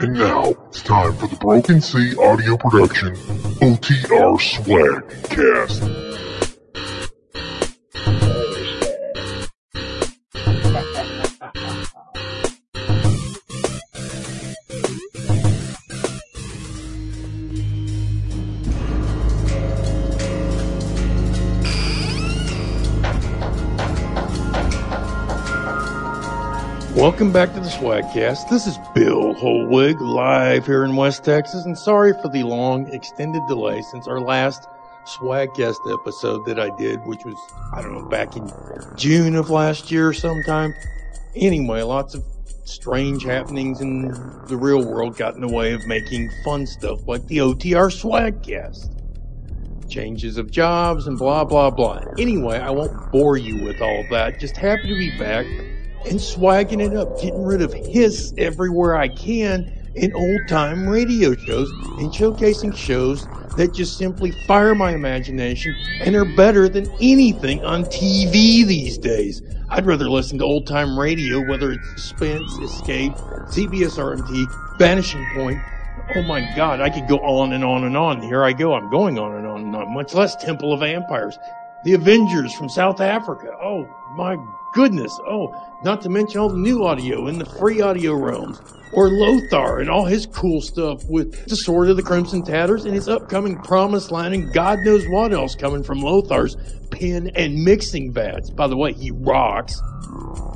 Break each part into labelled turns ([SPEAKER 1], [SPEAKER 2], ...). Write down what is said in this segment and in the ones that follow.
[SPEAKER 1] And now, it's time for the Broken Sea audio production, OTR Swag Cast.
[SPEAKER 2] Welcome back to the Swagcast. This is Bill Holwig live here in West Texas, and sorry for the long extended delay since our last Swagcast episode that I did, which was, I don't know, back in June of last year sometime. Anyway, lots of strange happenings in the real world got in the way of making fun stuff like the OTR Swagcast changes of jobs and blah blah blah. Anyway, I won't bore you with all that. Just happy to be back and swagging it up, getting rid of hiss everywhere I can in old time radio shows and showcasing shows that just simply fire my imagination and are better than anything on TV these days. I'd rather listen to old time radio, whether it's Suspense, Escape, CBS RMT, Vanishing Point, Oh my God, I could go on and on and on. Here I go. I'm going on and on and on. Much less Temple of Vampires. The Avengers from South Africa. Oh my goodness. Oh, not to mention all the new audio in the free audio realms. Or Lothar and all his cool stuff with the Sword of the Crimson Tatters and his upcoming Promised Land and God knows what else coming from Lothar's pen and mixing vats. By the way, he rocks.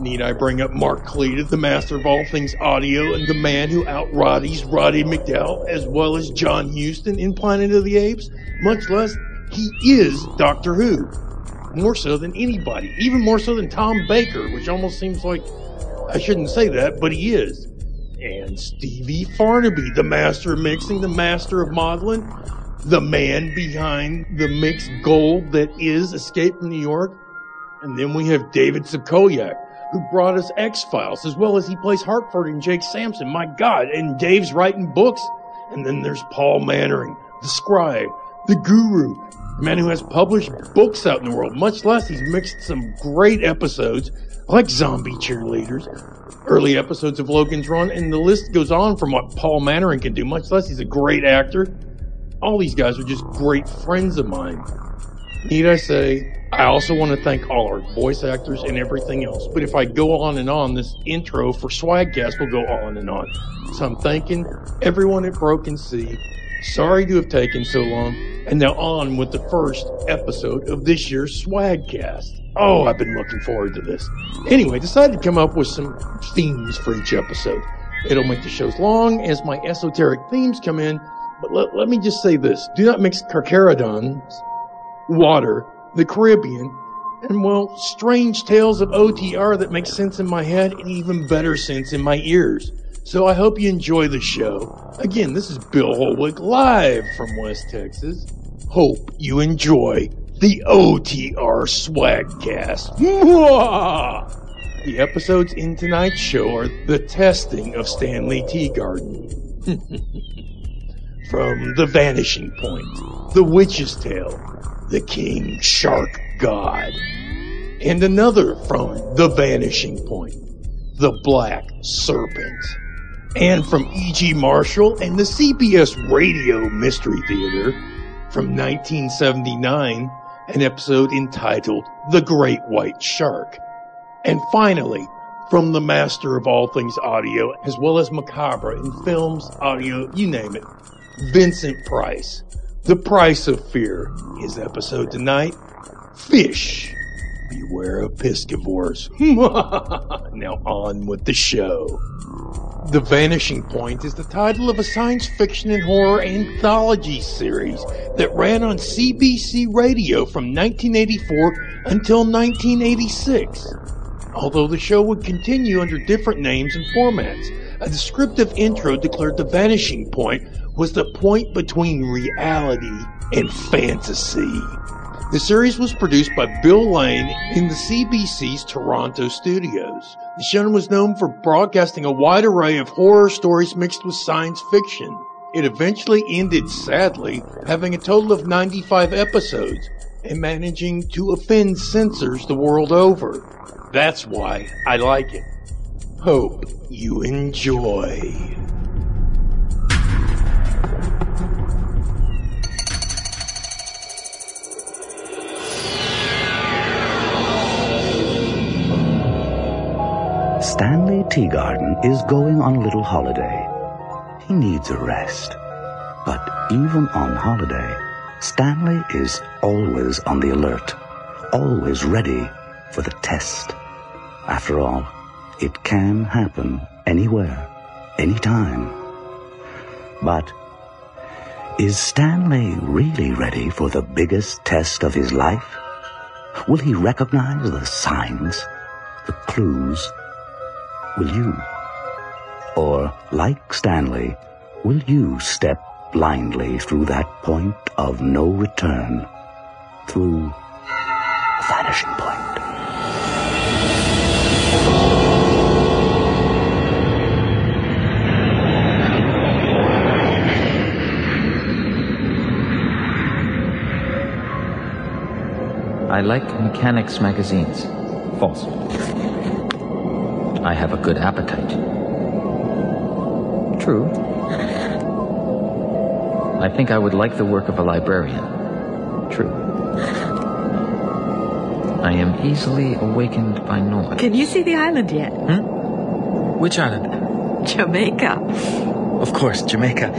[SPEAKER 2] Need I bring up Mark Cleta, the master of all things audio and the man who out Roddy's Roddy McDowell, as well as John Huston in Planet of the Apes? Much less, he is Doctor Who. More so than anybody, even more so than Tom Baker, which almost seems like I shouldn't say that, but he is. And Stevie Farnaby, the master of mixing, the master of modeling, the man behind the mixed gold that is Escape from New York. And then we have David Sokoyak, who brought us X Files, as well as he plays Hartford and Jake Sampson. My God, and Dave's writing books. And then there's Paul Mannering, the scribe, the guru, the man who has published books out in the world, much less he's mixed some great episodes like Zombie Cheerleaders, early episodes of Logan's Run, and the list goes on from what Paul Mannering can do, much less he's a great actor. All these guys are just great friends of mine. Need I say, I also want to thank all our voice actors and everything else. But if I go on and on, this intro for Swagcast will go on and on. So I'm thanking everyone at Broken Sea. Sorry to have taken so long. And now on with the first episode of this year's Swagcast. Oh, I've been looking forward to this. Anyway, decided to come up with some themes for each episode. It'll make the shows long as my esoteric themes come in. But let, let me just say this. Do not mix Carcharodons water, the Caribbean, and well, strange tales of OTR that make sense in my head and even better sense in my ears. So I hope you enjoy the show. Again, this is Bill Holwick live from West Texas. Hope you enjoy the OTR Swagcast. Mwah! The episodes in tonight's show are the testing of Stanley Teagarden from The Vanishing Point, The Witch's Tale, The King Shark God, and another from The Vanishing Point, The Black Serpent, and from E.G. Marshall and the CBS Radio Mystery Theater from 1979, an episode entitled The Great White Shark. And finally, from the master of all things audio, as well as macabre in films, audio, you name it, Vincent Price. The Price of Fear. His episode tonight Fish. Beware of piscivores. now on with the show. The Vanishing Point is the title of a science fiction and horror anthology series that ran on CBC radio from 1984 until 1986 although the show would continue under different names and formats. A descriptive intro declared the vanishing point was the point between reality and fantasy. The series was produced by Bill Lane in the CBC's Toronto studios. The show was known for broadcasting a wide array of horror stories mixed with science fiction. It eventually ended sadly, having a total of 95 episodes and managing to offend censors the world over. That's why I like it. Hope you enjoy.
[SPEAKER 3] Stanley Teagarden is going on a little holiday. He needs a rest. But even on holiday, Stanley is always on the alert, always ready for the test. After all, it can happen anywhere, anytime. But is Stanley really ready for the biggest test of his life? Will he recognize the signs, the clues? Will you? Or, like Stanley, will you step blindly through that point of no return, through a vanishing point?
[SPEAKER 4] I like mechanics magazines. False. I have a good appetite. True. I think I would like the work of a librarian. True. I am easily awakened by noise.
[SPEAKER 5] Can you see the island yet?
[SPEAKER 4] Which island?
[SPEAKER 5] Jamaica.
[SPEAKER 4] Of course, Jamaica.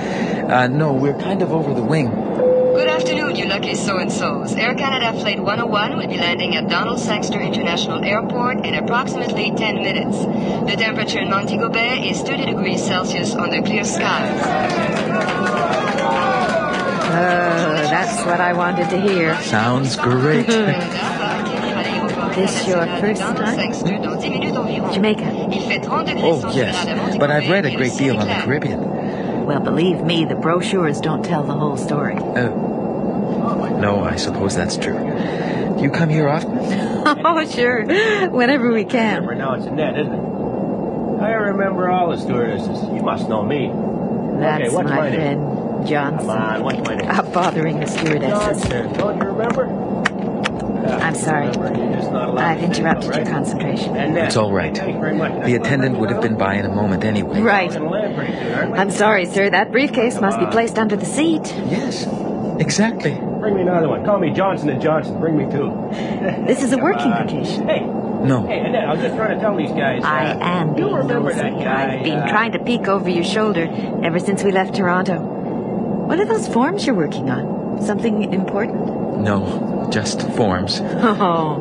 [SPEAKER 4] Uh, no, we're kind of over the wing.
[SPEAKER 6] Good afternoon, you lucky so-and-sos. Air Canada Flight 101 will be landing at Donald Sangster International Airport in approximately 10 minutes. The temperature in Montego Bay is 30 degrees Celsius under clear skies.
[SPEAKER 4] Uh,
[SPEAKER 5] Oh, that's what I wanted to hear.
[SPEAKER 4] Sounds great.
[SPEAKER 5] This your first time? Jamaica.
[SPEAKER 4] oh, yes. But I've read a great deal on the Caribbean.
[SPEAKER 5] Well, believe me, the brochures don't tell the whole story.
[SPEAKER 4] Uh, no, I suppose that's true. You come here often?
[SPEAKER 5] Oh, sure. Whenever we can.
[SPEAKER 7] pronouncing that, isn't it? I remember all the stewardesses. You must know me.
[SPEAKER 5] That's
[SPEAKER 7] what's
[SPEAKER 5] my
[SPEAKER 7] my name?
[SPEAKER 5] friend Johnson.
[SPEAKER 7] Come on, what's my name?
[SPEAKER 5] Stop bothering the stewardesses.
[SPEAKER 7] Johnson, don't you remember?
[SPEAKER 5] I'm sorry. I've interrupted your concentration.
[SPEAKER 4] It's all right. The attendant would have been by in a moment anyway.
[SPEAKER 5] Right. I'm sorry, sir. That briefcase must be placed under the seat.
[SPEAKER 4] Yes, exactly.
[SPEAKER 7] Bring me another one. Call me Johnson and Johnson. Bring me two.
[SPEAKER 5] This is a working
[SPEAKER 7] on.
[SPEAKER 5] vacation.
[SPEAKER 7] Hey, hey,
[SPEAKER 4] No.
[SPEAKER 7] Annette, I was just trying to tell these guys.
[SPEAKER 5] I
[SPEAKER 7] uh,
[SPEAKER 5] am
[SPEAKER 7] You
[SPEAKER 5] being
[SPEAKER 7] remember
[SPEAKER 5] nosy.
[SPEAKER 7] that guy?
[SPEAKER 5] I've been
[SPEAKER 7] uh,
[SPEAKER 5] trying to peek over your shoulder ever since we left Toronto. What are those forms you're working on? Something important?
[SPEAKER 4] No, just forms.
[SPEAKER 5] Oh,
[SPEAKER 7] Whoa, whoa, whoa,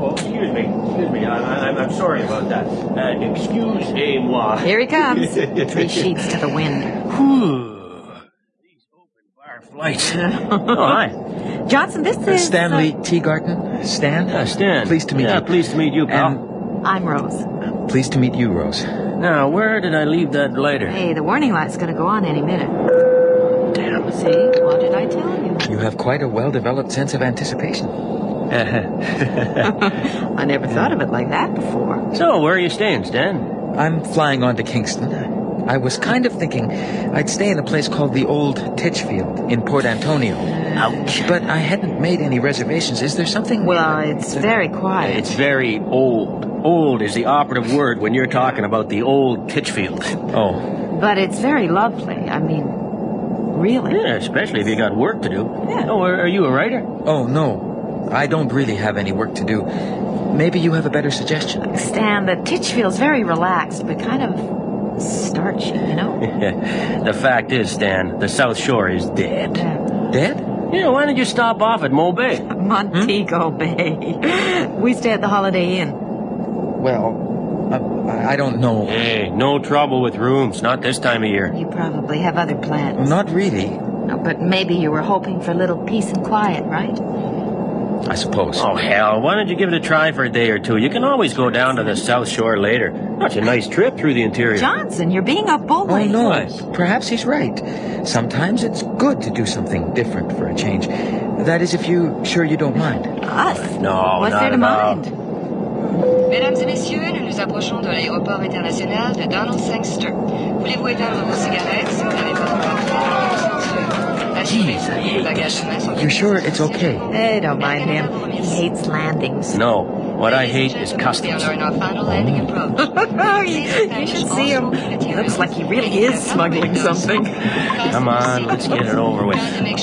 [SPEAKER 7] whoa. Excuse me. Excuse me. I, I, I'm sorry about that. Uh, excuse a moi.
[SPEAKER 5] here he comes. Three sheets to the wind.
[SPEAKER 7] Flight. oh, hi.
[SPEAKER 5] Johnson, this
[SPEAKER 4] Uh,
[SPEAKER 5] is. uh,
[SPEAKER 4] Stanley Teagarden? Stan?
[SPEAKER 7] Uh, Stan.
[SPEAKER 4] Pleased to meet
[SPEAKER 7] yeah,
[SPEAKER 4] you.
[SPEAKER 7] Pleased to meet you, pal.
[SPEAKER 4] And
[SPEAKER 5] I'm Rose.
[SPEAKER 4] pleased to meet you, Rose.
[SPEAKER 7] Now, where did I leave that lighter?
[SPEAKER 5] Hey, the warning light's gonna go on any minute. Damn. See, what did I tell you?
[SPEAKER 4] You have quite a well developed sense of anticipation.
[SPEAKER 5] I never thought of it like that before.
[SPEAKER 7] So, where are you staying, Stan?
[SPEAKER 4] I'm flying on to Kingston. I was kind of thinking I'd stay in a place called the Old Titchfield in Port Antonio. Ouch. But I hadn't made any reservations. Is there something.
[SPEAKER 5] Well, it's very quiet.
[SPEAKER 7] It's very old. Old is the operative word when you're talking about the old Titchfield.
[SPEAKER 4] Oh,
[SPEAKER 5] But it's very lovely. I mean, really.
[SPEAKER 7] Yeah, especially if you got work to do.
[SPEAKER 5] Yeah.
[SPEAKER 7] Oh, are are you a writer?
[SPEAKER 4] oh, no. I don't really have any work to do. Maybe you have a better suggestion.
[SPEAKER 5] Stan, the titch feels very relaxed, but kind of starchy, you know?
[SPEAKER 7] the fact is, Stan, the South Shore is dead.
[SPEAKER 5] Yeah.
[SPEAKER 4] Dead?
[SPEAKER 7] Yeah, why don't you stop off at Mo Bay?
[SPEAKER 5] Montego Bay. we stay at the Holiday Inn.
[SPEAKER 4] Well, uh, I- I don't know.
[SPEAKER 7] Hey, no trouble with rooms, not this time of year.
[SPEAKER 5] You probably have other plans.
[SPEAKER 4] Not really,
[SPEAKER 5] No, but maybe you were hoping for a little peace and quiet, right?
[SPEAKER 4] I suppose.
[SPEAKER 7] Oh, hell, why don't you give it a try for a day or two? You can always go down to the South Shore later. That's a nice trip through the interior.
[SPEAKER 5] Johnson, you're being a
[SPEAKER 7] Oh
[SPEAKER 5] bully.
[SPEAKER 4] no.
[SPEAKER 7] What?
[SPEAKER 4] Perhaps he's right. Sometimes it's good to do something different for a change. That is, if you sure you don't mind.
[SPEAKER 5] Us?
[SPEAKER 7] Oh. No,
[SPEAKER 5] What's
[SPEAKER 7] not
[SPEAKER 5] there to
[SPEAKER 7] at all.
[SPEAKER 5] mind?
[SPEAKER 6] Mesdames et messieurs, nous nous approchons de l'aéroport international de Donald Sangster. Voulez-vous éteindre vos cigarettes si vous n'avez pas encore fait Achillez, les bagages de main sont-
[SPEAKER 4] You're sure it's okay?
[SPEAKER 5] Hey, don't mind him. He hates landings.
[SPEAKER 7] No, What I hate is customs.
[SPEAKER 8] We are on our final landing approach.
[SPEAKER 5] you should see him. He looks like he really is smuggling something.
[SPEAKER 7] Come on, let's get it over with.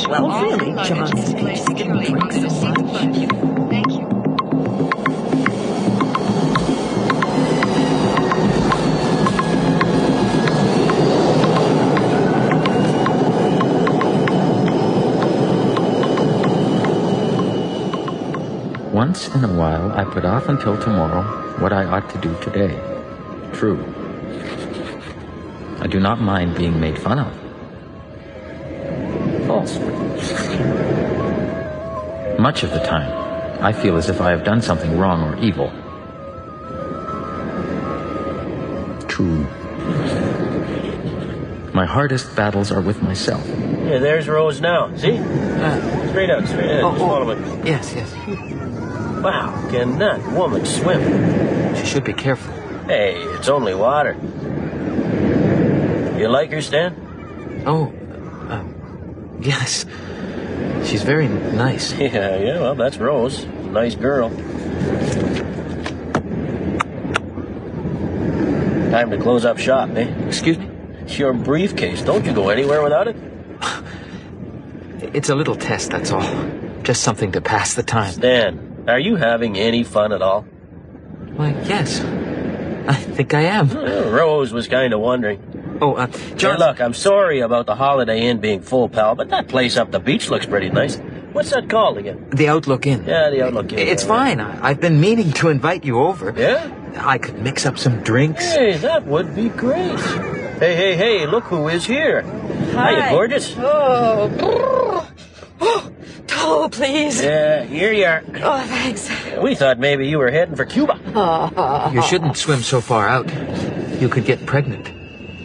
[SPEAKER 5] Well, really, John, he's getting drunk so much.
[SPEAKER 8] Thank you.
[SPEAKER 4] Once in a while, I put off until tomorrow what I ought to do today. True. I do not mind being made fun of. False. Much of the time, I feel as if I have done something wrong or evil. True. My hardest battles are with myself.
[SPEAKER 7] Yeah, there's Rose now. See? Straight out, straight out. Just follow it.
[SPEAKER 9] Uh, oh, Yes, yes.
[SPEAKER 7] Wow, can that woman swim?
[SPEAKER 9] She should be careful.
[SPEAKER 7] Hey, it's only water. You like her, Stan?
[SPEAKER 9] Oh, um, yes. She's very nice.
[SPEAKER 7] Yeah, yeah, well, that's Rose. Nice girl. Time to close up shop, eh?
[SPEAKER 9] Excuse me?
[SPEAKER 7] It's your briefcase. Don't you go anywhere without it.
[SPEAKER 9] It's a little test, that's all. Just something to pass the time.
[SPEAKER 7] Stan, are you having any fun at all?
[SPEAKER 9] Why, yes. I think I am.
[SPEAKER 7] Uh, Rose was kind of wondering.
[SPEAKER 9] Oh, uh, John.
[SPEAKER 7] Hey, look, I'm sorry about the Holiday Inn being full, pal, but that place up the beach looks pretty nice. What's that called again?
[SPEAKER 9] The Outlook Inn.
[SPEAKER 7] Yeah, the Outlook Inn.
[SPEAKER 9] It's
[SPEAKER 7] yeah.
[SPEAKER 9] fine. I, I've been meaning to invite you over.
[SPEAKER 7] Yeah?
[SPEAKER 9] I could mix up some drinks.
[SPEAKER 7] Hey, that would be great. Hey, hey, hey, look who is here. Hi. Hiya, gorgeous.
[SPEAKER 5] Oh, brrr. oh, towel, please.
[SPEAKER 7] Yeah, here you are.
[SPEAKER 5] Oh, thanks.
[SPEAKER 7] We thought maybe you were heading for Cuba.
[SPEAKER 9] You shouldn't swim so far out. You could get pregnant.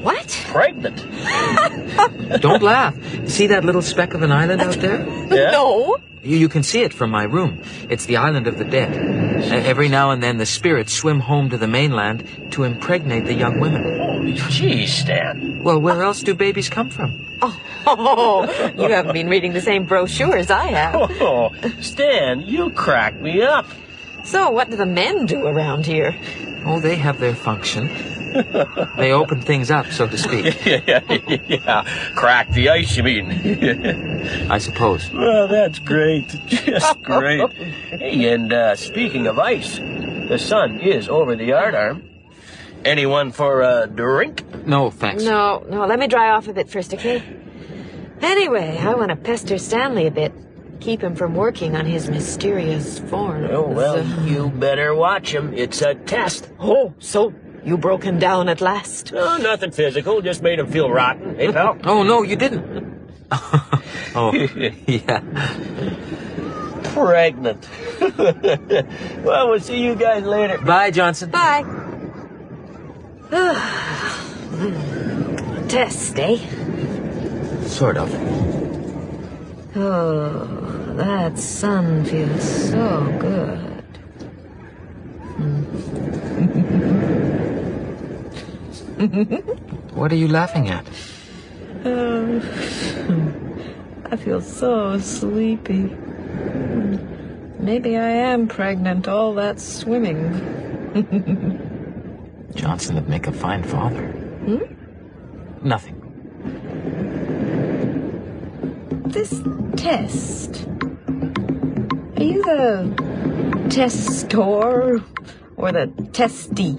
[SPEAKER 5] What?
[SPEAKER 7] Pregnant.
[SPEAKER 9] Don't laugh. See that little speck of an island out there?
[SPEAKER 7] Yeah?
[SPEAKER 5] No.
[SPEAKER 9] You, you can see it from my room. It's the island of the dead. Uh, every now and then, the spirits swim home to the mainland to impregnate the young women.
[SPEAKER 7] Geez, Stan.
[SPEAKER 9] Well, where else do babies come from?
[SPEAKER 5] Oh, you haven't been reading the same brochure as I have.
[SPEAKER 7] Oh, Stan, you crack me up.
[SPEAKER 5] So, what do the men do around here?
[SPEAKER 9] Oh, they have their function. They open things up, so to speak,
[SPEAKER 7] yeah, crack the ice, you mean.
[SPEAKER 9] I suppose.
[SPEAKER 7] well, that's great. Just great. Hey, and uh, speaking of ice, the sun is over the yard arm. Anyone for a drink?
[SPEAKER 9] No, thanks.
[SPEAKER 5] No, no, let me dry off a bit first, okay? Anyway, I want to pester Stanley a bit. Keep him from working on his mysterious forms.
[SPEAKER 7] Oh, well,
[SPEAKER 5] Uh,
[SPEAKER 7] you better watch him. It's a test.
[SPEAKER 5] Oh, so you broke him down at last.
[SPEAKER 7] No, nothing physical, just made him feel rotten. Hey, pal.
[SPEAKER 9] Oh, no, you didn't. oh, yeah.
[SPEAKER 7] Pregnant. well, we'll see you guys later.
[SPEAKER 9] Bye, Johnson.
[SPEAKER 5] Bye. Test, eh?
[SPEAKER 9] Sort of.
[SPEAKER 5] Oh, that sun feels so good.
[SPEAKER 7] Mm.
[SPEAKER 9] What are you laughing at?
[SPEAKER 5] Oh, I feel so sleepy. Hmm. Maybe I am pregnant, all that swimming.
[SPEAKER 9] Johnson would make a fine father. Hmm? Nothing.
[SPEAKER 5] This test. Are you the testor or the testee?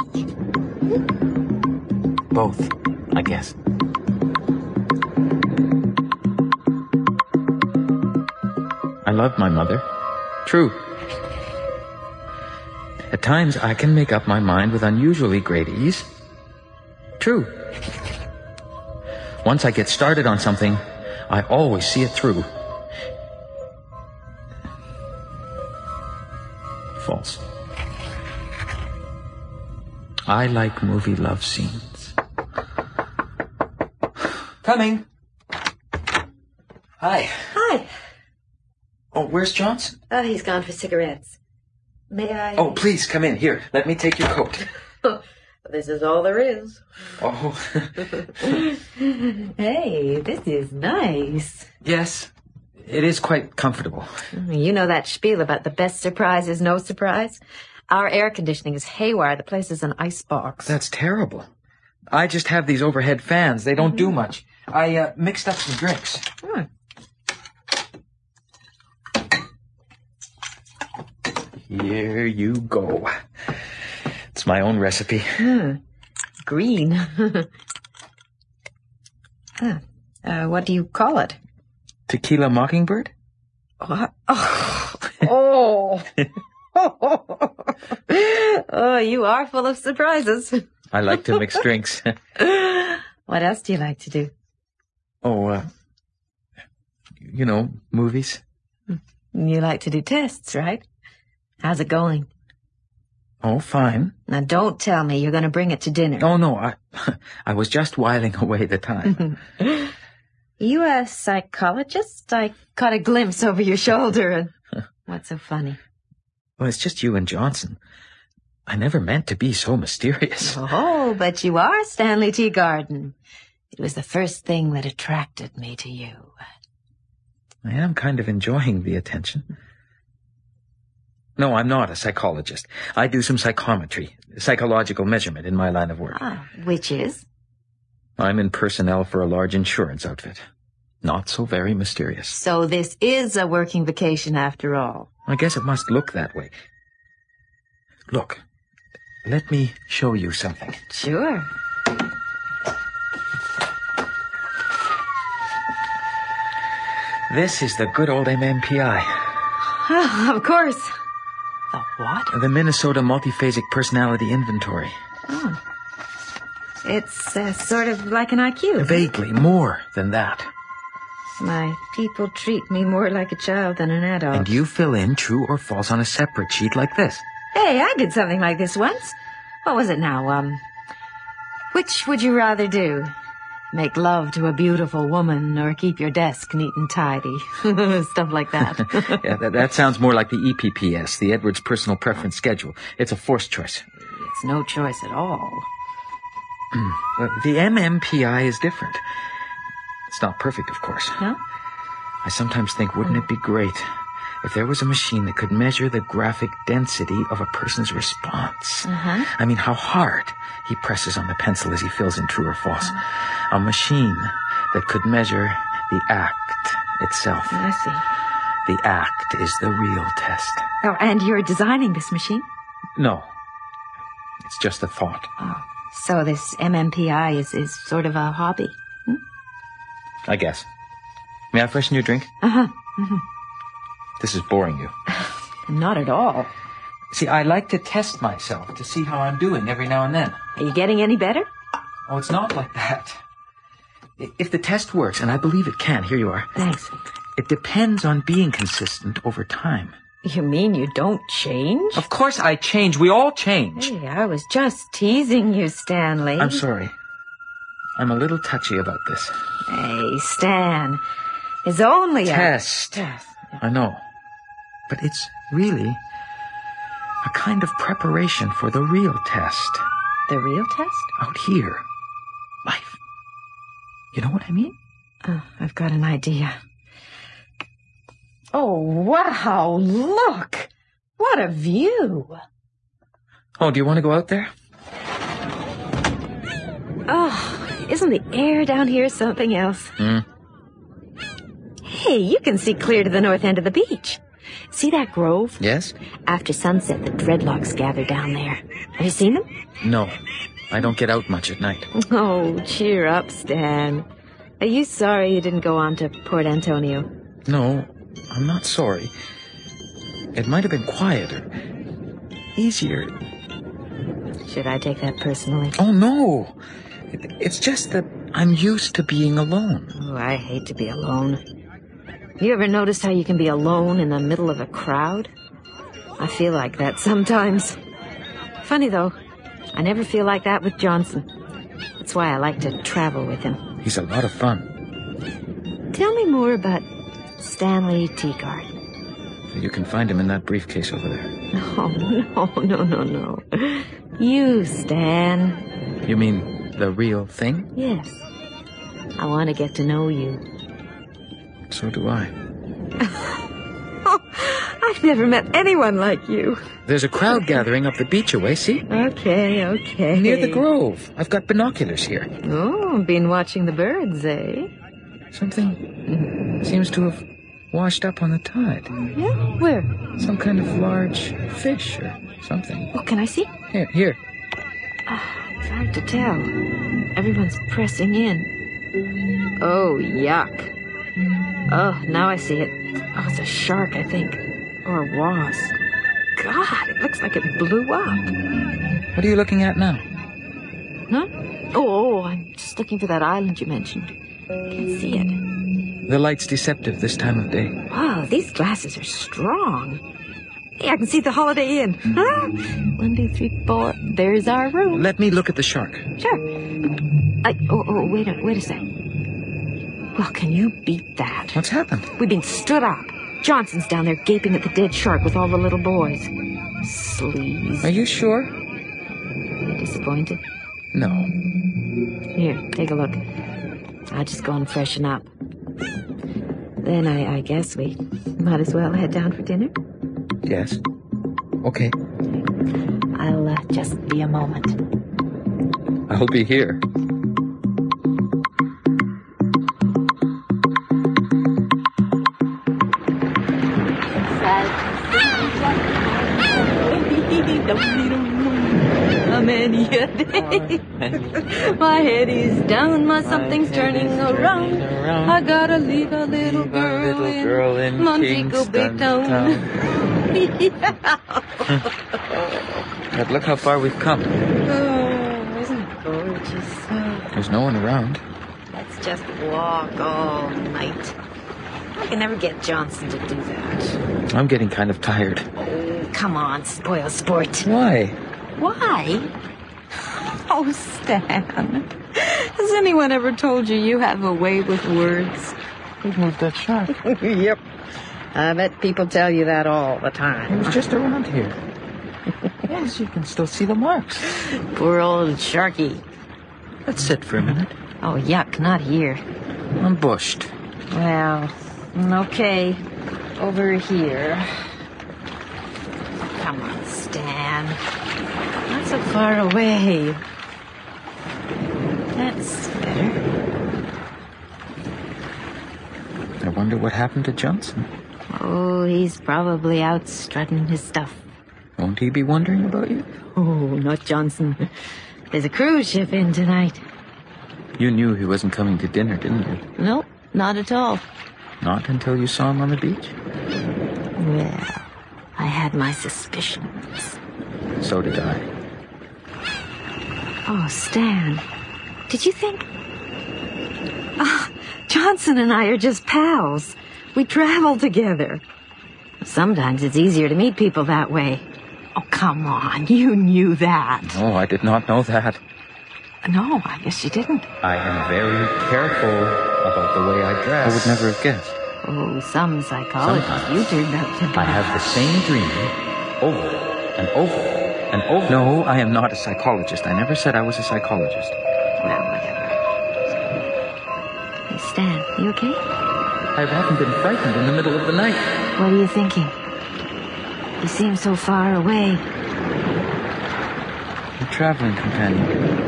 [SPEAKER 9] Both, I guess.
[SPEAKER 4] I love my mother. True. At times, I can make up my mind with unusually great ease. True. Once I get started on something, I always see it through. False. I like movie love scenes.
[SPEAKER 9] Coming. Hi.
[SPEAKER 5] Hi.
[SPEAKER 9] Oh, where's Johnson?
[SPEAKER 5] Oh, he's gone for cigarettes. May I?
[SPEAKER 9] Oh, please come in here. Let me take your coat.
[SPEAKER 5] This is all there is.
[SPEAKER 9] Oh,
[SPEAKER 5] Hey, this is nice.
[SPEAKER 9] yes. It is quite comfortable.
[SPEAKER 5] You know that spiel about the best surprise is no surprise? Our air conditioning is haywire. The place is an icebox.
[SPEAKER 4] That's terrible. Mm-hmm. I just have these overhead fans. They don't do much. I uh, mixed up some drinks. Here you go. It's my own recipe.
[SPEAKER 5] green. Ah, uh, what do you call it?
[SPEAKER 4] Tequila Mockingbird?
[SPEAKER 5] What? Oh. Oh. oh, you are full of surprises.
[SPEAKER 4] I like to mix drinks.
[SPEAKER 5] what else do you like to do?
[SPEAKER 4] Oh, uh, you know, movies.
[SPEAKER 5] You like to do tests, right? How's it going?
[SPEAKER 4] Oh, fine.
[SPEAKER 5] Now don't tell me you're going to bring it to dinner.
[SPEAKER 4] Oh, no, I, I was just whiling away the time.
[SPEAKER 5] You a psychologist? I caught a glimpse over your shoulder. And... What's so funny?
[SPEAKER 4] well, it's just you and Johnson. I never meant to be so mysterious.
[SPEAKER 5] Oh, but you are Stanley Teagarden. It was the first thing that attracted me to you.
[SPEAKER 4] I am kind of enjoying the attention. No, I'm not a psychologist. I do some psychometry, psychological measurement in my line of work.
[SPEAKER 5] Ah, which is?
[SPEAKER 4] I'm in personnel for a large insurance outfit. Not so very mysterious.
[SPEAKER 5] So this is a working vacation after all.
[SPEAKER 4] I guess it must look that way. Look, let me show you something.
[SPEAKER 5] Sure.
[SPEAKER 4] This is the good old MMPI,
[SPEAKER 5] Ah, of course. The what?
[SPEAKER 4] the Minnesota Multiphasic Personality Inventory.
[SPEAKER 5] Oh. It's uh, sort of like an IQ.
[SPEAKER 4] Vaguely more than that.
[SPEAKER 5] My people treat me more like a child than an adult.
[SPEAKER 4] And you fill in true or false on a separate sheet like this.
[SPEAKER 5] Hey, I did something like this once. What was it now? Um, which would you rather do? Make love to a beautiful woman or keep your desk neat and tidy? Stuff like that.
[SPEAKER 4] Yeah, that, that sounds more like the E EPPS, the Edwards Personal Preference Schedule. It's a forced choice.
[SPEAKER 5] it's no choice at all.
[SPEAKER 4] Uh, The MMPI is different. It's not perfect, of course.
[SPEAKER 5] No?
[SPEAKER 4] I sometimes think, wouldn't it be great if there was a machine that could measure the graphic density of a person's response?
[SPEAKER 5] Mm-hmm. Uh-huh.
[SPEAKER 4] I mean, how hard he presses on the pencil as he fills in true or false. A machine that could measure the act itself.
[SPEAKER 5] I see.
[SPEAKER 4] The act is the real test.
[SPEAKER 5] Oh, and you're designing this machine?
[SPEAKER 4] No, it's just a thought.
[SPEAKER 5] Oh. So this MMPI is, is sort of a hobby.
[SPEAKER 4] I guess. May I freshen your drink? Uh huh.
[SPEAKER 5] Uh-huh.
[SPEAKER 4] This is boring you.
[SPEAKER 5] Not at all.
[SPEAKER 4] See, I like to test myself to see how I'm doing every now and then.
[SPEAKER 5] Are you getting any better?
[SPEAKER 4] Oh, it's not like that. I- If the test works, and I believe it can, here you are,
[SPEAKER 5] Thanks.
[SPEAKER 4] it depends on being consistent over time.
[SPEAKER 5] You mean you don't change?
[SPEAKER 4] Of course I change. We all change.
[SPEAKER 5] Hey, I was just teasing you, Stanley.
[SPEAKER 4] I'm sorry. I'm a little touchy about this.
[SPEAKER 5] Hey, Stan. It's only
[SPEAKER 4] Test.
[SPEAKER 5] a test.
[SPEAKER 4] I know. But it's really a kind of preparation for the real test
[SPEAKER 5] The real test?
[SPEAKER 4] out here. Life. You know what I mean?
[SPEAKER 5] Oh, I've got an idea. Oh, wow, look! What a view!
[SPEAKER 4] Oh, do you want to go out there?
[SPEAKER 5] Oh, isn't the air down here something else?
[SPEAKER 4] Hmm.
[SPEAKER 5] Hey, you can see clear to the north end of the beach. See that grove?
[SPEAKER 4] Yes?
[SPEAKER 5] After sunset, the dreadlocks gather down there. Have you seen them?
[SPEAKER 4] No. I don't get out much at night.
[SPEAKER 5] Oh, cheer up, Stan. Are you sorry you didn't go on to Port Antonio?
[SPEAKER 4] No, I'm not sorry. It might have been quieter, easier.
[SPEAKER 5] Should I take that personally?
[SPEAKER 4] Oh no! It- It's just that I'm used to being alone.
[SPEAKER 5] Oh, I hate to be alone. You ever noticed how you can be alone in the middle of a crowd? I feel like that sometimes. Funny though, I never feel like that with Johnson. That's why I like to travel with him.
[SPEAKER 4] He's a lot of fun.
[SPEAKER 5] Tell me more about Stanley Teagarden.
[SPEAKER 4] You can find him in that briefcase over there.
[SPEAKER 5] Oh, no, no, no, no. You, Stan.
[SPEAKER 4] You mean the real thing?
[SPEAKER 5] Yes. I want to get to know you.
[SPEAKER 4] So do I.
[SPEAKER 5] Oh, I I've never met anyone like you.
[SPEAKER 4] There's a crowd gathering up the beach away, see?
[SPEAKER 5] Hmm? Okay, okay.
[SPEAKER 4] Near the grove. I've got binoculars here.
[SPEAKER 5] Oh, been watching the birds, eh?
[SPEAKER 4] Something seems to have washed up on the tide.
[SPEAKER 5] Yeah? Where?
[SPEAKER 4] Some kind of large fish or something.
[SPEAKER 5] Oh, can I see? Ah,
[SPEAKER 4] Here, here.
[SPEAKER 5] It's hard to tell. Everyone's pressing in. Oh, yuck. Oh, now I see it. Oh, it's a shark, I think. Or a wasp. God, it looks like it blew up.
[SPEAKER 4] What are you looking at now?
[SPEAKER 5] Huh? Oh, oh, I'm just looking for that island you mentioned. Can't see it.
[SPEAKER 4] The light's deceptive this time of day.
[SPEAKER 5] Wow, these glasses are strong. Hey, I can see the Holiday Inn. Huh? One, two, three, four. There's our room.
[SPEAKER 4] Let me look at the shark.
[SPEAKER 5] Sure. I, oh, oh, wait a wait a sec. Well, can you beat that?
[SPEAKER 4] What's happened?
[SPEAKER 5] We've been stood up. Johnson's down there gaping at the dead shark with all the little boys. Sleaze.
[SPEAKER 4] Are you sure?
[SPEAKER 5] you disappointed?
[SPEAKER 4] No.
[SPEAKER 5] Here, take a look. I'll just go and freshen up. Then I, I guess we might as well head down for dinner.
[SPEAKER 4] Yes. Okay.
[SPEAKER 5] I'll uh, just be a moment.
[SPEAKER 4] I'll be here.
[SPEAKER 5] I'm in My head is down, my something's turning around. I gotta leave a little girl in Montego Bay Town.
[SPEAKER 4] But look how far we've come.
[SPEAKER 5] Oh, isn't it gorgeous? Oh,
[SPEAKER 4] There's no one around.
[SPEAKER 5] let's just walk all night. I can never get Johnson to do that.
[SPEAKER 4] I'm getting kind of tired.
[SPEAKER 5] Oh, come on, spoil sport.
[SPEAKER 4] Why?
[SPEAKER 5] Why? Oh, Stan. Has anyone ever told you you have a way with words?
[SPEAKER 4] We've moved that shark. It
[SPEAKER 5] yep. I bet people tell you that all the time.
[SPEAKER 4] was just around here. yes, you can still see the marks.
[SPEAKER 5] Poor old Sharky.
[SPEAKER 4] Let's sit for a minute.
[SPEAKER 5] Oh, yuck, not here.
[SPEAKER 4] I'm bushed.
[SPEAKER 5] Well, mm, okay. Over here. Come on, Stan. Not so far away. That's better.
[SPEAKER 4] I wonder what happened to Johnson.
[SPEAKER 5] Oh, he's probably out strutting his stuff.
[SPEAKER 4] Won't he be wondering about you?
[SPEAKER 5] Oh, not Johnson. There's a cruise ship in tonight.
[SPEAKER 4] You knew he wasn't coming to dinner, didn't you?
[SPEAKER 5] Nope, not at all.
[SPEAKER 4] Not until you saw him on the beach?
[SPEAKER 5] Well, I had my suspicions.
[SPEAKER 4] So did I.
[SPEAKER 5] Oh, Stan, did you think? Ah, Johnson and I are just pals. We travel together. Sometimes it's easier to meet people that way. Oh, come on, you knew that.
[SPEAKER 4] Oh, I did not know that.
[SPEAKER 5] No, I guess you didn't.
[SPEAKER 4] I am very careful about the way I dress. I would never have guessed.
[SPEAKER 5] Oh, some psychologist, you turned out to be.
[SPEAKER 4] I have the same dream over and over and over. No, I am not a psychologist. I never said I was a psychologist.
[SPEAKER 5] Well, whatever. Hey, Stan, you okay?
[SPEAKER 4] I haven't been frightened in the middle of the night.
[SPEAKER 5] What are you thinking? You seem so far away.
[SPEAKER 4] A traveling companion.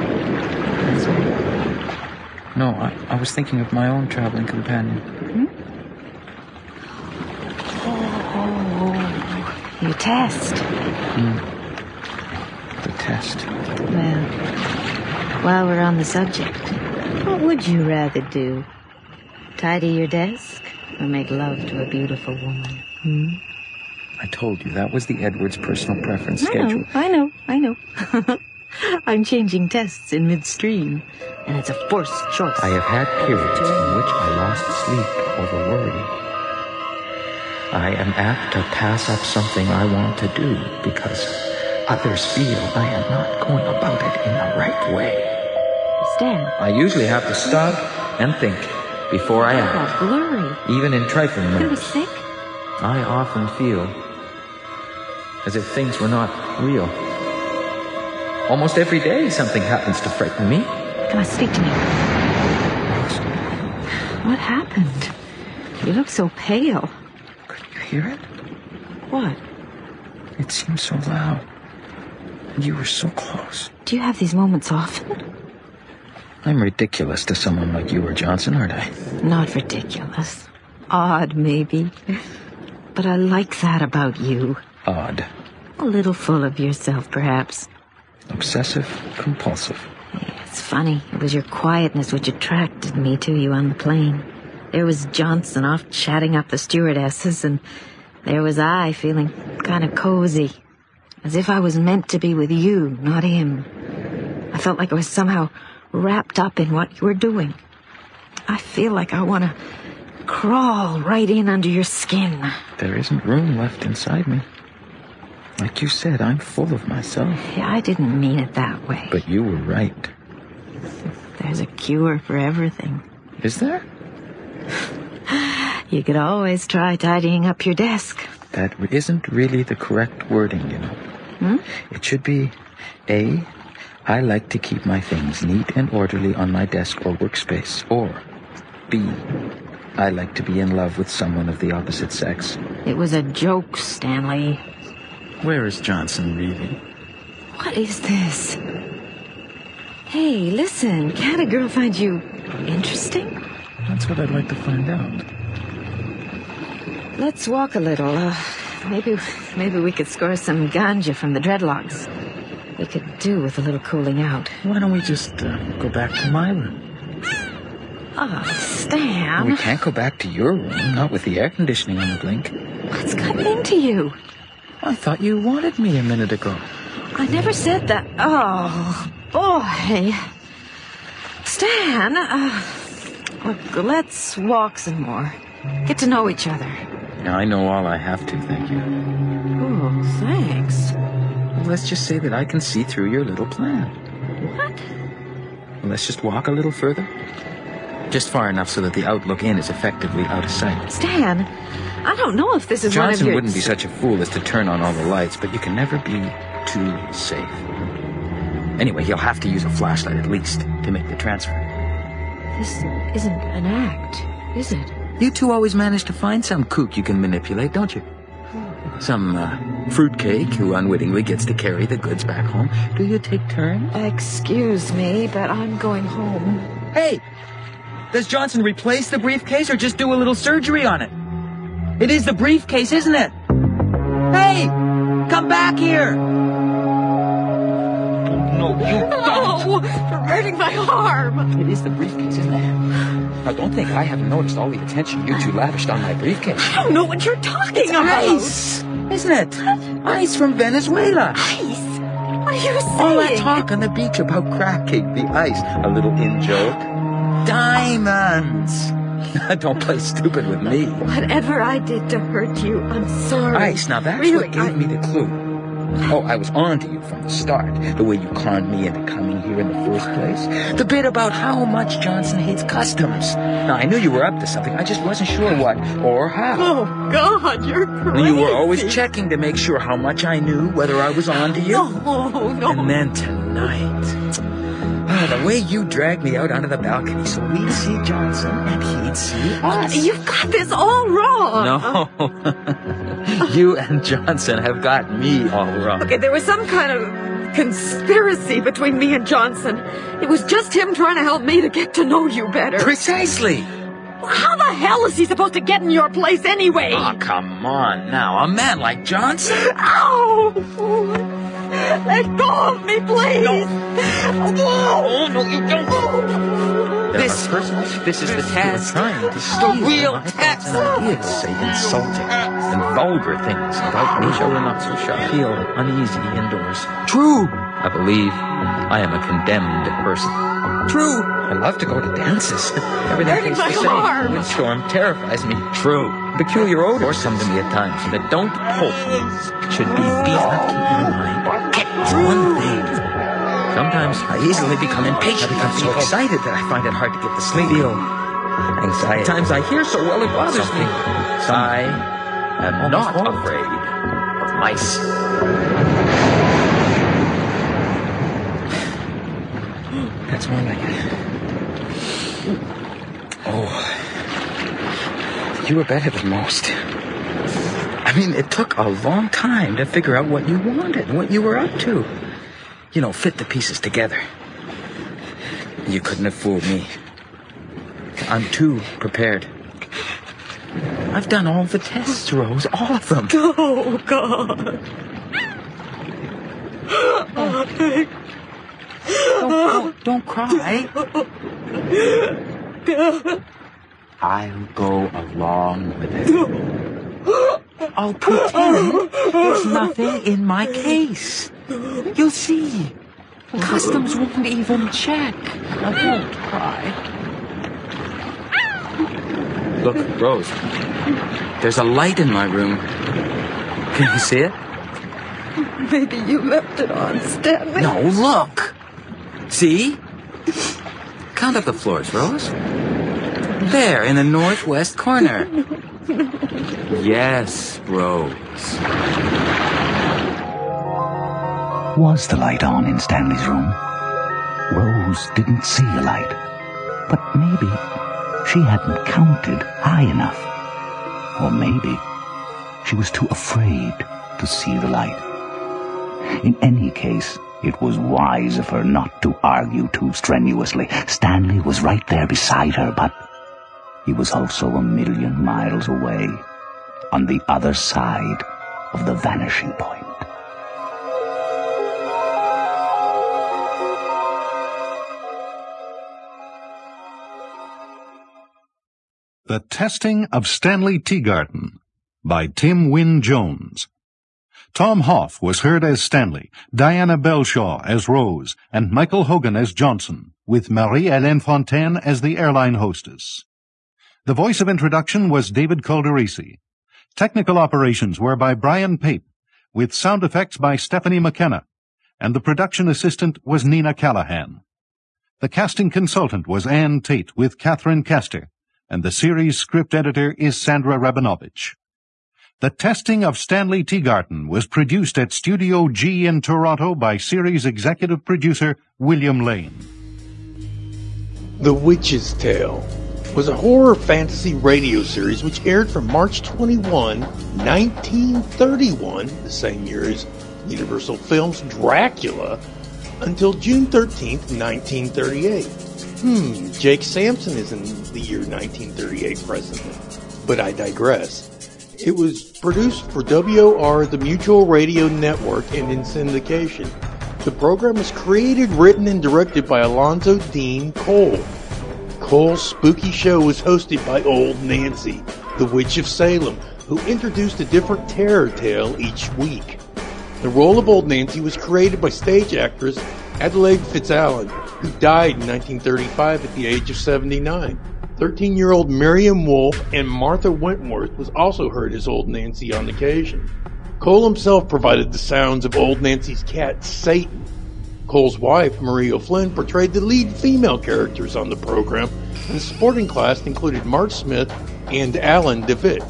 [SPEAKER 5] That's right.
[SPEAKER 4] No, I, I was thinking of my own traveling companion.
[SPEAKER 5] Oh, your test.
[SPEAKER 10] Mm.
[SPEAKER 4] The test.
[SPEAKER 5] Well, while we're on the subject, what would you rather do? Tidy your desk or make love to a beautiful woman?
[SPEAKER 11] Mm.
[SPEAKER 4] I told you that was the Edwards personal preference schedule.
[SPEAKER 5] I know, I know, I know. I'm changing tests in midstream, and it's a forced choice.
[SPEAKER 4] I have had periods in which I lost sleep over worry. I am apt to pass up something I want to do because others feel I am not going about it in the right way.
[SPEAKER 5] Stan,
[SPEAKER 4] I usually have to stop and think before I act,
[SPEAKER 5] that blurry.
[SPEAKER 4] even in trifling
[SPEAKER 5] You were
[SPEAKER 4] matters.
[SPEAKER 5] sick?
[SPEAKER 4] I often feel as if things were not real. Almost every day something happens to frighten me.
[SPEAKER 5] Come on, speak to me. What happened? You look so pale.
[SPEAKER 4] Couldn't you hear it?
[SPEAKER 5] What?
[SPEAKER 4] It seemed so loud. And you were so close.
[SPEAKER 5] Do you have these moments often?
[SPEAKER 4] I'm ridiculous to someone like you or Johnson, aren't I?
[SPEAKER 5] Not ridiculous. Odd, maybe. But I like that about you.
[SPEAKER 4] Odd.
[SPEAKER 5] A little full of yourself, perhaps.
[SPEAKER 4] Obsessive, compulsive.
[SPEAKER 5] It's funny. It was your quietness which attracted me to you on the plane. There was Johnson off chatting up the stewardesses, and there was I feeling kind of cozy, as if I was meant to be with you, not him. I felt like I was somehow wrapped up in what you were doing. I feel like I want to crawl right in under your skin.
[SPEAKER 4] There isn't room left inside me. Like you said, I'm full of myself.
[SPEAKER 5] Yeah, I didn't mean it that way.
[SPEAKER 4] But you were right.
[SPEAKER 5] There's a cure for everything.
[SPEAKER 4] Is there?
[SPEAKER 5] You could always try tidying up your desk.
[SPEAKER 4] That isn't really the correct wording, you know.
[SPEAKER 5] hmm?
[SPEAKER 4] It should be A, I like to keep my things neat and orderly on my desk or workspace. Or B, I like to be in love with someone of the opposite sex.
[SPEAKER 5] It was a joke, Stanley.
[SPEAKER 4] Where is Johnson really?
[SPEAKER 5] What is this? Hey, listen, can a girl find you interesting?
[SPEAKER 4] That's what I'd like to find out.
[SPEAKER 5] Let's walk a little. Uh, maybe, maybe we could score some ganja from the dreadlocks. We could do with a little cooling out.
[SPEAKER 4] Why don't we just uh, go back to my room?
[SPEAKER 5] Oh, Stan,
[SPEAKER 4] We can't go back to your room, not with the air conditioning on the blink.
[SPEAKER 5] what's gotten into you?
[SPEAKER 4] I thought you wanted me a minute ago.
[SPEAKER 5] I never said that. Oh, boy. Stan, uh, look, let's walk some more. Get to know each other.
[SPEAKER 4] Now I know all I have to, thank you.
[SPEAKER 5] Oh, thanks.
[SPEAKER 4] Well, let's just say that I can see through your little plan.
[SPEAKER 5] What?
[SPEAKER 4] Well, Let's just walk a little further. Just far enough so that the outlook in is effectively out of sight.
[SPEAKER 5] Stan, I don't know if this is one of
[SPEAKER 4] Johnson
[SPEAKER 5] your...
[SPEAKER 4] wouldn't be such a fool as to turn on all the lights, but you can never be too safe. Anyway, he'll have to use a flashlight at least to make the transfer.
[SPEAKER 5] This isn't an act, is it?
[SPEAKER 4] You two always manage to find some kook you can manipulate, don't you? Some uh, fruitcake who unwittingly gets to carry the goods back home. Do you take turns?
[SPEAKER 5] Excuse me, but I'm going home.
[SPEAKER 4] Hey, does Johnson replace the briefcase or just do a little surgery on it? It is the briefcase, isn't it? Hey, come back here. No, you
[SPEAKER 5] No! You're hurting my arm!
[SPEAKER 4] It is the briefcase, isn't it? Now, don't think I haven't noticed all the attention you two lavished on my briefcase.
[SPEAKER 5] I don't know what you're talking about!
[SPEAKER 4] Ice, isn't it? Ice from Venezuela.
[SPEAKER 5] Ice? What are you saying?
[SPEAKER 4] All that talk on the beach about cracking the ice. A little in joke. Diamonds. Don't play stupid with me.
[SPEAKER 5] Whatever I did to hurt you, I'm sorry.
[SPEAKER 4] Ice, now that's
[SPEAKER 5] really,
[SPEAKER 4] what gave
[SPEAKER 5] I-
[SPEAKER 4] me the clue. Oh, I was on to you from the start. The way you conned me into coming here in the first place. The bit about how much Johnson hates customs. Now, I knew you were up to something. I just wasn't sure what or how.
[SPEAKER 5] Oh, God, you're crazy.
[SPEAKER 4] You were always checking to make sure how much I knew, whether I was on to you.
[SPEAKER 5] No, no.
[SPEAKER 4] And then tonight. Ah, the way you dragged me out onto the balcony so we'd see Johnson and he'd see us.
[SPEAKER 5] Uh, You've got this all wrong. Uh-huh.
[SPEAKER 4] No. you and Johnson have got me all wrong.
[SPEAKER 5] Okay, there was some kind of conspiracy between me and Johnson. It was just him trying to help me to get to know you better.
[SPEAKER 4] Precisely.
[SPEAKER 5] How the hell is he supposed to get in your place anyway?
[SPEAKER 4] Oh, come on now. A man like Johnson?
[SPEAKER 5] Ow! Let go of me, please!
[SPEAKER 4] Oh, no, you don't. This, this is the test. The real test. Ideas say insulting and vulgar things about me. I will not so shy. Feel uneasy indoors. True. I believe I am a condemned person. True. I love to go to dances. Everything
[SPEAKER 5] Hurting
[SPEAKER 4] tastes the
[SPEAKER 5] my
[SPEAKER 4] same.
[SPEAKER 5] arm.
[SPEAKER 4] Windstorm terrifies me. True. Peculiar odors come to me at times that don't hope should be beaten. Keep in mind, one thing. Sometimes I easily become impatient. I become so excited that I find it hard to get to sleep. Feel anxiety. Times I hear so well it bothers me. I am not afraid of mice. That's more like it. Oh, you were better than most. I I mean, it took a long time to figure out what you wanted, what you were up to. You know, fit the pieces together. You couldn't have fooled me. I'm too prepared. I've done all the tests, Rose, all of them.
[SPEAKER 1] Oh, God.
[SPEAKER 4] Don't, don't cry. I'll go along with it. I'll pretend there's nothing in my case. You'll see. Customs won't even check. I won't cry. Look, Rose, there's a light in my room. Can you see it?
[SPEAKER 1] Maybe you left it on, Stanley.
[SPEAKER 4] No, look. See? Count up the floors, Rose. There, in the northwest corner. Yes, Rose.
[SPEAKER 10] Was the light on in Stanley's room? Rose didn't see a light, but maybe she hadn't counted high enough. Or maybe she was too afraid to see the light. In any case, it was wise of her not to argue too strenuously. Stanley was right there beside her, but he was also a million miles away, on the other side of the vanishing point.
[SPEAKER 12] The Testing of Stanley Teagarden by Tim Wynne Jones. Tom Hoff was heard as Stanley, Diana Belshaw as Rose, and Michael Hogan as Johnson, with Marie-Hélène Fontaine as the airline hostess. The voice of introduction was David Calderisi. Technical operations were by Brian Pape, with sound effects by Stephanie McKenna, and the production assistant was Nina Callahan. The casting consultant was Ann Tate with Catherine Castor, and the series script editor is Sandra Rabinovich. The testing of Stanley Teagarden was produced at Studio G in Toronto by series executive producer William Lane.
[SPEAKER 2] The Witch's Tale was a horror fantasy radio series which aired from March 21, 1931, the same year as Universal Films' Dracula, until June 13, 1938. Hmm, Jake Sampson is in the year 1938 presently, but I digress. It was produced for WR, the Mutual Radio Network, and in syndication. The program was created, written, and directed by Alonzo Dean Cole. Cole's spooky show was hosted by Old Nancy, the Witch of Salem, who introduced a different terror tale each week. The role of Old Nancy was created by stage actress Adelaide Fitzallen, who died in 1935 at the age of 79. 13 year old Miriam Wolfe and Martha Wentworth was also heard as Old Nancy on occasion. Cole himself provided the sounds of Old Nancy's cat, Satan, Cole's wife, Marie O'Flynn, portrayed the lead female characters on the program, and the supporting cast included Mark Smith and Alan DeVitt.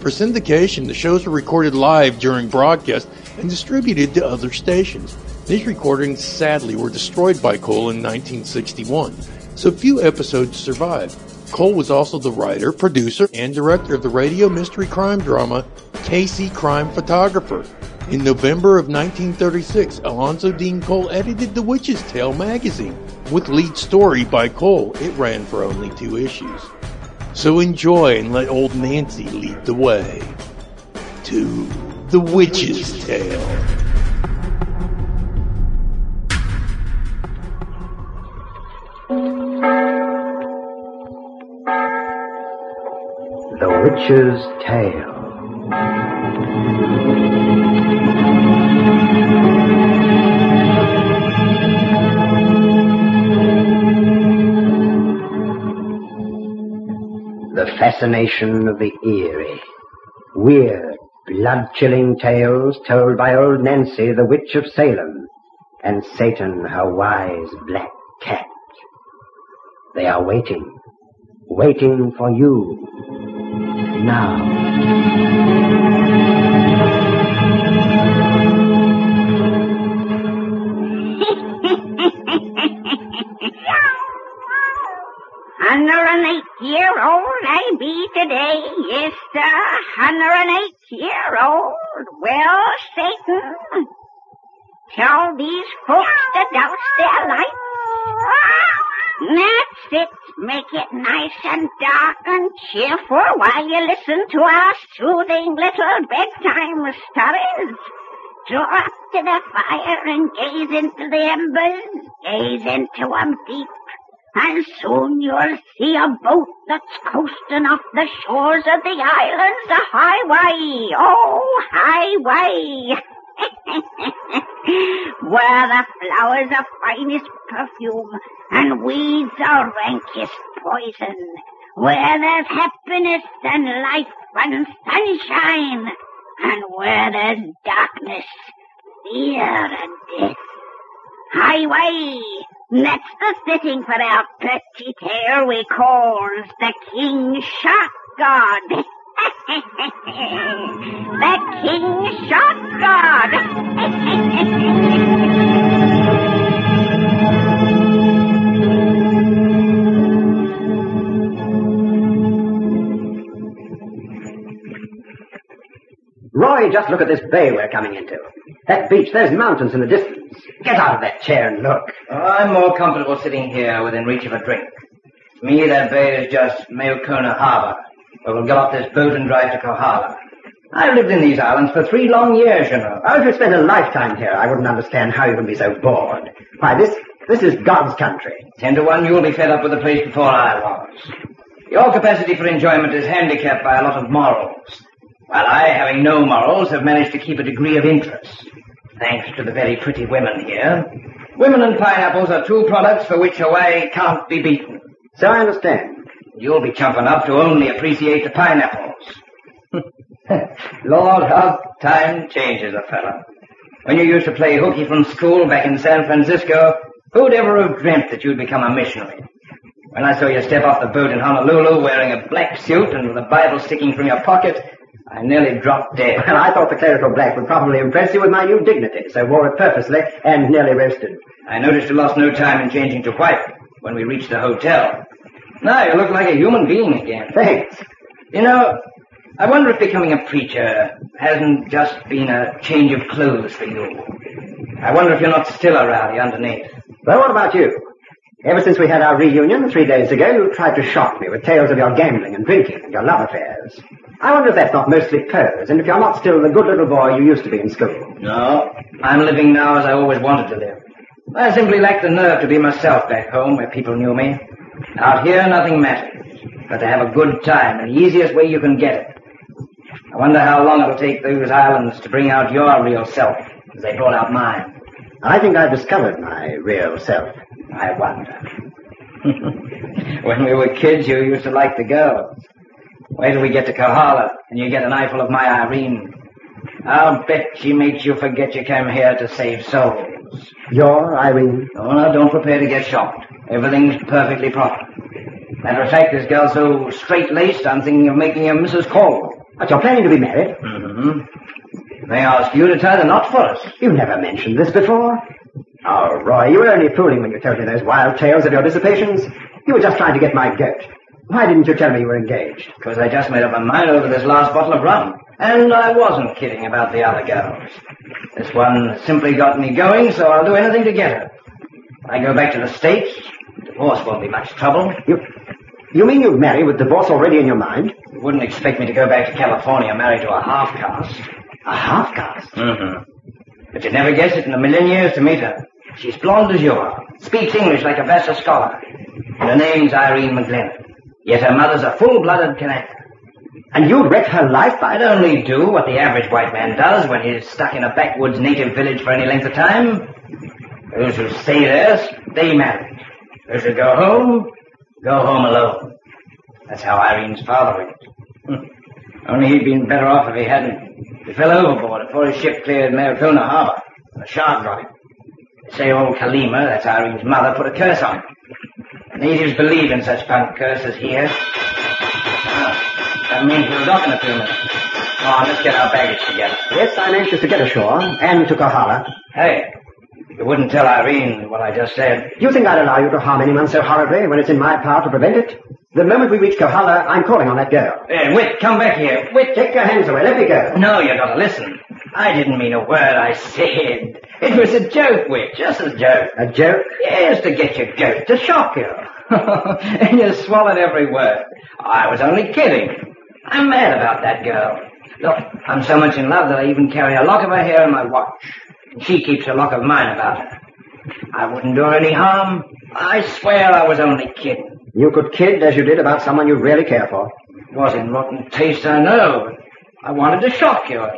[SPEAKER 2] For syndication, the shows were recorded live during broadcast and distributed to other stations. These recordings, sadly, were destroyed by Cole in 1961, so few episodes survived. Cole was also the writer, producer, and director of the radio mystery crime drama Casey Crime Photographer. In November of 1936, Alonzo Dean Cole edited The Witch's Tale magazine with lead story by Cole. It ran for only two issues. So enjoy and let old Nancy lead the way to The Witch's Tale.
[SPEAKER 10] The Witch's Tale. The fascination of the eerie. Weird, blood chilling tales told by old Nancy, the witch of Salem, and Satan, her wise black cat. They are waiting, waiting for you now.
[SPEAKER 13] Hundred and eight year old I be today, yes, sir. Hundred and eight year old. Well, Satan, tell these folks to douse their lights. That's it. Make it nice and dark and cheerful while you listen to our soothing little bedtime stories. Draw up to the fire and gaze into the embers. Gaze into 'em deep. And soon you'll see a boat that's coasting off the shores of the islands, the highway. Oh, highway. Where the flowers are finest perfume and weeds are rankest poison. Where there's happiness and life and sunshine. And where there's darkness, fear and death. Highway! That's the setting for our pretty tale we calls the King Shark God. the King Shark God!
[SPEAKER 14] Roy, just look at this bay we're coming into. That beach, there's mountains in the distance. Get out of that chair and look.
[SPEAKER 15] I'm more comfortable sitting here within reach of a drink. For me, that bay is just Mayokona Harbor, where we'll get off this boat and drive to Kohala. I've lived in these islands for three long years, you know.
[SPEAKER 14] Now, if you spent a lifetime here, I wouldn't understand how you can be so bored. Why, this, this is God's country.
[SPEAKER 15] Ten to one, you'll be fed up with the place before I was. Your capacity for enjoyment is handicapped by a lot of morals, while I, having no morals, have managed to keep a degree of interest, thanks to the very pretty women here. Women and pineapples are two products for which Hawaii can't be beaten.
[SPEAKER 14] So I understand.
[SPEAKER 15] You'll be chumping up to only appreciate the pineapples. Lord, how time changes a fellow. When you used to play hooky from school back in San Francisco, who'd ever have dreamt that you'd become a missionary? When I saw you step off the boat in Honolulu wearing a black suit and with a Bible sticking from your pocket, I nearly dropped dead.
[SPEAKER 14] Well, I thought the clerical black would probably impress you with my new dignity, so wore it purposely and nearly roasted.
[SPEAKER 15] I noticed you lost no time in changing to white when we reached the hotel. Now you look like a human being again.
[SPEAKER 14] Thanks.
[SPEAKER 15] You know, I wonder if becoming a preacher hasn't just been a change of clothes for you. I wonder if you're not still a rowdy underneath.
[SPEAKER 14] Well, what about you? Ever since we had our reunion three days ago, you tried to shock me with tales of your gambling and drinking and your love affairs. I wonder if that's not mostly pose, and if you're not still the good little boy you used to be in school.
[SPEAKER 15] No, I'm living now as I always wanted to live. I simply lacked the nerve to be myself back home where people knew me. Out here, nothing matters. But to have a good time in the easiest way you can get it. I wonder how long it'll take those islands to bring out your real self, as they brought out mine.
[SPEAKER 14] I think I've discovered my real self.
[SPEAKER 15] I wonder. when we were kids, you used to like the girls. Wait till we get to Kohala, and you get an eyeful of my Irene. I'll bet she makes you forget you came here to save souls.
[SPEAKER 14] You're Irene.
[SPEAKER 15] Oh, now don't prepare to get shocked. Everything's perfectly proper. Matter of fact, this girl's so straight-laced, I'm thinking of making her Mrs. Caldwell.
[SPEAKER 14] But you're planning to be married?
[SPEAKER 15] Mm-hmm. They ask you to tie the knot for us.
[SPEAKER 14] You never mentioned this before. Oh, Roy, you were only fooling when you told me those wild tales of your dissipations. You were just trying to get my goat. Why didn't you tell me you were engaged?
[SPEAKER 15] Because I just made up my mind over this last bottle of rum. And I wasn't kidding about the other girls. This one simply got me going, so I'll do anything to get her. When I go back to the States, divorce won't be much trouble.
[SPEAKER 14] You, you mean you'd marry with divorce already in your mind?
[SPEAKER 15] You wouldn't expect me to go back to California married to a half-caste.
[SPEAKER 14] A half-caste?
[SPEAKER 15] Mm-hmm. But you'd never guess it in a million years to meet her. She's blonde as you are, speaks English like a Vassar scholar. And her name's Irene McGlennon. Yet her mother's a full-blooded Kanaka.
[SPEAKER 14] And you'd wreck her life by...
[SPEAKER 15] I'd only do what the average white man does when he's stuck in a backwoods native village for any length of time. Those who stay there, stay married. Those who go home, go home alone. That's how Irene's father went. Hmm. Only he'd been better off if he hadn't. He fell overboard before his ship cleared Marikona Harbor. A shark got him. They say old Kalima, that's Irene's mother, put a curse on him. The natives believe in such punk curses here. That means we'll dock in a few minutes. Come on, let's get our baggage together.
[SPEAKER 14] Yes, I'm anxious to get ashore and to Kohala.
[SPEAKER 15] Hey, You wouldn't tell Irene what I just said.
[SPEAKER 16] Do you think I'd allow you to harm anyone so horribly when it's in my power to prevent it? The moment we reach Kohala, I'm calling on that girl.
[SPEAKER 15] Hey, Whit, come back here. Whit,
[SPEAKER 16] take your hands away. Let me go.
[SPEAKER 15] No, you gotta listen. I didn't mean a word I said. It was a joke, Whit. Just a joke.
[SPEAKER 16] A joke?
[SPEAKER 15] Yes, to get your goat, to shock you. and you swallowed every word. I was only kidding. I'm mad about that girl. Look, I'm so much in love that I even carry a lock of her hair in my watch. And she keeps a lock of mine about her. I wouldn't do her any harm. I swear I was only kidding.
[SPEAKER 16] You could kid as you did about someone you really care for.
[SPEAKER 15] It was in rotten taste, I know. but I wanted to shock you. Oh,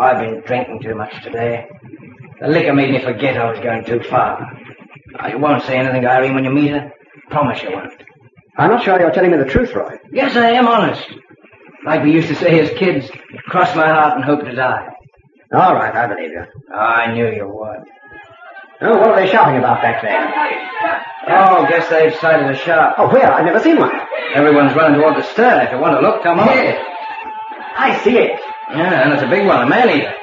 [SPEAKER 15] I've been drinking too much today. The liquor made me forget I was going too far. Now, you won't say anything to Irene when you meet her. Promise you won't.
[SPEAKER 16] I'm not sure you're telling me the truth, Roy.
[SPEAKER 15] Yes, I am honest. Like we used to say as kids, cross my heart and hope to die.
[SPEAKER 16] All right, I believe you.
[SPEAKER 15] Oh, I knew you would.
[SPEAKER 16] Oh, what are they shouting about back there?
[SPEAKER 15] Oh, guess they've sighted a shark.
[SPEAKER 16] Oh, where? I've never seen one.
[SPEAKER 15] Everyone's running toward the stern. If you want to look, come on.
[SPEAKER 16] Here. I see it.
[SPEAKER 15] Yeah, and it's a big one, a man-eater.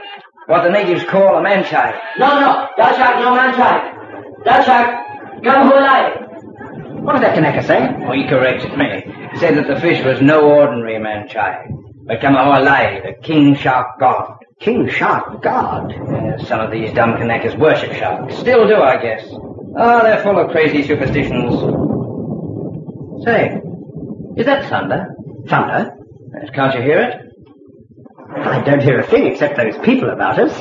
[SPEAKER 15] What the natives call a man-child.
[SPEAKER 17] No, no, that shark, no man-child. That shark, come alive.
[SPEAKER 16] What did that Kanaka say?
[SPEAKER 15] Oh, he corrected me. He said that the fish was no ordinary man-child, but Kamahualai, the king shark god.
[SPEAKER 16] King Shark God.
[SPEAKER 15] Yeah, some of these dumb Kanakas worship sharks. Still do, I guess. Oh, they're full of crazy superstitions. Say, is that thunder?
[SPEAKER 16] Thunder?
[SPEAKER 15] Yes, Can't you hear it?
[SPEAKER 16] I don't hear a thing except those people about us.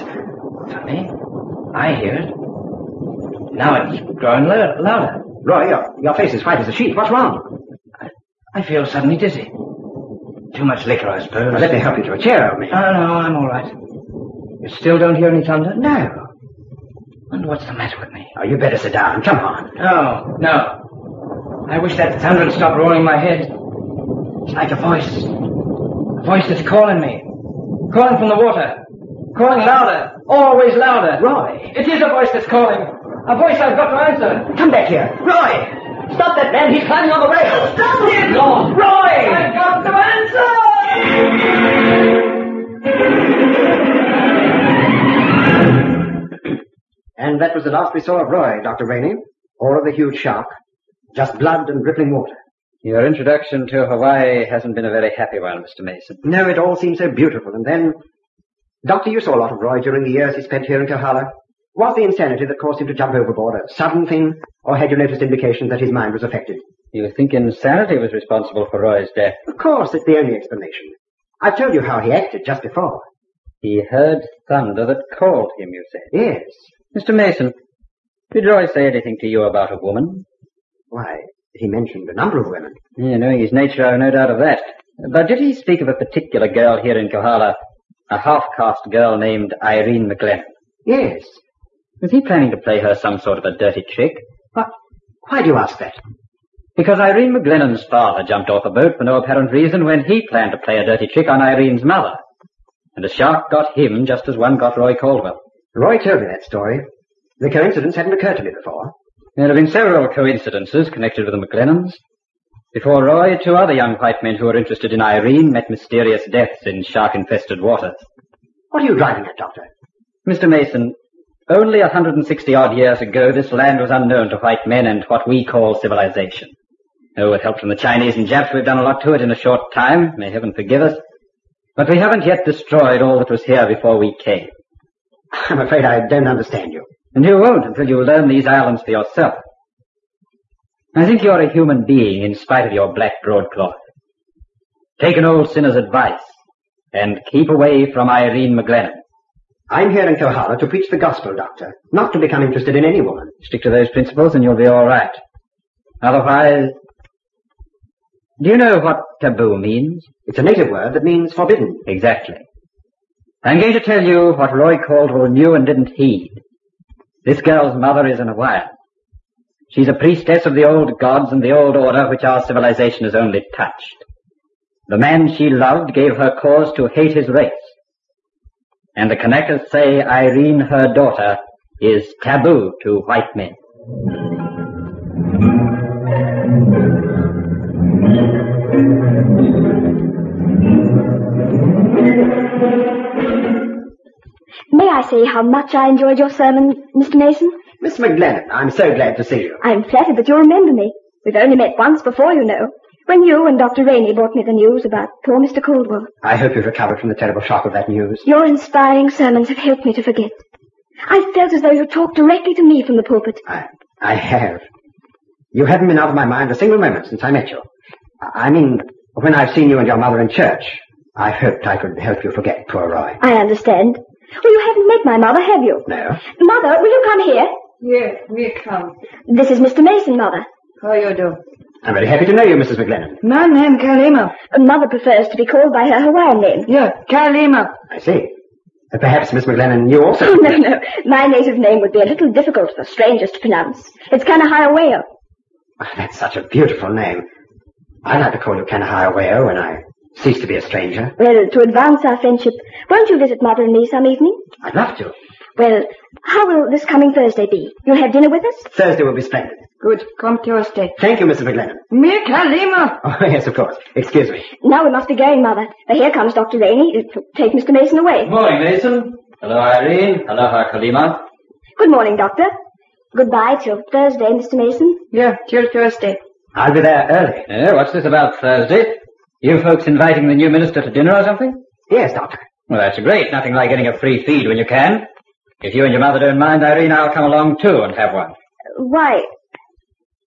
[SPEAKER 15] Funny. I hear it. Now it's growing lo- louder.
[SPEAKER 16] Roy, your, your face is white as a sheet. What's wrong?
[SPEAKER 15] I feel suddenly dizzy. Too much liquor, I suppose.
[SPEAKER 16] Well, let me help you to a chair, old man.
[SPEAKER 15] Oh, no, I'm all right. You still don't hear any thunder?
[SPEAKER 16] No.
[SPEAKER 15] Wonder what's the matter with me.
[SPEAKER 16] Oh, you better sit down. Come on.
[SPEAKER 15] No, no. I wish that thunder had stopped roaring in my head. It's like a voice. A voice that's calling me. Calling from the water. Calling louder. Always louder.
[SPEAKER 16] Roy.
[SPEAKER 15] It is a voice that's calling. A voice I've got to answer.
[SPEAKER 16] Come back here.
[SPEAKER 15] Roy!
[SPEAKER 16] Stop that man. He's climbing on the rail.
[SPEAKER 15] Stop him! Roy! I've got to answer!
[SPEAKER 16] And that was the last we saw of Roy, Dr. Rainey, or of the huge shark. Just blood and rippling water.
[SPEAKER 18] Your introduction to Hawaii hasn't been a very happy one, Mr. Mason.
[SPEAKER 16] No, it all seemed so beautiful. And then, Doctor, you saw a lot of Roy during the years he spent here in Kohala. Was the insanity that caused him to jump overboard a sudden thing, or had you noticed indications that his mind was affected?
[SPEAKER 18] You think insanity was responsible for Roy's death?
[SPEAKER 16] Of course, it's the only explanation. I told you how he acted just before.
[SPEAKER 18] He heard thunder that called him, you say.
[SPEAKER 16] Yes.
[SPEAKER 18] Mr. Mason, did Roy say anything to you about a woman?
[SPEAKER 16] Why, he mentioned a number of women.
[SPEAKER 18] Yeah, knowing his nature, I've no doubt of that. But did he speak of a particular girl here in Kohala, a half-caste girl named Irene McLennan?
[SPEAKER 16] Yes.
[SPEAKER 18] Was he planning to play her some sort of a dirty trick?
[SPEAKER 16] But why do you ask that?
[SPEAKER 18] Because Irene McGlennon's father jumped off a boat for no apparent reason when he planned to play a dirty trick on Irene's mother. And a shark got him just as one got Roy Caldwell.
[SPEAKER 16] Roy told me that story. The coincidence hadn't occurred to me before.
[SPEAKER 18] There have been several coincidences connected with the McLennans. Before Roy, two other young white men who were interested in Irene met mysterious deaths in shark-infested waters.
[SPEAKER 16] What are you driving at, Doctor?
[SPEAKER 18] Mr. Mason, only 160 odd years ago, this land was unknown to white men and what we call civilization. Oh, with help from the Chinese and Japs, we've done a lot to it in a short time. May heaven forgive us. But we haven't yet destroyed all that was here before we came.
[SPEAKER 16] I'm afraid I don't understand you.
[SPEAKER 18] And you won't until you learn these islands for yourself. I think you're a human being in spite of your black broadcloth. Take an old sinner's advice and keep away from Irene McGlennon.
[SPEAKER 16] I'm here in Kohala to preach the gospel, Doctor, not to become interested in any woman.
[SPEAKER 18] Stick to those principles and you'll be all right. Otherwise, do you know what taboo means?
[SPEAKER 16] It's a native word that means forbidden.
[SPEAKER 18] Exactly. I'm going to tell you what Roy Caldwell knew and didn't heed. This girl's mother is an Hawaiian. She's a priestess of the old gods and the old order which our civilization has only touched. The man she loved gave her cause to hate his race. And the Kanakas say Irene, her daughter, is taboo to white men.
[SPEAKER 19] May I I say how much I enjoyed your sermon, Mr. Mason?
[SPEAKER 16] Miss McGlennon, I'm so glad to see you.
[SPEAKER 19] I'm flattered that you remember me. We've only met once before, you know, when you and Dr. Rainey brought me the news about poor Mr. Caldwell.
[SPEAKER 16] I hope you've recovered from the terrible shock of that news.
[SPEAKER 19] Your inspiring sermons have helped me to forget. I felt as though you talked directly to me from the pulpit.
[SPEAKER 16] I have. You haven't been out of my mind a single moment since I met you. I I mean, when I've seen you and your mother in church, I hoped I could help you forget poor Roy.
[SPEAKER 19] I understand. Well, you haven't met my mother, have you?
[SPEAKER 16] No.
[SPEAKER 19] Mother, will you come here?
[SPEAKER 1] Yes, we come.
[SPEAKER 19] This is Mr. Mason, Mother.
[SPEAKER 1] How you do?
[SPEAKER 16] I'm very happy to know you, Mrs. McLennan.
[SPEAKER 19] My name Kalima. Mother prefers to be called by her Hawaiian name.
[SPEAKER 1] Yeah, Kalima.
[SPEAKER 16] I see. Uh, Perhaps, Miss McLennan, you also...
[SPEAKER 19] Oh, no, no. My native name would be a little difficult for strangers to pronounce. It's Kanahayaweo.
[SPEAKER 16] Ah, That's such a beautiful name. I like to call you Kanahayaweo when I cease to be a stranger.
[SPEAKER 19] Well, to advance our friendship, won't you visit Mother and me some evening?
[SPEAKER 16] I'd love to.
[SPEAKER 19] Well, how will this coming Thursday be? You'll have dinner with us?
[SPEAKER 16] Thursday will be splendid.
[SPEAKER 19] Good. Come Thursday.
[SPEAKER 16] Thank you, Mrs. McLennan.
[SPEAKER 19] Me, Kalima.
[SPEAKER 16] Oh, yes, of course. Excuse me.
[SPEAKER 19] Now we must be going, Mother. But here comes Dr. Rainey to take Mr. Mason away.
[SPEAKER 18] Morning, Mason. Hello, Irene. Aloha, Kalima.
[SPEAKER 19] Good morning, Doctor. Goodbye till Thursday, Mr. Mason. Yeah, till Thursday.
[SPEAKER 16] I'll be there early.
[SPEAKER 18] Yeah, Eh, what's this about Thursday? You folks inviting the new minister to dinner or something?
[SPEAKER 16] Yes, Doctor.
[SPEAKER 18] Well, that's great. Nothing like getting a free feed when you can. If you and your mother don't mind, Irene, I'll come along too and have one.
[SPEAKER 19] Why?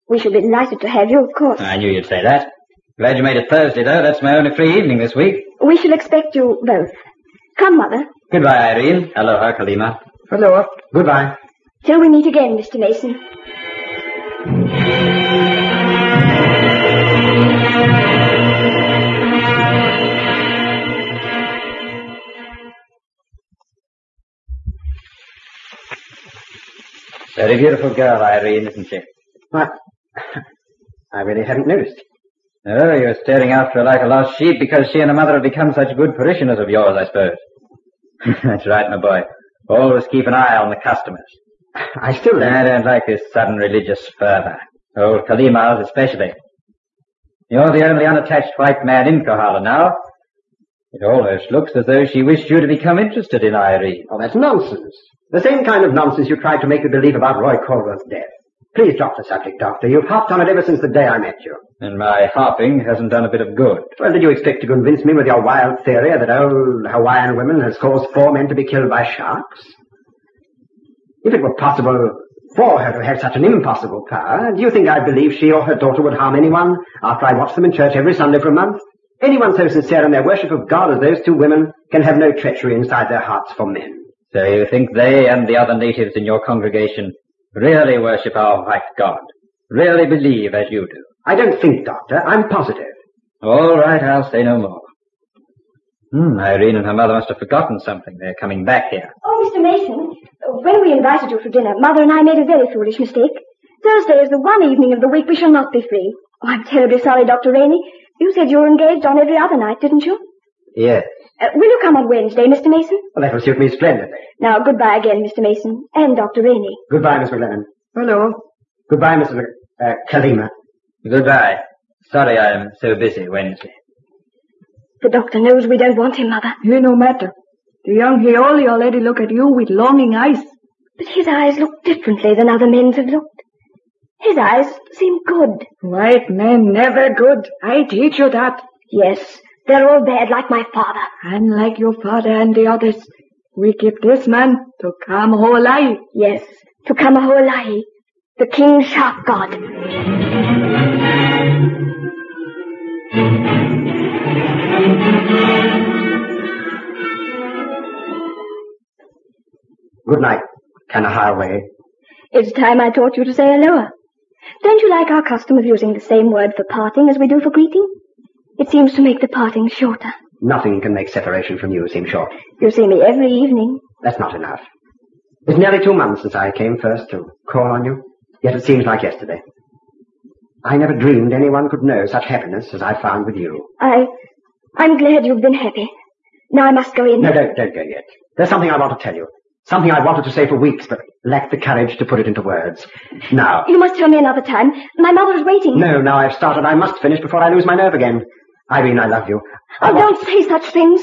[SPEAKER 19] We shall be delighted to have you, of course.
[SPEAKER 18] I knew you'd say that. Glad you made it Thursday, though. That's my only free evening this week.
[SPEAKER 19] We shall expect you both. Come, Mother.
[SPEAKER 18] Goodbye, Irene. Aloha, Kalima.
[SPEAKER 19] Hello.
[SPEAKER 16] Goodbye.
[SPEAKER 19] Till we meet again, Mr. Mason.
[SPEAKER 18] Very beautiful girl, Irene, isn't she?
[SPEAKER 16] What? I really haven't noticed.
[SPEAKER 18] Oh, you're staring after her like a lost sheep because she and her mother have become such good parishioners of yours, I suppose. That's right, my boy. Always keep an eye on the customers.
[SPEAKER 16] I still
[SPEAKER 18] I don't like this sudden religious fervor. Old Kalima's especially. You're the only unattached white man in Kohala now. It almost looks as though she wished you to become interested in Irene.
[SPEAKER 16] Oh, that's nonsense. The same kind of nonsense you tried to make me believe about Roy Colwell's death. Please drop the subject, Doctor. You've harped on it ever since the day I met you.
[SPEAKER 18] And my harping hasn't done a bit of good.
[SPEAKER 16] Well, did you expect to convince me with your wild theory that old Hawaiian woman has caused four men to be killed by sharks? If it were possible for her to have such an impossible power, do you think I believe she or her daughter would harm anyone after I watched them in church every Sunday for a month? Anyone so sincere in their worship of God as those two women can have no treachery inside their hearts for men.
[SPEAKER 18] So you think they and the other natives in your congregation really worship our white god? Really believe as you do?
[SPEAKER 16] I don't think, Doctor. I'm positive.
[SPEAKER 18] All right, I'll say no more. Hmm, Irene and her mother must have forgotten something. They're coming back here.
[SPEAKER 19] Oh, Mr. Mason, when we invited you for dinner, Mother and I made a very foolish mistake. Thursday is the one evening of the week we shall not be free. Oh, I'm terribly sorry, Dr. Rainey. You said you were engaged on every other night, didn't you?
[SPEAKER 16] Yes.
[SPEAKER 19] Uh, will you come on Wednesday, Mr. Mason?
[SPEAKER 16] Well, that will suit me splendidly.
[SPEAKER 19] Now, goodbye again, Mr. Mason, and Dr. Rainey.
[SPEAKER 16] Goodbye, Miss McLennan.
[SPEAKER 1] Hello.
[SPEAKER 16] Goodbye, Mrs. Mc- uh, Kalima.
[SPEAKER 18] Goodbye. Sorry I am so busy Wednesday.
[SPEAKER 19] The doctor knows we don't want him, Mother.
[SPEAKER 1] You no matter. The young Heoli already look at you with longing eyes.
[SPEAKER 19] But his eyes look differently than other men's have looked. His eyes seem good.
[SPEAKER 1] White men never good. I teach you that.
[SPEAKER 19] Yes, they're all bad like my father.
[SPEAKER 1] Unlike your father and the others, we keep this man to Kamholai.
[SPEAKER 19] Yes, to Kamaholai, the king shark god.
[SPEAKER 16] Good night, Kanahawe.
[SPEAKER 19] It's time I taught you to say aloha. Don't you like our custom of using the same word for parting as we do for greeting? It seems to make the parting shorter.
[SPEAKER 16] Nothing can make separation from you seem short.
[SPEAKER 19] You see me every evening.
[SPEAKER 16] That's not enough. It's nearly two months since I came first to call on you, yet it seems like yesterday. I never dreamed anyone could know such happiness as I found with you.
[SPEAKER 19] I, I'm glad you've been happy. Now I must go in.
[SPEAKER 16] No, don't, don't go yet. There's something I want to tell you. Something I wanted to say for weeks, but lacked the courage to put it into words. Now.
[SPEAKER 19] You must tell me another time. My mother is waiting.
[SPEAKER 16] No, now I've started, I must finish before I lose my nerve again. Irene, I love you.
[SPEAKER 19] Oh, don't say such things.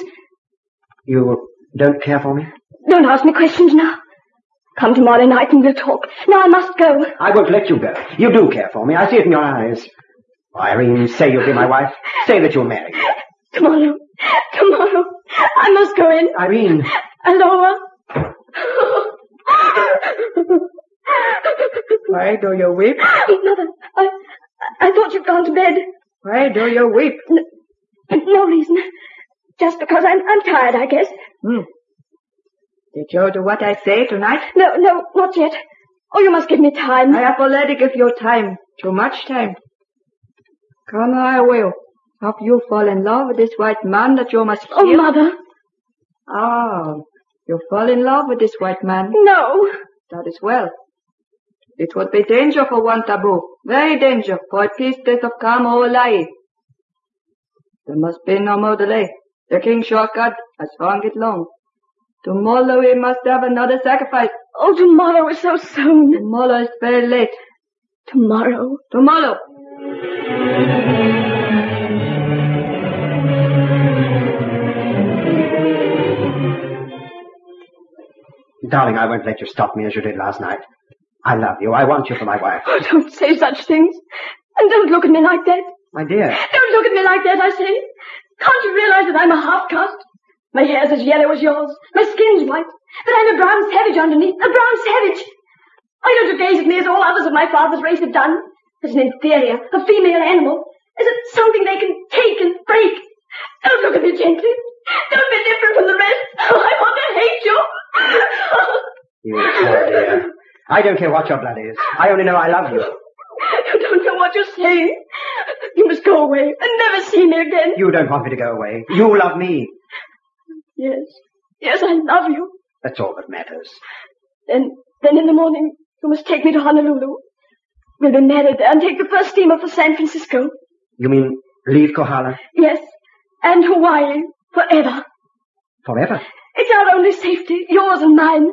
[SPEAKER 16] You don't care for me?
[SPEAKER 17] Don't ask me questions now. Come tomorrow night and we'll talk. Now I must go.
[SPEAKER 16] I won't let you go. You do care for me. I see it in your eyes. Irene, say you'll be my wife. Say that you'll marry. me.
[SPEAKER 17] Tomorrow. Tomorrow. I must go in.
[SPEAKER 16] Irene.
[SPEAKER 17] Aloha.
[SPEAKER 1] Why do you weep?
[SPEAKER 17] Mother, I, I thought you'd gone to bed.
[SPEAKER 1] Why do you weep?
[SPEAKER 17] No, no reason. Just because I'm, I'm tired, I guess.
[SPEAKER 1] Hmm. Did you do what I say tonight?
[SPEAKER 17] No, no, not yet. Oh, you must give me time.
[SPEAKER 1] I have already give you time. Too much time. Come I will. Have you fall in love with this white man that you must
[SPEAKER 17] Oh,
[SPEAKER 1] kill?
[SPEAKER 17] Mother.
[SPEAKER 1] Oh, you fall in love with this white man?
[SPEAKER 17] No.
[SPEAKER 1] That is well. It would be danger for one taboo. Very danger for a peace death of Kamolai. There must be no more delay. The king shortcut has hung it long. Tomorrow we must have another sacrifice.
[SPEAKER 17] Oh, tomorrow is so soon.
[SPEAKER 1] Tomorrow is very late.
[SPEAKER 17] Tomorrow.
[SPEAKER 1] Tomorrow.
[SPEAKER 16] Darling, I won't let you stop me as you did last night. I love you. I want you for my wife.
[SPEAKER 17] Oh, don't say such things. And don't look at me like that.
[SPEAKER 16] My dear.
[SPEAKER 17] Don't look at me like that, I say. Can't you realize that I'm a half-caste? My hair's as yellow as yours. My skin's white. But I'm a brown savage underneath. A brown savage. Why don't you gaze at me as all others of my father's race have done? As an inferior, a female animal. As it something they can take and break. Don't look at me gently. Don't be different from the rest. Oh, I want to hate you.
[SPEAKER 16] You poor dear. I don't care what your blood is. I only know I love you.
[SPEAKER 17] you don't know what you're saying. You must go away and never see me again.
[SPEAKER 16] You don't want me to go away. You love me.
[SPEAKER 17] Yes. Yes, I love you.
[SPEAKER 16] That's all that matters.
[SPEAKER 17] Then, then in the morning, you must take me to Honolulu. We'll be married there and take the first steamer for San Francisco.
[SPEAKER 16] You mean leave Kohala
[SPEAKER 17] Yes, and Hawaii forever.
[SPEAKER 16] forever?
[SPEAKER 17] It's our only safety, yours and mine.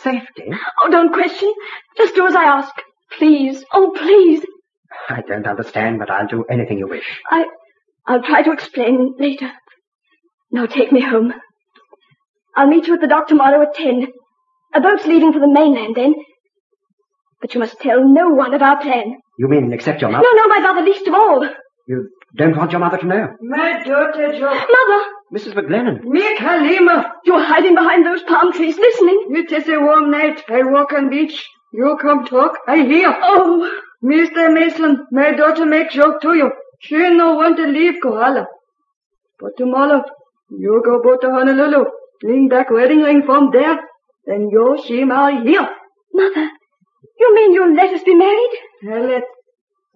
[SPEAKER 16] Safety?
[SPEAKER 17] Oh, don't question. Just do as I ask. Please. Oh, please.
[SPEAKER 16] I don't understand, but I'll do anything you wish.
[SPEAKER 17] I, I'll try to explain later. Now take me home. I'll meet you at the dock tomorrow at ten. A boat's leaving for the mainland then. But you must tell no one of our plan.
[SPEAKER 16] You mean except your mother?
[SPEAKER 17] No, no, my mother least of all.
[SPEAKER 16] You don't want your mother to know?
[SPEAKER 1] My daughter Jo.
[SPEAKER 17] Mother,
[SPEAKER 16] Mrs. McGlennon.
[SPEAKER 1] Me Kalima.
[SPEAKER 17] you're hiding behind those palm trees listening.
[SPEAKER 1] It is a warm night. I walk on beach. You come talk. I hear.
[SPEAKER 17] Oh,
[SPEAKER 1] Mr. Mason, my daughter make joke to you. She no want to leave Kohala. But tomorrow, you go boat to Honolulu. Bring back wedding ring from there. And you she marry here.
[SPEAKER 17] Mother, you mean you'll let us be married?
[SPEAKER 1] Tell it.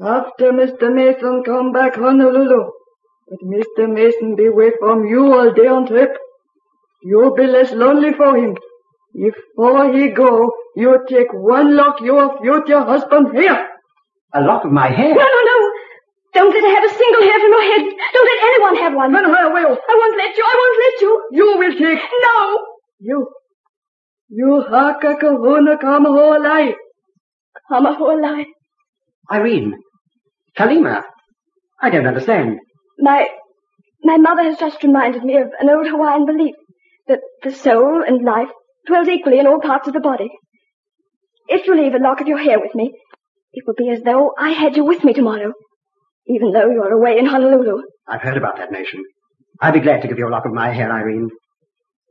[SPEAKER 1] After Mr. Mason come back Honolulu. But Mr. Mason be away from you all day on trip. You be less lonely for him. If before he go, you take one lock your future husband here.
[SPEAKER 16] A lock of my hair.
[SPEAKER 17] No, no, no. Don't let her have a single hair from your head. Don't let anyone have one.
[SPEAKER 1] Then I will.
[SPEAKER 17] I won't let you. I won't let you.
[SPEAKER 1] You will take
[SPEAKER 17] No.
[SPEAKER 1] You. You haka kahuna kama ho alai.
[SPEAKER 17] I'm a whole lie.
[SPEAKER 16] Irene. Kalima. I don't understand.
[SPEAKER 17] My, my mother has just reminded me of an old Hawaiian belief that the soul and life dwells equally in all parts of the body. If you leave a lock of your hair with me, it will be as though I had you with me tomorrow, even though you're away in Honolulu.
[SPEAKER 16] I've heard about that nation. I'd be glad to give you a lock of my hair, Irene.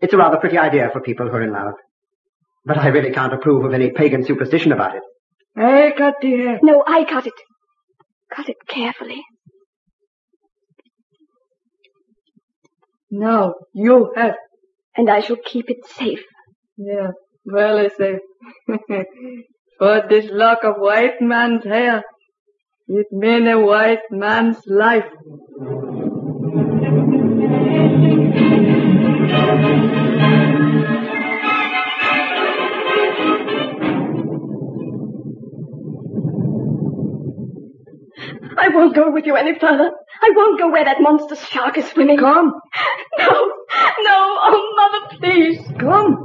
[SPEAKER 16] It's a rather pretty idea for people who are in love. But I really can't approve of any pagan superstition about it.
[SPEAKER 1] Hey, Katia.
[SPEAKER 17] No, I cut it. Cut it carefully.
[SPEAKER 1] Now, you have.
[SPEAKER 17] And I shall keep it safe.
[SPEAKER 1] Yeah, well, I say. For this lock of white man's hair, it mean a white man's life.
[SPEAKER 17] I won't go with you any further. I won't go where that monster shark is swimming.
[SPEAKER 1] Come,
[SPEAKER 17] No, no, oh, Mother, please.
[SPEAKER 1] come.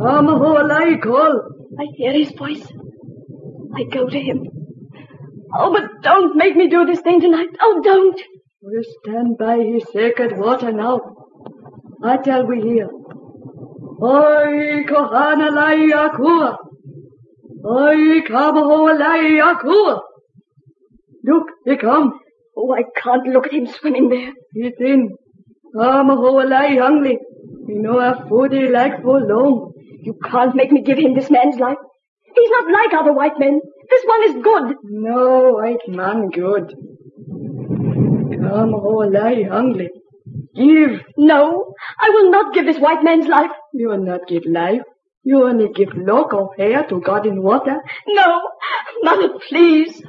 [SPEAKER 1] Kama ho alai call.
[SPEAKER 17] I hear his voice. I go to him. Oh, but don't make me do this thing tonight. Oh, don't.
[SPEAKER 1] We stand by his sacred water now. I tell we here. Oi kohana lai akua. Oi kabaho lai akua. Look, he come.
[SPEAKER 17] Oh, I can't look at him swimming there.
[SPEAKER 1] He's in. Kamaho lai hungry. You know a foodie like for long.
[SPEAKER 17] You can't make me give him this man's life. He's not like other white men. This one is good.
[SPEAKER 1] No white Oh, man good. Kamaho lai hungry. Give.
[SPEAKER 17] No, I will not give this white man's life.
[SPEAKER 1] You will not give life. You only give lock of hair to God in water.
[SPEAKER 17] No, mother, please.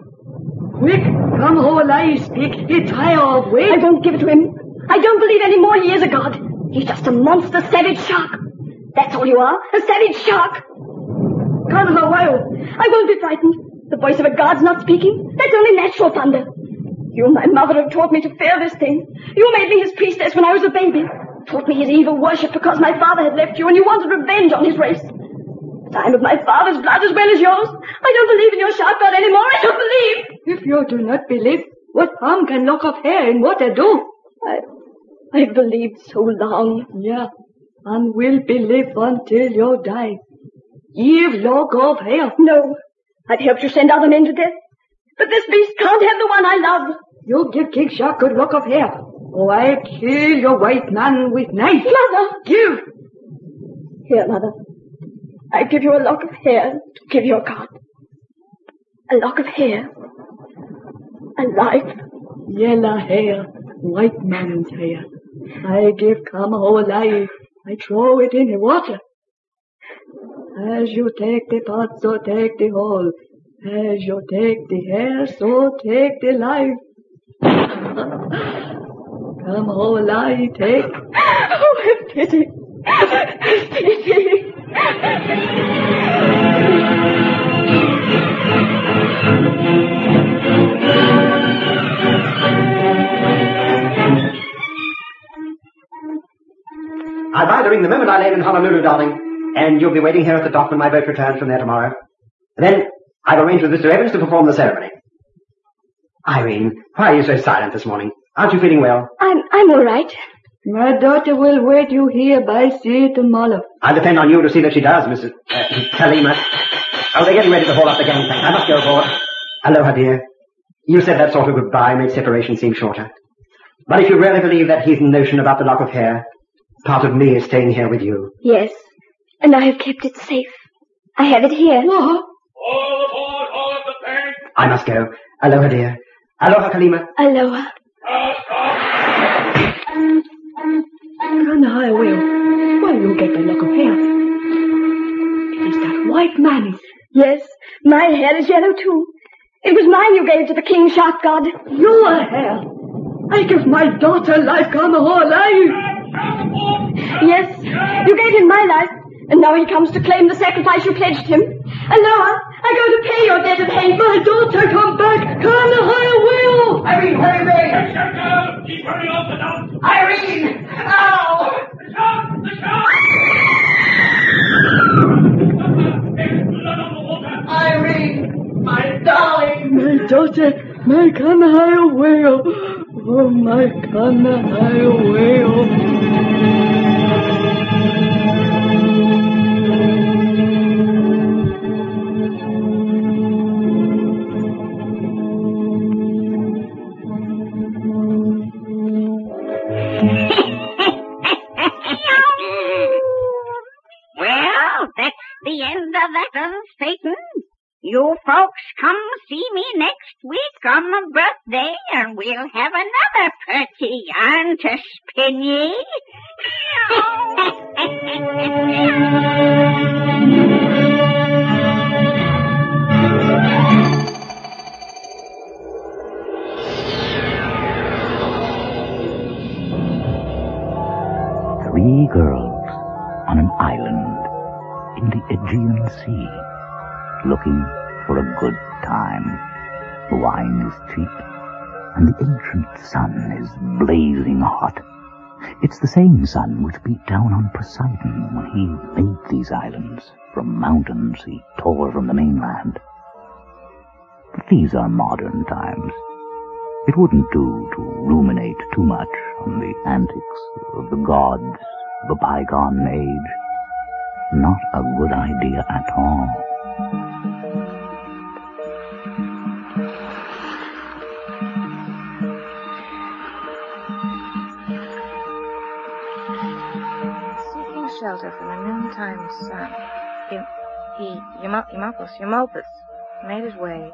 [SPEAKER 1] Quick, come over, I speak. He tire of wait.
[SPEAKER 17] I won't give it to him. I don't believe any more he is a god. He's just a monster savage shark. That's all you are, a savage shark.
[SPEAKER 1] Come, Hawaii.
[SPEAKER 17] I won't be frightened. The voice of a god's not speaking. That's only natural thunder. You, my mother, have taught me to fear this thing. You made me his priestess when I was a baby. Taught me his evil worship because my father had left you and you wanted revenge on his race. But I'm of my father's blood as well as yours. I don't believe in your sharp god anymore. I don't believe.
[SPEAKER 1] If you do not believe, what harm can lock of hair and water do?
[SPEAKER 17] I, I believed so long.
[SPEAKER 1] Yeah, and will believe until you die. Give lock of hair.
[SPEAKER 17] No, I've helped you send other men to death. But this beast can't have the one I love.
[SPEAKER 1] You give King Shark good lock of hair. Oh, I kill your white man with knife.
[SPEAKER 17] Mother!
[SPEAKER 1] Give!
[SPEAKER 17] Here, mother. I give you a lock of hair to give your God. A lock of hair. A life.
[SPEAKER 1] Yellow hair. White man's hair. I give Kamaho life. I throw it in the water. As you take the pot, so take the whole. As you take the hair, so take the life. Come, whole I take.
[SPEAKER 17] Oh, have pity. Have pity.
[SPEAKER 16] I'll buy the ring the moment I land in Honolulu, darling. And you'll be waiting here at the dock when my boat returns from there tomorrow. And then I've arranged with Mr. Evans to perform the ceremony. Irene, why are you so silent this morning? Aren't you feeling well?
[SPEAKER 17] I'm, I'm all right.
[SPEAKER 1] My daughter will wait you here by sea tomorrow.
[SPEAKER 16] I'll depend on you to see that she does, Mrs. Uh, Kalima. Oh, they're getting ready to haul up the gangplank. I must go aboard. Aloha, dear. You said that sort of goodbye made separation seem shorter. But if you really believe that heathen notion about the lock of hair, part of me is staying here with you.
[SPEAKER 17] Yes, and I have kept it safe. I have it here.
[SPEAKER 1] What?
[SPEAKER 20] All aboard, all of the bank.
[SPEAKER 16] I must go. Aloha, dear. Aloha, Kalima.
[SPEAKER 17] Aloha.
[SPEAKER 1] Run high will. Where you get the lock of hair? It is that white man's.
[SPEAKER 17] Yes, my hair is yellow too. It was mine you gave to the king shark god.
[SPEAKER 1] Your hair. I give my daughter life, Kamaho life.
[SPEAKER 17] Yes, you gave him my life, and now he comes to claim the sacrifice you pledged him. Aloha, I go to pay your debt of hate.
[SPEAKER 1] My daughter, come back. Kamaho will.
[SPEAKER 11] Irene, hurry
[SPEAKER 20] back. Keep hurrying up and up.
[SPEAKER 11] Irene! Ow!
[SPEAKER 20] The shark! The shark!
[SPEAKER 11] Irene! My darling!
[SPEAKER 1] My daughter, my Kanahaya whale! Oh, my Kanahaya
[SPEAKER 17] whale!
[SPEAKER 13] well, that's the end of that little Satan. You folks come see me next week on my birthday and we'll have another pretty yarn to spin ye.
[SPEAKER 10] Three girls on an island in the Aegean Sea looking for a good time. The wine is cheap, and the ancient sun is blazing hot. It's the same sun which beat down on Poseidon when he made these islands from mountains he tore from the mainland. But these are modern times. It wouldn't do to ruminate too much on the antics of the gods of a bygone age. Not a good idea at all.
[SPEAKER 11] Seeking shelter from the noontime sun, he, he Eumo- Eumolpus, Eumolpus, made his way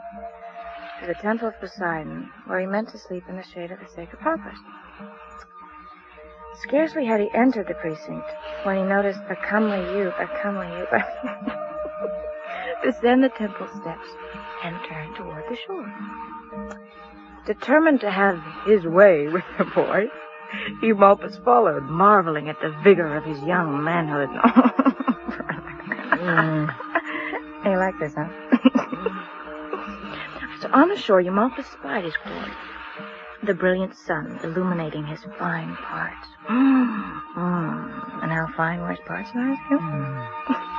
[SPEAKER 11] to the temple of Poseidon, where he meant to sleep in the shade of the sacred poplars. Scarcely had he entered the precinct when he noticed a comely youth, a comely youth, descend the temple steps and turn toward the shore. Determined to have his way with the boy, Eumolpus followed, marveling at the vigor of his young manhood. Hey, you like this, huh? so on the shore, Eumolpus spied his quarry, the brilliant sun illuminating his fine parts. Mm, and how fine were his parts, I ask you?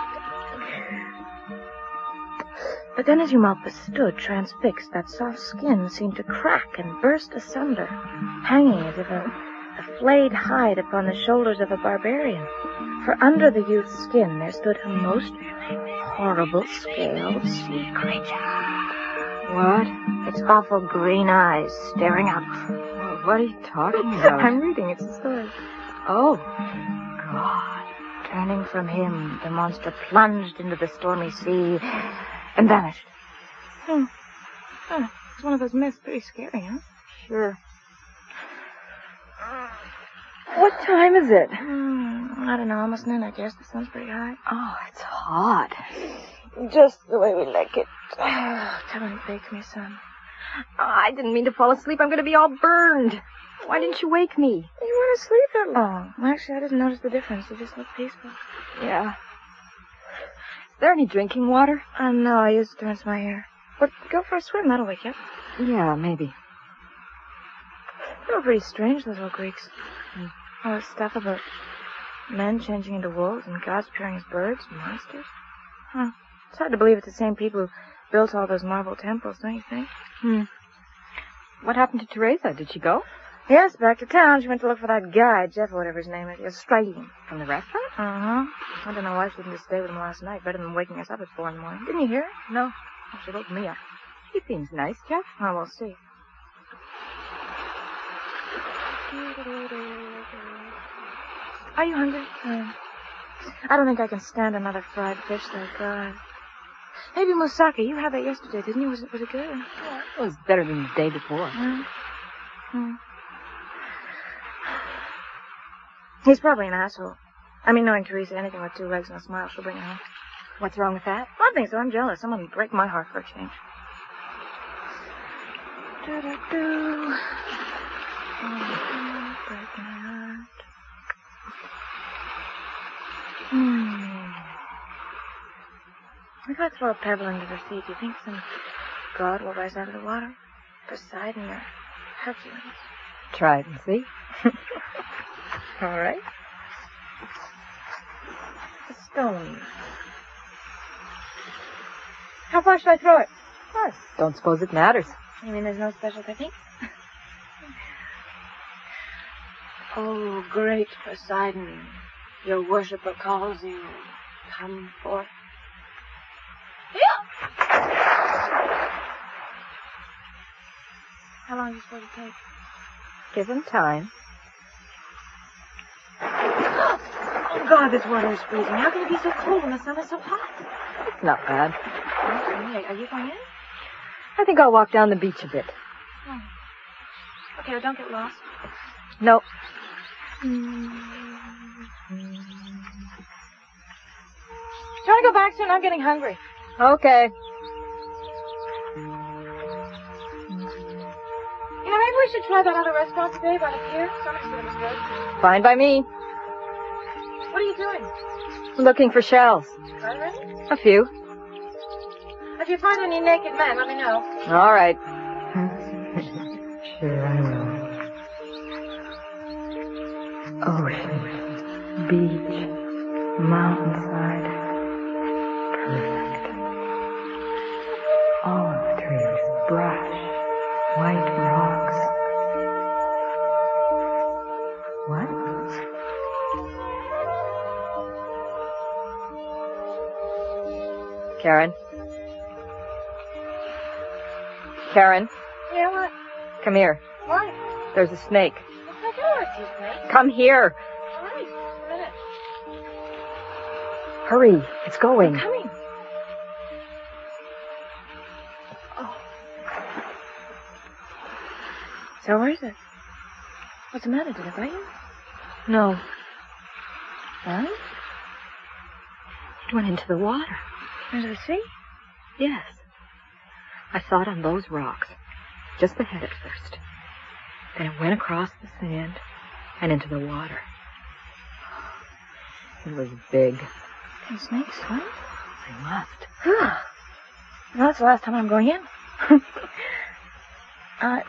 [SPEAKER 11] But then as Eumolpus stood transfixed, that soft skin seemed to crack and burst asunder, hanging as if a, a flayed hide upon the shoulders of a barbarian. For under the youth's skin there stood a most horrible scaled sea creature. What? Its awful green eyes staring up. What are you talking
[SPEAKER 5] about?
[SPEAKER 11] I'm reading. It's a story. Oh, God. Turning from him, the monster plunged into the stormy sea and vanished. Hmm. Huh. It's one of those myths. Pretty scary, huh? Sure. What time is it? Hmm, I don't know. Almost noon, I guess. The sun's pretty high. Oh, it's hot. Just the way we like it. Oh, come and bake me some.
[SPEAKER 17] Oh, I didn't mean to fall asleep. I'm going to be all burned. Why didn't you wake me? Oh,
[SPEAKER 11] You weren't asleep that long. Actually, I didn't notice the difference. You just looked peaceful.
[SPEAKER 17] Yeah. Is there any drinking water?
[SPEAKER 11] Oh, no. I used to rinse my hair. But go for a swim. That'll wake you up.
[SPEAKER 17] Yeah, maybe.
[SPEAKER 11] They were pretty strange, those old Greeks.
[SPEAKER 17] Hmm.
[SPEAKER 11] All that stuff about men changing into wolves and gods appearing as birds and monsters. Huh. It's hard to believe it's the same people who built all those marble temples, don't you think?
[SPEAKER 17] Hmm. What happened to Teresa? Uh, Did she go?
[SPEAKER 11] Yes, back to town. She went to look for that guy, Jeff or whatever his name is. He was Australian.
[SPEAKER 17] From the restaurant?
[SPEAKER 11] Uh-huh. I don't know why she didn't just stay with him last night. Better than waking us up at four in the morning. Didn't you hear?
[SPEAKER 17] No.
[SPEAKER 11] Oh, she woke me up.
[SPEAKER 17] He seems nice, Jeff.
[SPEAKER 11] Oh, we'll see. Are you hungry? Uh, I don't think I can stand another fried fish like God. Maybe moussaka. You had that yesterday, didn't you? Was it, was it good?
[SPEAKER 17] It was better than the day before.
[SPEAKER 11] Hmm. Hmm. He's probably an asshole. I mean, knowing Teresa, anything with two legs and a smile, she'll bring it home.
[SPEAKER 17] What's wrong with that?
[SPEAKER 11] I think so. I'm jealous. Someone would break my heart for a change. Do-do-do. Oh, breaking heart. Hmm. If I throw a pebble into the sea, do you think some god will rise out of the water? Poseidon or Hercules?
[SPEAKER 17] Try it and see.
[SPEAKER 11] All right. A stone. How far should I throw it? Far.
[SPEAKER 17] Don't suppose it matters.
[SPEAKER 11] You mean there's no special technique? oh, great Poseidon, your worshiper calls you. Come forth. How long do you suppose it takes?
[SPEAKER 17] Give him time.
[SPEAKER 11] Oh, God, this water is freezing. How can it be so cold when the sun is so hot?
[SPEAKER 17] It's not bad.
[SPEAKER 11] Okay, are you going in?
[SPEAKER 17] I think I'll walk down the beach a bit.
[SPEAKER 11] No. Hmm. Okay, well, don't get lost. Hmm.
[SPEAKER 17] No.
[SPEAKER 11] Do you want to go back soon? I'm getting hungry. Oh.
[SPEAKER 17] Okay.
[SPEAKER 11] You know, maybe we should try that other restaurant today by the pier. Somebody's doing us good.
[SPEAKER 17] Fine by me.
[SPEAKER 11] What are you doing?
[SPEAKER 17] Looking for shells.
[SPEAKER 11] Already?
[SPEAKER 17] A few.
[SPEAKER 11] If you find any naked men, let me know.
[SPEAKER 17] All right.
[SPEAKER 11] Ocean, beach, mountainside. Perfect. Olive trees, brush, white rocks. What?
[SPEAKER 5] Karen. Karen,
[SPEAKER 21] Hear what?
[SPEAKER 5] come here.
[SPEAKER 21] What?
[SPEAKER 5] There's a snake.
[SPEAKER 21] I don't want to see snakes.
[SPEAKER 5] Come here.
[SPEAKER 21] All right, just a minute.
[SPEAKER 5] Hurry, it's going.
[SPEAKER 21] I'm coming. Oh,
[SPEAKER 11] So where is it? What's the matter? Did it bite you? No. Well?
[SPEAKER 5] It went into the water.
[SPEAKER 11] Into the sea?
[SPEAKER 5] Yes. I saw it on those rocks, just ahead at first. Then it went across the sand and into the water. It was big.
[SPEAKER 11] Can snakes swim?
[SPEAKER 5] They must.
[SPEAKER 11] well, that's the last time I'm going in. uh,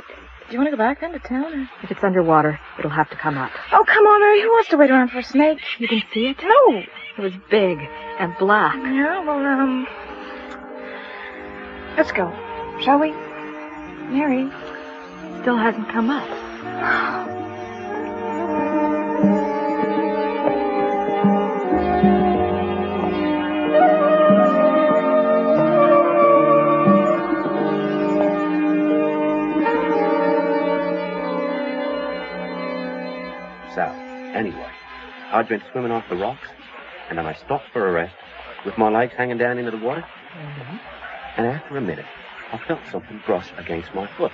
[SPEAKER 11] do you want to go back then to town? Or...
[SPEAKER 5] If it's underwater, it'll have to come up.
[SPEAKER 11] Oh, come on, Mary. Who wants to wait around for a snake?
[SPEAKER 5] You can see it?
[SPEAKER 11] No.
[SPEAKER 5] It was big and black.
[SPEAKER 11] Yeah, well, um, let's go, shall we? Mary
[SPEAKER 5] still hasn't come up.
[SPEAKER 22] So, anyway, I'd been swimming off the rocks, and then I stopped for a rest, with my legs hanging down into the water,
[SPEAKER 11] Mm-hmm.
[SPEAKER 22] and after a minute, I felt something brush against my foot.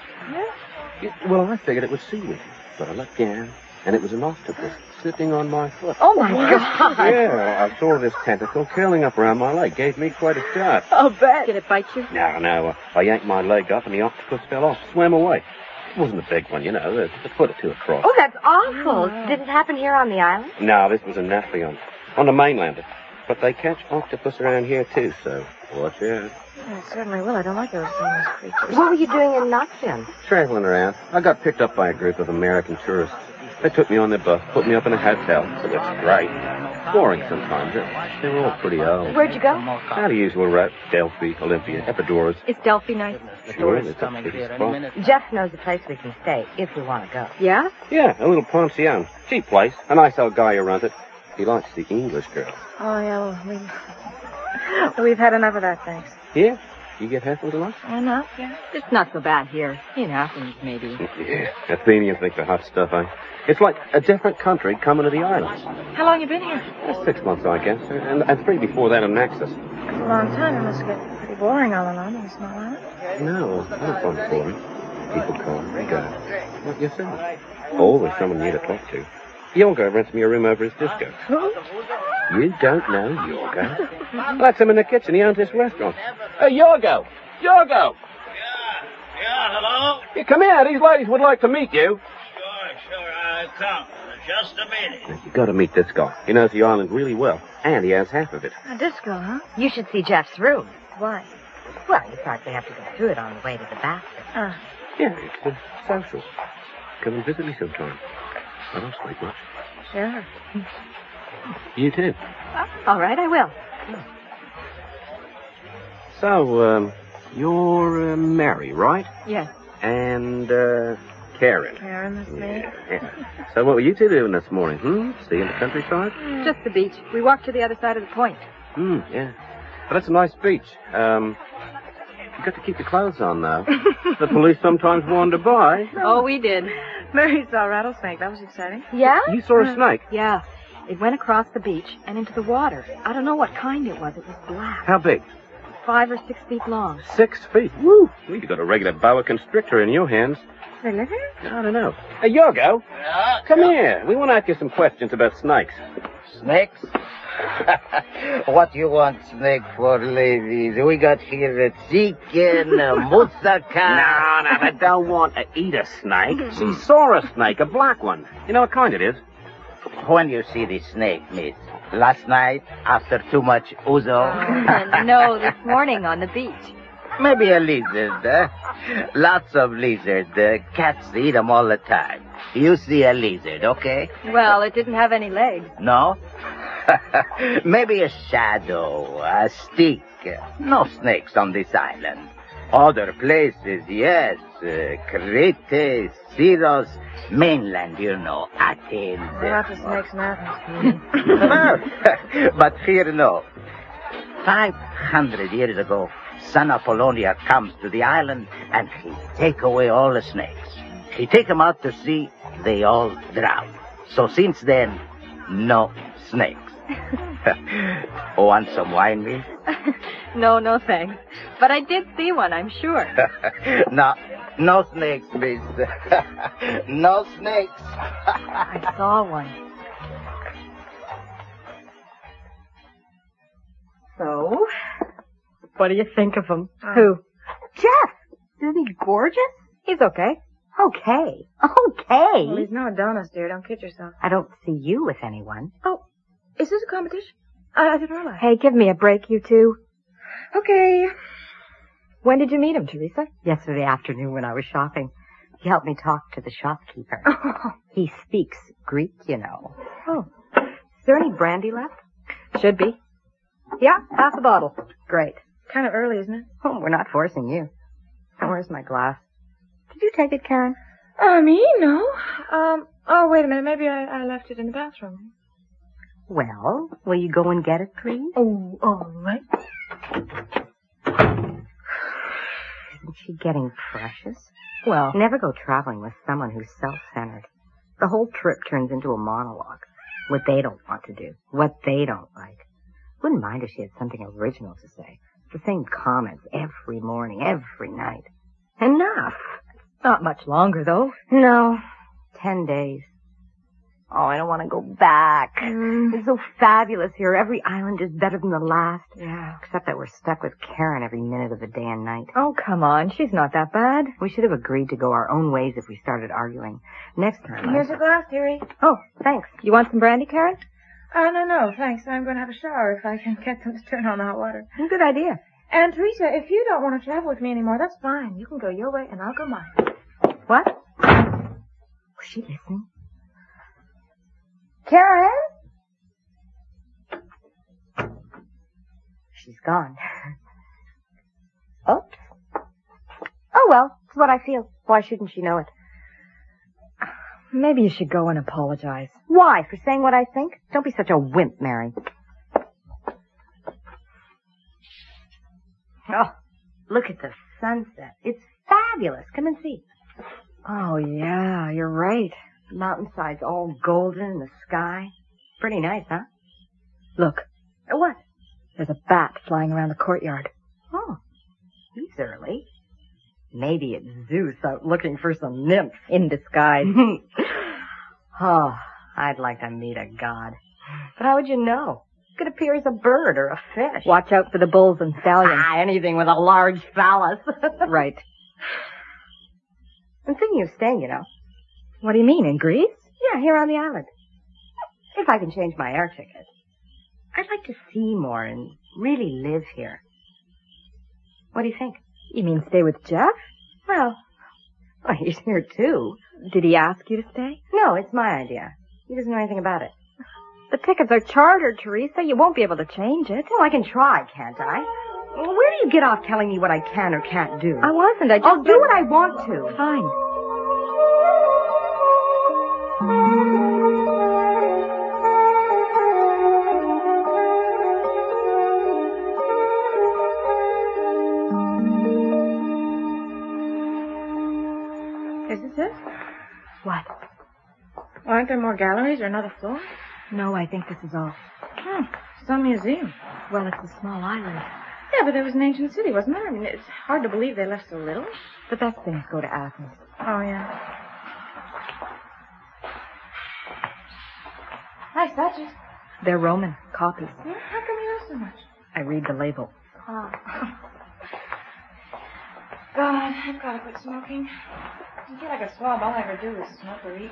[SPEAKER 22] It- well, I figured it was seaweed, but I looked down, and it was an octopus sitting on my foot.
[SPEAKER 5] Oh, my God.
[SPEAKER 22] Yeah, I saw this tentacle curling up around my leg. Gave me quite a start.
[SPEAKER 5] I'll bet. Did it bite you?
[SPEAKER 22] No, no, I- uh, I yanked my leg up and the octopus fell off, swam away. It wasn't a big one, you know, a, a foot or two across.
[SPEAKER 21] oh that's awful. Did it happen here on the island?
[SPEAKER 22] No, this was a Nathleon, on the mainland. But they catch octopus around here too, so watch out.
[SPEAKER 11] Yeah, it certainly will. I don't like those famous creatures.
[SPEAKER 21] What were you doing in Knoxville?
[SPEAKER 22] Traveling around, I got picked up by a group of American tourists. They took me on their bus, put me up in a hotel. It was great. Boring sometimes. They were all pretty old.
[SPEAKER 5] Where'd you go?
[SPEAKER 22] How the usual route, Delphi, Olympia, Epidaurus.
[SPEAKER 5] Is Delphi nice?
[SPEAKER 22] Sure, it's a pretty spot.
[SPEAKER 21] Jeff knows a place we can stay if we want to go.
[SPEAKER 5] Yeah?
[SPEAKER 22] Yeah, a little pension. Cheap place. A nice old guy who runs it. He likes the English girl.
[SPEAKER 11] Oh yeah, well, we we've had enough of that, thanks.
[SPEAKER 22] Yeah? You get heckled a lot?
[SPEAKER 11] Enough, yeah.
[SPEAKER 5] It's not so bad here. In Athens, maybe.
[SPEAKER 22] Yeah. Athenians think they're hot stuff, eh? It's like a different country coming to the islands.
[SPEAKER 11] How long you been here?
[SPEAKER 22] Uh, Six months, I guess. And, and three before that in Naxos.
[SPEAKER 11] It's a long time. It must get pretty boring all alone in a small island.
[SPEAKER 22] No, not fun for him. People come and go. Not yourself. Always someone new to talk to. Yorgo rents me a room over his disco.
[SPEAKER 11] Who?
[SPEAKER 22] You don't know Yorgo? That's him in the kitchen. He owns this restaurant. Hey, Yorgo!
[SPEAKER 23] Yorgo!
[SPEAKER 24] Yeah, hello?
[SPEAKER 23] You come in. These ladies would like to meet you.
[SPEAKER 24] Sure, sure, I'll come. Just a minute.
[SPEAKER 22] You gotta meet this guy. He knows the island really well, and he has half of it.
[SPEAKER 11] A disco, huh?
[SPEAKER 21] You should see Jeff's room.
[SPEAKER 11] Why?
[SPEAKER 21] Well, you probably have to go through it on the way to the bathroom.
[SPEAKER 11] Uh,
[SPEAKER 22] Yeah, it's uh, social. Come and visit me sometime. I don't sleep much.
[SPEAKER 11] sure.
[SPEAKER 22] You too.
[SPEAKER 5] All right, I will.
[SPEAKER 22] So, um, you're uh, Mary, right?
[SPEAKER 11] Yes.
[SPEAKER 22] And, uh, Karen.
[SPEAKER 11] Karen, this maid.
[SPEAKER 22] Yeah. So what were you two doing this morning, hmm? Stay in the countryside?
[SPEAKER 5] Just the beach. We walked to the other side of the point.
[SPEAKER 22] Hmm, yeah. But that's a nice beach. Um, you got to keep your clothes on, though. the police sometimes wander by.
[SPEAKER 5] Oh, we did.
[SPEAKER 11] Mary saw a rattlesnake. That was exciting.
[SPEAKER 5] Yeah?
[SPEAKER 22] You saw
[SPEAKER 11] Uh-huh.
[SPEAKER 22] a snake?
[SPEAKER 5] Yeah. It went across the beach and into the water. I don't know what kind it was. It was black.
[SPEAKER 22] How big?
[SPEAKER 5] Five or six feet long.
[SPEAKER 22] Six feet. Woo! Well, you got a regular boa constrictor in your hands.
[SPEAKER 11] They live here?
[SPEAKER 22] I don't know. Hey, Yorgo. Come here. We want to ask you some questions about snakes.
[SPEAKER 25] Snakes? what you want snake for, ladies? We got here a chicken, a moussaka.
[SPEAKER 22] no, no, they don't want to eat a snake. She saw a snake, a black one. You know what kind it is?
[SPEAKER 25] When you see the snake, miss. Last night, after too much ouzo.
[SPEAKER 5] no, this morning on the beach.
[SPEAKER 25] Maybe a lizard, eh? Lots of lizard. Uh, cats eat them all the time. You see a lizard, okay?
[SPEAKER 5] Well, it didn't have any legs.
[SPEAKER 25] No? Maybe a shadow, a stick. No snakes on this island. Other places, yes. Uh, Crete, Syros, mainland, you know, Athens.
[SPEAKER 11] Lots of snakes in Athens.
[SPEAKER 25] but here, no. Five hundred years ago, son Apollonia comes to the island and he take away all the snakes. He take 'em out to sea, they all drown. So since then, no snakes. Want some wine, Miss?
[SPEAKER 11] No, no, thanks. But I did see one, I'm sure.
[SPEAKER 25] no, no snakes, Miss. no snakes.
[SPEAKER 11] I saw one.
[SPEAKER 8] So, what do you think of him?
[SPEAKER 11] Who?
[SPEAKER 8] Jeff! Isn't he gorgeous?
[SPEAKER 11] He's okay.
[SPEAKER 8] Okay. Okay.
[SPEAKER 11] Well, he's no Adonis, dear. Don't kid yourself.
[SPEAKER 8] I don't see you with anyone.
[SPEAKER 11] Oh, is this a competition? I, I didn't realize.
[SPEAKER 8] Hey, give me a break, you two.
[SPEAKER 11] Okay. When did you meet him, Teresa?
[SPEAKER 8] Yesterday afternoon when I was shopping, he helped me talk to the shopkeeper. He speaks Greek, you know.
[SPEAKER 11] Oh. Is there any brandy left? Should be. Yeah, half a bottle. Great. Kind of early, isn't it?
[SPEAKER 8] Oh, we're not forcing you. Oh, Where's my glass?
[SPEAKER 11] Did you take it, Karen? Uh, me? No. Um, oh, wait a minute. Maybe I, I left it in the bathroom.
[SPEAKER 8] Well, will you go and get it, please?
[SPEAKER 11] Oh, all right.
[SPEAKER 8] Isn't she getting precious? Well, never go traveling with someone who's self-centered. The whole trip turns into a monologue. What they don't want to do. What they don't like. Wouldn't mind if she had something original to say. The same comments every morning, every night. Enough.
[SPEAKER 11] Not much longer, though.
[SPEAKER 8] No. Ten days. Oh, I don't want to go back.
[SPEAKER 11] Mm.
[SPEAKER 8] It's so fabulous here. Every island is better than the last.
[SPEAKER 11] Yeah.
[SPEAKER 8] Except that we're stuck with Karen every minute of the day and night.
[SPEAKER 11] Oh, come on. She's not that bad.
[SPEAKER 8] We should have agreed to go our own ways if we started arguing. Next time. I-
[SPEAKER 11] Here's a glass, dearie.
[SPEAKER 8] Oh, thanks.
[SPEAKER 11] You want some brandy, Karen? Uh, no, no, thanks. I'm going to have a shower if I can get them to turn on the hot water.
[SPEAKER 8] Good idea.
[SPEAKER 11] And Teresa, if you don't want to travel with me anymore, that's fine. You can go your way and I'll go mine.
[SPEAKER 8] What? Was she listening?
[SPEAKER 11] Karen?
[SPEAKER 8] She's gone. Oops. Oh well, it's what I feel. Why shouldn't she know it?
[SPEAKER 11] Maybe you should go and apologize.
[SPEAKER 8] Why? For saying what I think? Don't be such a wimp, Mary. Oh, look at the sunset. It's fabulous. Come and see.
[SPEAKER 11] Oh, yeah, you're right.
[SPEAKER 8] The mountainside's all golden in the sky. Pretty nice, huh?
[SPEAKER 11] Look,
[SPEAKER 8] Uh, What?
[SPEAKER 11] there's a bat flying around the courtyard.
[SPEAKER 8] Oh, he's early. Maybe it's Zeus out looking for some nymph in disguise. oh, I'd like to meet a god. But how would you know? Could appear as a bird or a fish.
[SPEAKER 11] Watch out for the bulls and stallions.
[SPEAKER 8] Ah, anything with a large phallus.
[SPEAKER 11] right.
[SPEAKER 8] I'm thinking of staying, you know.
[SPEAKER 11] What do you mean, in Greece?
[SPEAKER 8] Yeah, here on the island. If I can change my air ticket. I'd like to see more and really live here. What do you think?
[SPEAKER 11] You mean stay with Jeff?
[SPEAKER 8] Well, well, he's here too.
[SPEAKER 11] Did he ask you to stay?
[SPEAKER 8] No, it's my idea. He doesn't know anything about it.
[SPEAKER 11] The tickets are chartered, Teresa. You won't be able to change it.
[SPEAKER 8] Well, I can try, can't I? Well, Where do you get off telling me what I can or can't do?
[SPEAKER 11] I wasn't. I just...
[SPEAKER 8] I'll do what I want to.
[SPEAKER 11] Fine. Is this it?
[SPEAKER 8] What?
[SPEAKER 11] Aren't there more galleries or another floor?
[SPEAKER 8] No, I think this is all.
[SPEAKER 11] Hmm. Some museum.
[SPEAKER 8] Well, it's a small island.
[SPEAKER 11] Yeah, but there was an ancient city, wasn't there? I mean, it's hard to believe they left so little.
[SPEAKER 8] The best things go to Athens.
[SPEAKER 11] Oh, yeah. Nice statues.
[SPEAKER 8] They're Roman copies.
[SPEAKER 11] Hmm, How come you know so much?
[SPEAKER 8] I read the label.
[SPEAKER 11] Oh. God, I've got to quit smoking. I feel like a slob. All I ever do is smoke or eat. You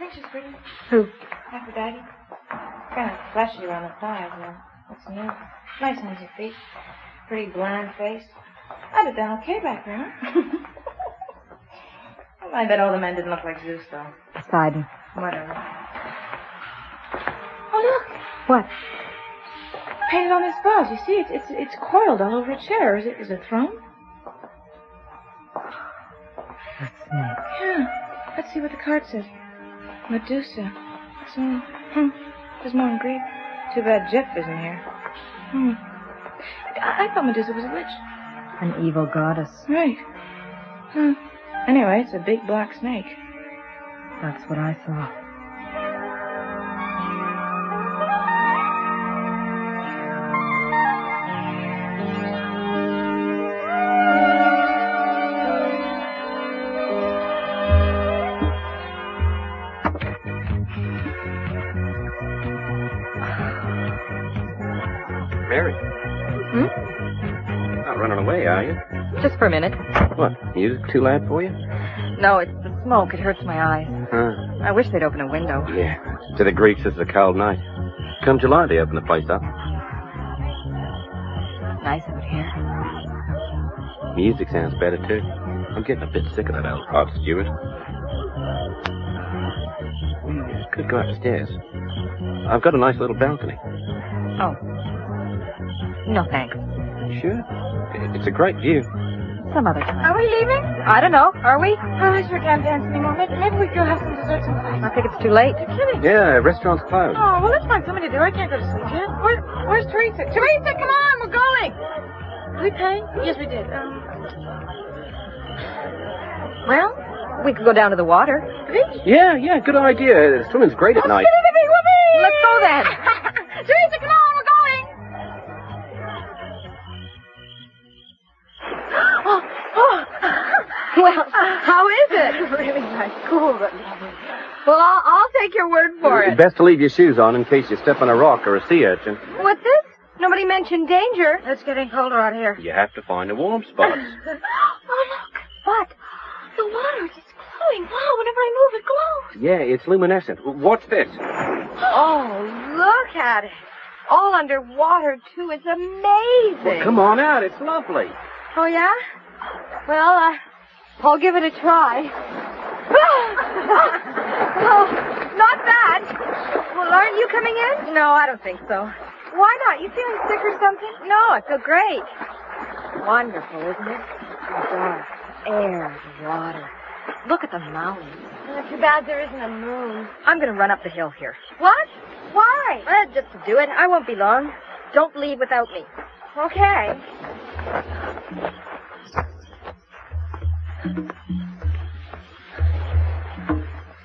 [SPEAKER 11] think she's pretty?
[SPEAKER 8] Who?
[SPEAKER 11] Aphrodite? Kind of fleshy around the thighs, though. Looks new. Nice hands and feet. Pretty bland face. I'd have done okay back then. I bet all the men didn't look like Zeus, though.
[SPEAKER 8] Poseidon.
[SPEAKER 11] Whatever. Oh, look!
[SPEAKER 8] What?
[SPEAKER 11] Painted on this vase, you see? It's, it's, it's coiled all over a chair. Is it, is it a throne? Yeah. Let's see what the card says. Medusa. So, hmm. There's more in Greek. Too bad Jeff isn't here. Hmm. I, I thought Medusa was a witch.
[SPEAKER 1] An evil goddess.
[SPEAKER 11] Right. Hmm. Anyway, it's a big black snake.
[SPEAKER 1] That's what I saw.
[SPEAKER 22] Mary.
[SPEAKER 1] Hmm?
[SPEAKER 22] Not running away, are you?
[SPEAKER 8] Just for a minute.
[SPEAKER 22] What? Music too loud for you?
[SPEAKER 8] No, it's the smoke. It hurts my eyes.
[SPEAKER 22] Huh?
[SPEAKER 8] I wish they'd open a window.
[SPEAKER 22] Yeah. To the Greeks, this is a cold night. Come July, they open the place up.
[SPEAKER 8] Nice out here.
[SPEAKER 22] Music sounds better, too. I'm getting a bit sick of that old hot Stewart. Could go upstairs. I've got a nice little balcony.
[SPEAKER 8] Oh. No thanks.
[SPEAKER 22] Sure. It's a great view.
[SPEAKER 8] Some other time.
[SPEAKER 11] Are we leaving?
[SPEAKER 8] I don't know. Are we?
[SPEAKER 11] I sure can't dance anymore. Maybe, maybe we go have some dessert someplace.
[SPEAKER 8] I think it's too late.
[SPEAKER 11] You're kidding.
[SPEAKER 22] Yeah, restaurant's closed.
[SPEAKER 11] Oh, well, let's find something to do. I can't go to sleep here. Where, where's Teresa? Teresa, come on, we're going. Did we pay? Yes, we did. Um,
[SPEAKER 8] Well, we could go down to the water.
[SPEAKER 22] Yeah, yeah, good idea. Swimming's great
[SPEAKER 11] Oh,
[SPEAKER 22] at night.
[SPEAKER 8] Let's go then.
[SPEAKER 11] Teresa, come on, we're going.
[SPEAKER 8] Oh, oh. Well, how is it?
[SPEAKER 11] really nice. Cool, but lovely.
[SPEAKER 8] Well, I'll, I'll take your word for it.
[SPEAKER 22] Best to leave your shoes on in case you step on a rock or a sea urchin.
[SPEAKER 8] What's this? Nobody mentioned danger. It's getting colder out here.
[SPEAKER 22] You have to find a warm spot.
[SPEAKER 8] oh, look. What?
[SPEAKER 11] The water is glowing. Wow, whenever I move, it glows.
[SPEAKER 22] yeah, it's luminescent. What's this?
[SPEAKER 8] Oh, look at it. All underwater, too. It's amazing.
[SPEAKER 22] Well, come on out. It's lovely.
[SPEAKER 8] Oh, yeah? Well, uh, I'll give it a try. oh, not bad. Well, aren't you coming in? No, I don't think so. Why not? You feeling sick or something? No, I feel great. Wonderful, isn't it? The dark air, the water. Look at the mountains. Too bad there isn't a moon. I'm going to run up the hill here. What? Why? Well, just to do it. I won't be long. Don't leave without me. Okay.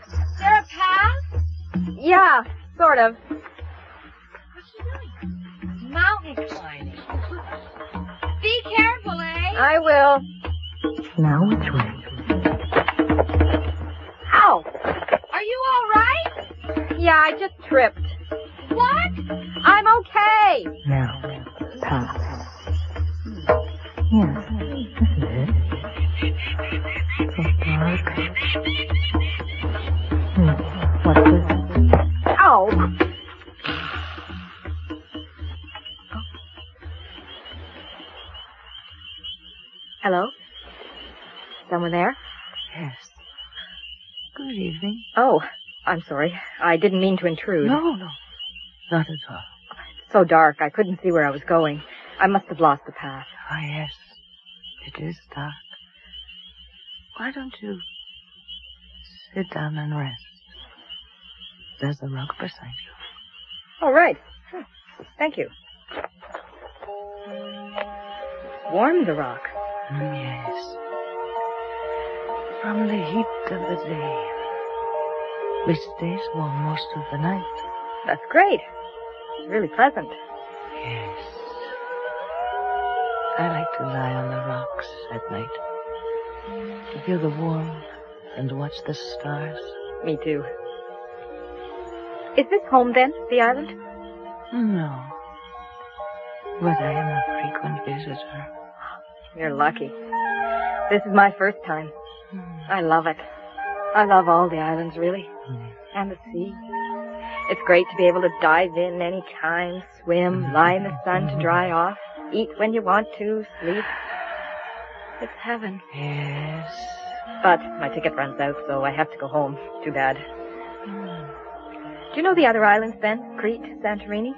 [SPEAKER 11] Is there a path?
[SPEAKER 8] Yeah, sort of.
[SPEAKER 11] Mountain climbing. Be careful, eh?
[SPEAKER 8] I will.
[SPEAKER 10] Now which way?
[SPEAKER 8] Ow!
[SPEAKER 11] Are you all right?
[SPEAKER 8] Yeah, I just tripped.
[SPEAKER 11] What?
[SPEAKER 8] I'm okay.
[SPEAKER 10] Now, pass. Yes, this is it. So dark. Hmm, what's this?
[SPEAKER 8] Ow! Hello? Someone there?
[SPEAKER 10] Yes. Good evening.
[SPEAKER 8] Oh, I'm sorry. I didn't mean to intrude.
[SPEAKER 10] No, no, not at all.
[SPEAKER 8] So dark, I couldn't see where I was going. I must have lost the path.
[SPEAKER 10] Ah, yes, it is dark. Why don't you sit down and rest? There's a rug beside you.
[SPEAKER 8] All right. Thank you. Warm the rock.
[SPEAKER 10] Mm, yes. From the heat of the day, which stays warm most of the night.
[SPEAKER 8] That's great. It's really pleasant.
[SPEAKER 10] Yes. I like to lie on the rocks at night, to feel the warmth and watch the stars.
[SPEAKER 8] Me too. Is this home then, the island?
[SPEAKER 10] No. But I am a frequent visitor.
[SPEAKER 8] You're lucky. This is my first time. I love it. I love all the islands, really. And the sea. It's great to be able to dive in any time, swim, lie in the sun to dry off, eat when you want to, sleep. It's heaven.
[SPEAKER 10] Yes.
[SPEAKER 8] But my ticket runs out, so I have to go home. Too bad. Do you know the other islands then? Crete, Santorini?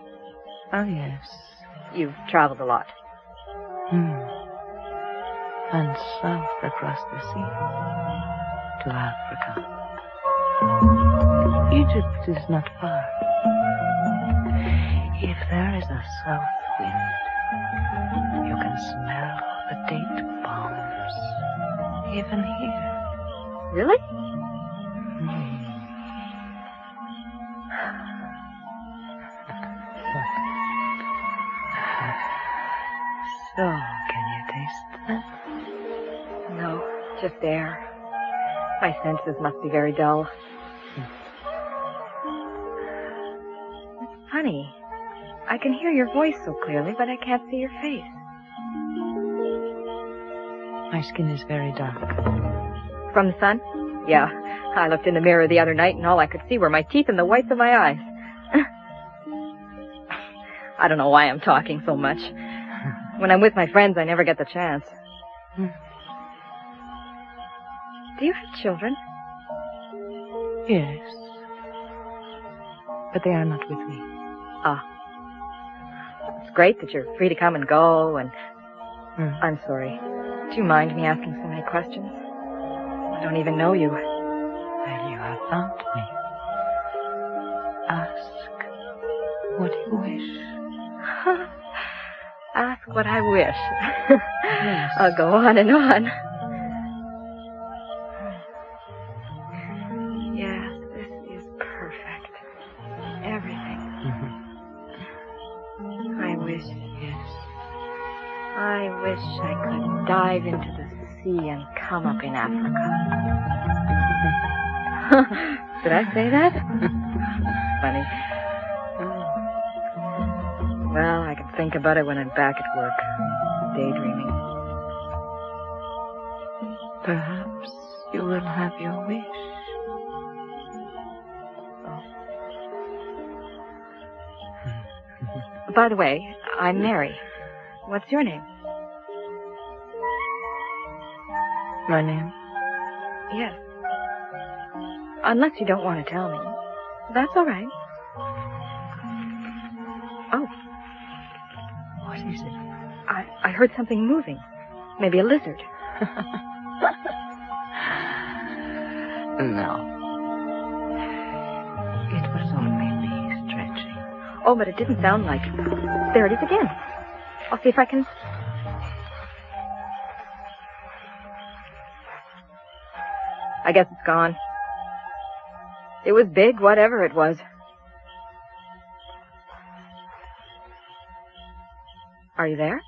[SPEAKER 10] Oh, yes.
[SPEAKER 8] You've traveled a lot.
[SPEAKER 10] Hmm. And south across the sea to Africa. Egypt is not far. If there is a south wind, you can smell the date palms, even here.
[SPEAKER 11] Really?
[SPEAKER 10] So, can you taste them?
[SPEAKER 11] No, just air. My senses must be very dull. It's funny. I can hear your voice so clearly, but I can't see your face.
[SPEAKER 10] My skin is very dark.
[SPEAKER 11] From the sun? Yeah. I looked in the mirror the other night and all I could see were my teeth and the whites of my eyes. I don't know why I'm talking so much. When I'm with my friends, I never get the chance. Do you have children?
[SPEAKER 10] Yes. But they are not with me.
[SPEAKER 11] Ah. It's great that you're free to come and go and... I'm sorry. Do you mind me asking so many questions? I don't even know you.
[SPEAKER 10] Well, you have found me. Ask what you wish.
[SPEAKER 11] Ask what I wish. I'll go on and on. Yes, this is perfect. Everything.
[SPEAKER 8] Mm-hmm.
[SPEAKER 11] I wish. Yes. I wish I could dive into the sea and come up in Africa. Did I say that? Funny. Oh. Well, I can think about it when I'm back at work, daydreaming.
[SPEAKER 10] Perhaps you will have your wish.
[SPEAKER 11] By the way, I'm Mary. What's your name?
[SPEAKER 10] My name?
[SPEAKER 11] Yes. Unless you don't want to tell me. That's all right. Oh.
[SPEAKER 10] What is it?
[SPEAKER 11] I, I heard something moving. Maybe a lizard.
[SPEAKER 10] No. It was only me stretching.
[SPEAKER 11] Oh, but it didn't sound like it. There it is again. I'll see if I can. I guess it's gone. It was big, whatever it was. Are you there?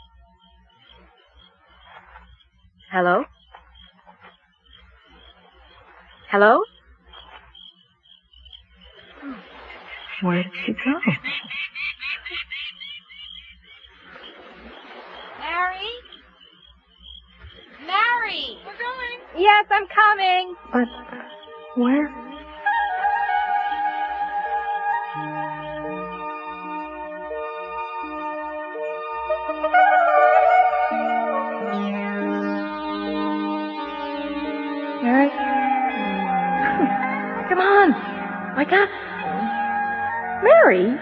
[SPEAKER 11] Hello? Hello?
[SPEAKER 10] Where did she go?
[SPEAKER 20] Mary? Mary! We're going.
[SPEAKER 11] Yes, I'm coming.
[SPEAKER 10] But where?
[SPEAKER 11] Mary? Come on. Wake up. Mary?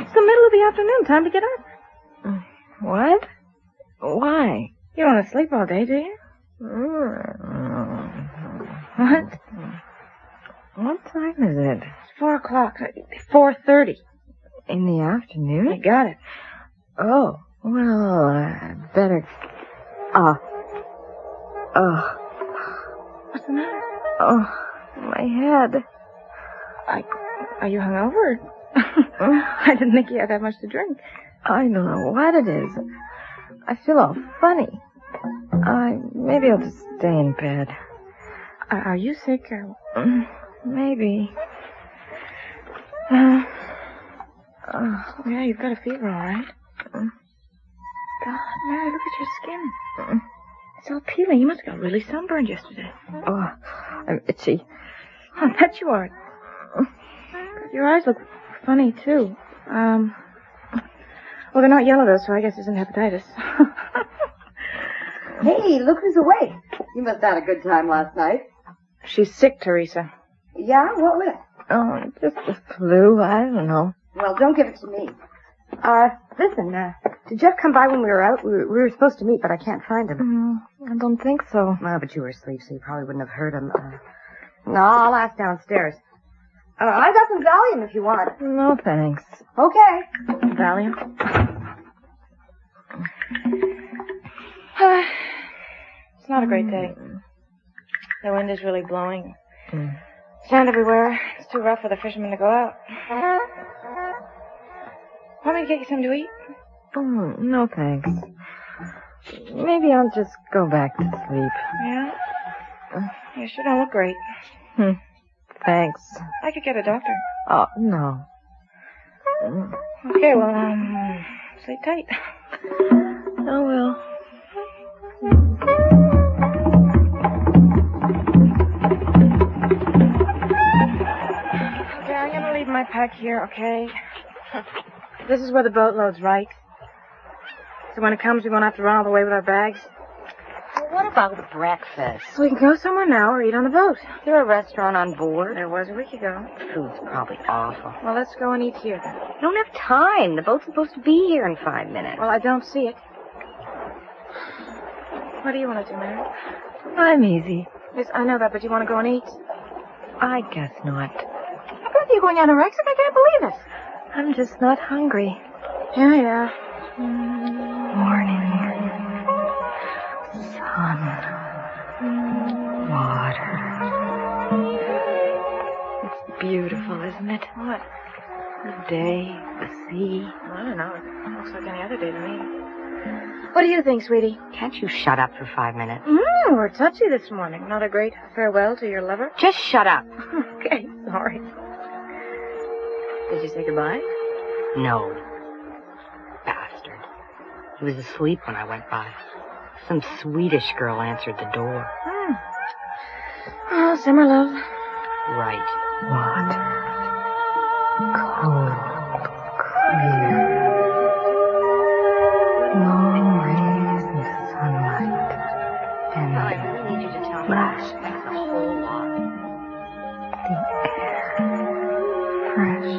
[SPEAKER 11] It's the middle of the afternoon. Time to get up. What? Why? Mm. You don't want to sleep all day, do you? What? What time is it? It's four o'clock. Four thirty. In the afternoon? You got it. Oh. Well, I better. Oh. Oh. What's the matter? Oh, my head. I, are you hungover? I didn't think you had that much to drink. I don't know what it is. I feel all funny. I maybe I'll just stay in bed. are you sick or? Maybe. Uh, yeah, you've got a fever, all right. Mm. God, Mary, look at your skin. It's all peeling. You must have got really sunburned yesterday. Oh, I'm itchy. I bet you are. Your eyes look funny, too. Um, well, they're not yellow, though, so I guess it isn't hepatitis.
[SPEAKER 8] Hey, look who's awake. You must have had a good time last night.
[SPEAKER 11] She's sick, Teresa.
[SPEAKER 8] Yeah? What with?
[SPEAKER 11] Oh, just the flu. I don't know.
[SPEAKER 8] Well, don't give it to me. Uh, listen, uh, did Jeff come by when we were out? We were, we were supposed to meet, but I can't find him.
[SPEAKER 5] Mm,
[SPEAKER 11] I don't think so.
[SPEAKER 8] Oh, but you were asleep, so you probably wouldn't have heard him. Uh, no, I'll ask downstairs.
[SPEAKER 26] Uh, I got some Valium if you want.
[SPEAKER 27] No, thanks.
[SPEAKER 26] Okay.
[SPEAKER 27] Valium?
[SPEAKER 11] it's not a great day. The wind is really blowing. Sand everywhere. It's too rough for the fishermen to go out. Want me to get you something to eat?
[SPEAKER 5] Oh, no thanks. Maybe I'll just go back to sleep.
[SPEAKER 11] Yeah. You sure don't look great.
[SPEAKER 5] Hmm. Thanks.
[SPEAKER 11] I could get a doctor.
[SPEAKER 5] Oh, no.
[SPEAKER 11] Okay, well, um, sleep tight. Oh,
[SPEAKER 5] I will.
[SPEAKER 11] Okay, I'm gonna leave my pack here, okay? This is where the boat loads, right? So when it comes, we won't have to run all the way with our bags.
[SPEAKER 8] Well, what about breakfast?
[SPEAKER 11] So we can go somewhere now or eat on the boat.
[SPEAKER 8] Is there a restaurant on board?
[SPEAKER 11] There was a week ago.
[SPEAKER 8] Food's probably awful.
[SPEAKER 11] Well, let's go and eat here then.
[SPEAKER 8] I don't have time. The boat's supposed to be here in five minutes.
[SPEAKER 11] Well, I don't see it. What do you want to do, Mary?
[SPEAKER 5] I'm easy.
[SPEAKER 11] Yes, I know that, but you want to go and eat?
[SPEAKER 5] I guess not.
[SPEAKER 11] I both you going anorexic. I can't believe it.
[SPEAKER 5] I'm just not hungry.
[SPEAKER 11] Yeah, yeah.
[SPEAKER 5] Morning. Sun. Water. It's beautiful, isn't it?
[SPEAKER 11] What?
[SPEAKER 5] The day, the sea.
[SPEAKER 11] I don't know. It looks like any other day to me. What do you think, sweetie?
[SPEAKER 8] Can't you shut up for five minutes?
[SPEAKER 11] Mmm, we're touchy this morning. Not a great farewell to your lover?
[SPEAKER 8] Just shut up.
[SPEAKER 11] okay, sorry. Did you say goodbye?
[SPEAKER 8] No. Bastard. He was asleep when I went by. Some Swedish girl answered the door.
[SPEAKER 11] Hmm. Oh, summer love.
[SPEAKER 8] Right.
[SPEAKER 5] Water. Cold. Clear. Long rays of sunlight. And
[SPEAKER 8] I really need you to tell
[SPEAKER 5] Flash.
[SPEAKER 8] me the whole lot.
[SPEAKER 5] fresh.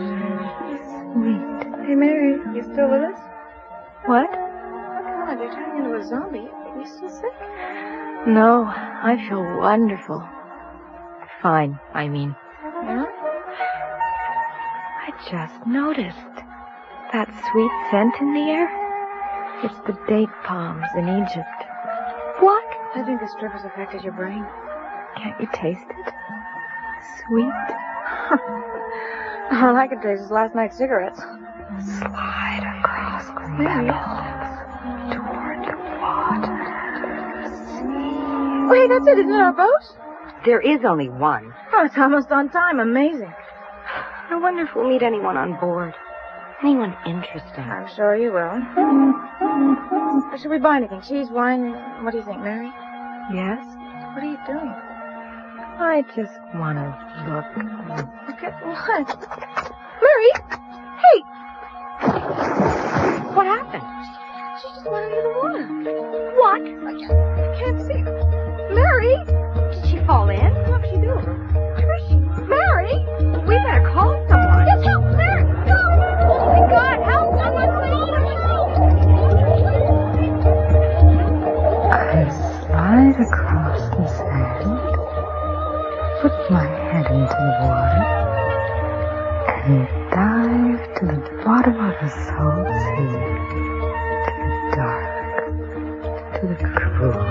[SPEAKER 5] Sweet.
[SPEAKER 11] Hey, Mary, you still with us? Oh,
[SPEAKER 5] What?
[SPEAKER 11] God, you're turning into a zombie. Are you still sick?
[SPEAKER 5] No, I feel wonderful. Fine, I mean.
[SPEAKER 11] Yeah?
[SPEAKER 5] I just noticed that sweet scent in the air. It's the date palms in Egypt. What?
[SPEAKER 11] I think the strip has affected your brain.
[SPEAKER 5] Can't you taste it? Sweet.
[SPEAKER 11] All I could taste is last night's cigarettes.
[SPEAKER 5] Slide across the
[SPEAKER 11] Mary.
[SPEAKER 5] pebbles toward the water.
[SPEAKER 11] Wait, that's it. Isn't it our boat?
[SPEAKER 8] There is only one.
[SPEAKER 11] Oh, it's almost on time. Amazing.
[SPEAKER 8] I wonder if we'll meet anyone on board. Anyone interesting.
[SPEAKER 11] I'm sure you will. Should we buy anything? Cheese, wine? What do you think, Mary?
[SPEAKER 5] Yes?
[SPEAKER 11] What are you doing?
[SPEAKER 5] I just want to look.
[SPEAKER 11] Look at what? Mary! Hey!
[SPEAKER 8] What happened?
[SPEAKER 11] She just went into the water. What? I just can't see her. Mary!
[SPEAKER 8] Did she fall in?
[SPEAKER 11] What did she do? Trish! Mary!
[SPEAKER 8] We better call someone.
[SPEAKER 11] Just help Mary! Go! Oh my god, help someone
[SPEAKER 5] I slide across the sand, put my head into the water, and dive to the bottom of the salt sea, to the dark, to the cruel.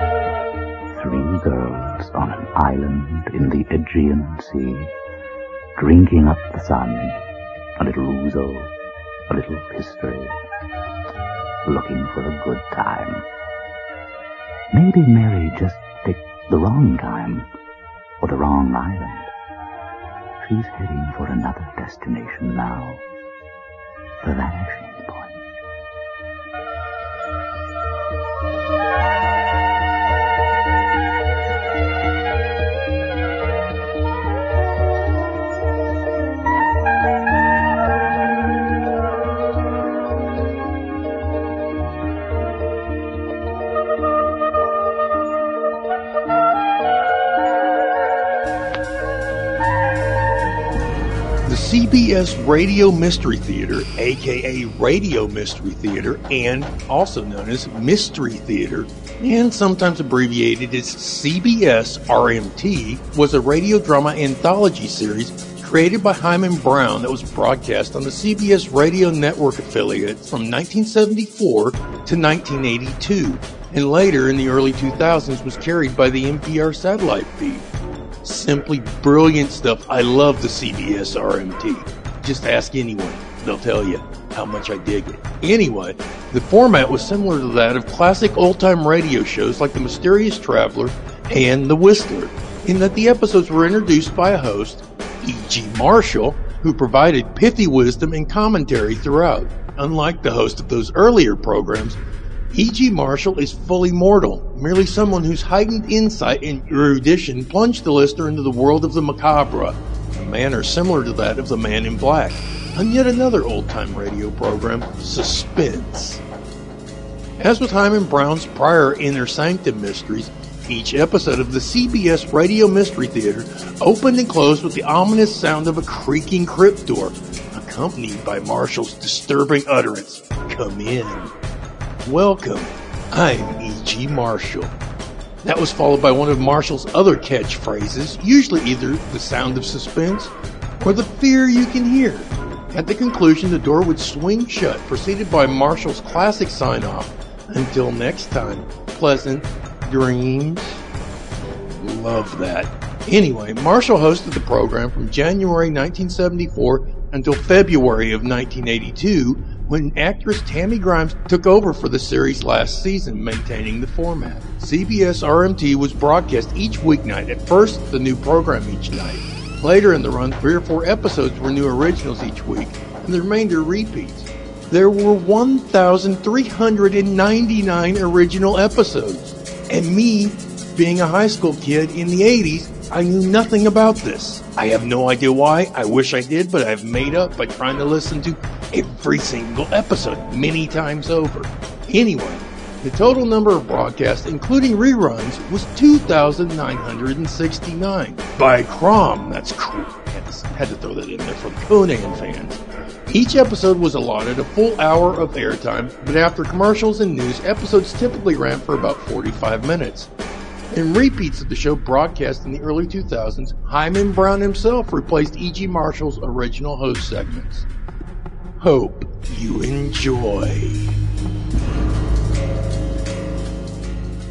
[SPEAKER 10] Three girls on an island in the Aegean Sea, drinking up the sun, a little ouzo, a little history, looking for a good time. Maybe Mary just picked the wrong time, or the wrong island. She's heading for another destination now, the vanishing point.
[SPEAKER 2] The Sea CBS Radio Mystery Theater, aka Radio Mystery Theater, and also known as Mystery Theater, and sometimes abbreviated as CBS RMT, was a radio drama anthology series created by Hyman Brown that was broadcast on the CBS Radio Network affiliate from 1974 to 1982, and later in the early 2000s was carried by the NPR satellite feed. Simply brilliant stuff. I love the CBS RMT. Just ask anyone, they'll tell you how much I dig it. Anyway, the format was similar to that of classic old time radio shows like The Mysterious Traveler and The Whistler, in that the episodes were introduced by a host, E.G. Marshall, who provided pithy wisdom and commentary throughout. Unlike the host of those earlier programs, E.G. E Marshall is fully mortal, merely someone whose heightened insight and erudition plunged the listener into the world of the macabre, a manner similar to that of the man in black, on yet another old time radio program, Suspense. As with Hyman Brown's prior Inner Sanctum mysteries, each episode of the CBS Radio Mystery Theater opened and closed with the ominous sound of a creaking crypt door, accompanied by Marshall's disturbing utterance, Come in. Welcome, I'm E.G. Marshall. That was followed by one of Marshall's other catchphrases, usually either the sound of suspense or the fear you can hear. At the conclusion, the door would swing shut, preceded by Marshall's classic sign off, Until next time, pleasant dreams. Love that. Anyway, Marshall hosted the program from January 1974 until February of 1982 when actress Tammy Grimes took over for the series last season, maintaining the format. CBS RMT was broadcast each weeknight, at first, the new program each night. Later in the run, three or four episodes were new originals each week, and the remainder repeats. There were 1,399 original episodes. And me, being a high school kid in the 80s, I knew nothing about this. I have no idea why. I wish I did, but I've made up by trying to listen to every single episode many times over. Anyway, the total number of broadcasts, including reruns, was 2,969. By Crom, that's cool. Had to, had to throw that in there for the Conan fans. Each episode was allotted a full hour of airtime, but after commercials and news, episodes typically ran for about 45 minutes. In repeats of the show broadcast in the early 2000s, Hyman Brown himself replaced E.G. Marshall's original host segments. Hope you enjoy.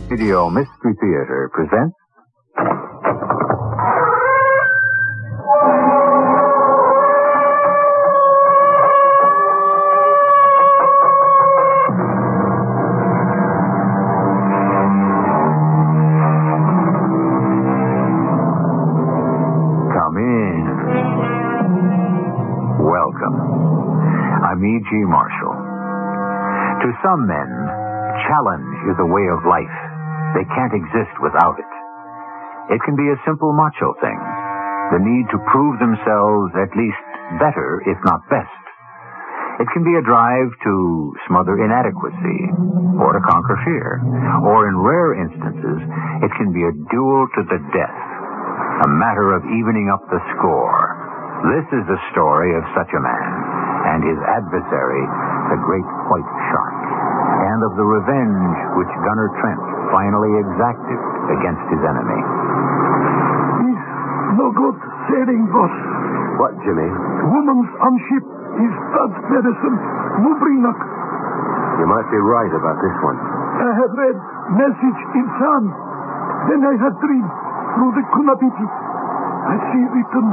[SPEAKER 28] Radio Mystery Theater presents Come in. Welcome. I'm E.G. Marshall. To some men, challenge is a way of life. They can't exist without it. It can be a simple macho thing. The need to prove themselves at least better, if not best. It can be a drive to smother inadequacy, or to conquer fear. Or in rare instances, it can be a duel to the death a matter of evening up the score. This is the story of such a man and his adversary, the great white shark, and of the revenge which Gunner Trent finally exacted against his enemy.
[SPEAKER 20] No good sailing, boss.
[SPEAKER 28] What, Jimmy?
[SPEAKER 20] Woman's on ship is bad medicine. No bring up.
[SPEAKER 28] You might be right about this one.
[SPEAKER 20] I have read message in sun. Then I had dream through the Kunabiti. I see written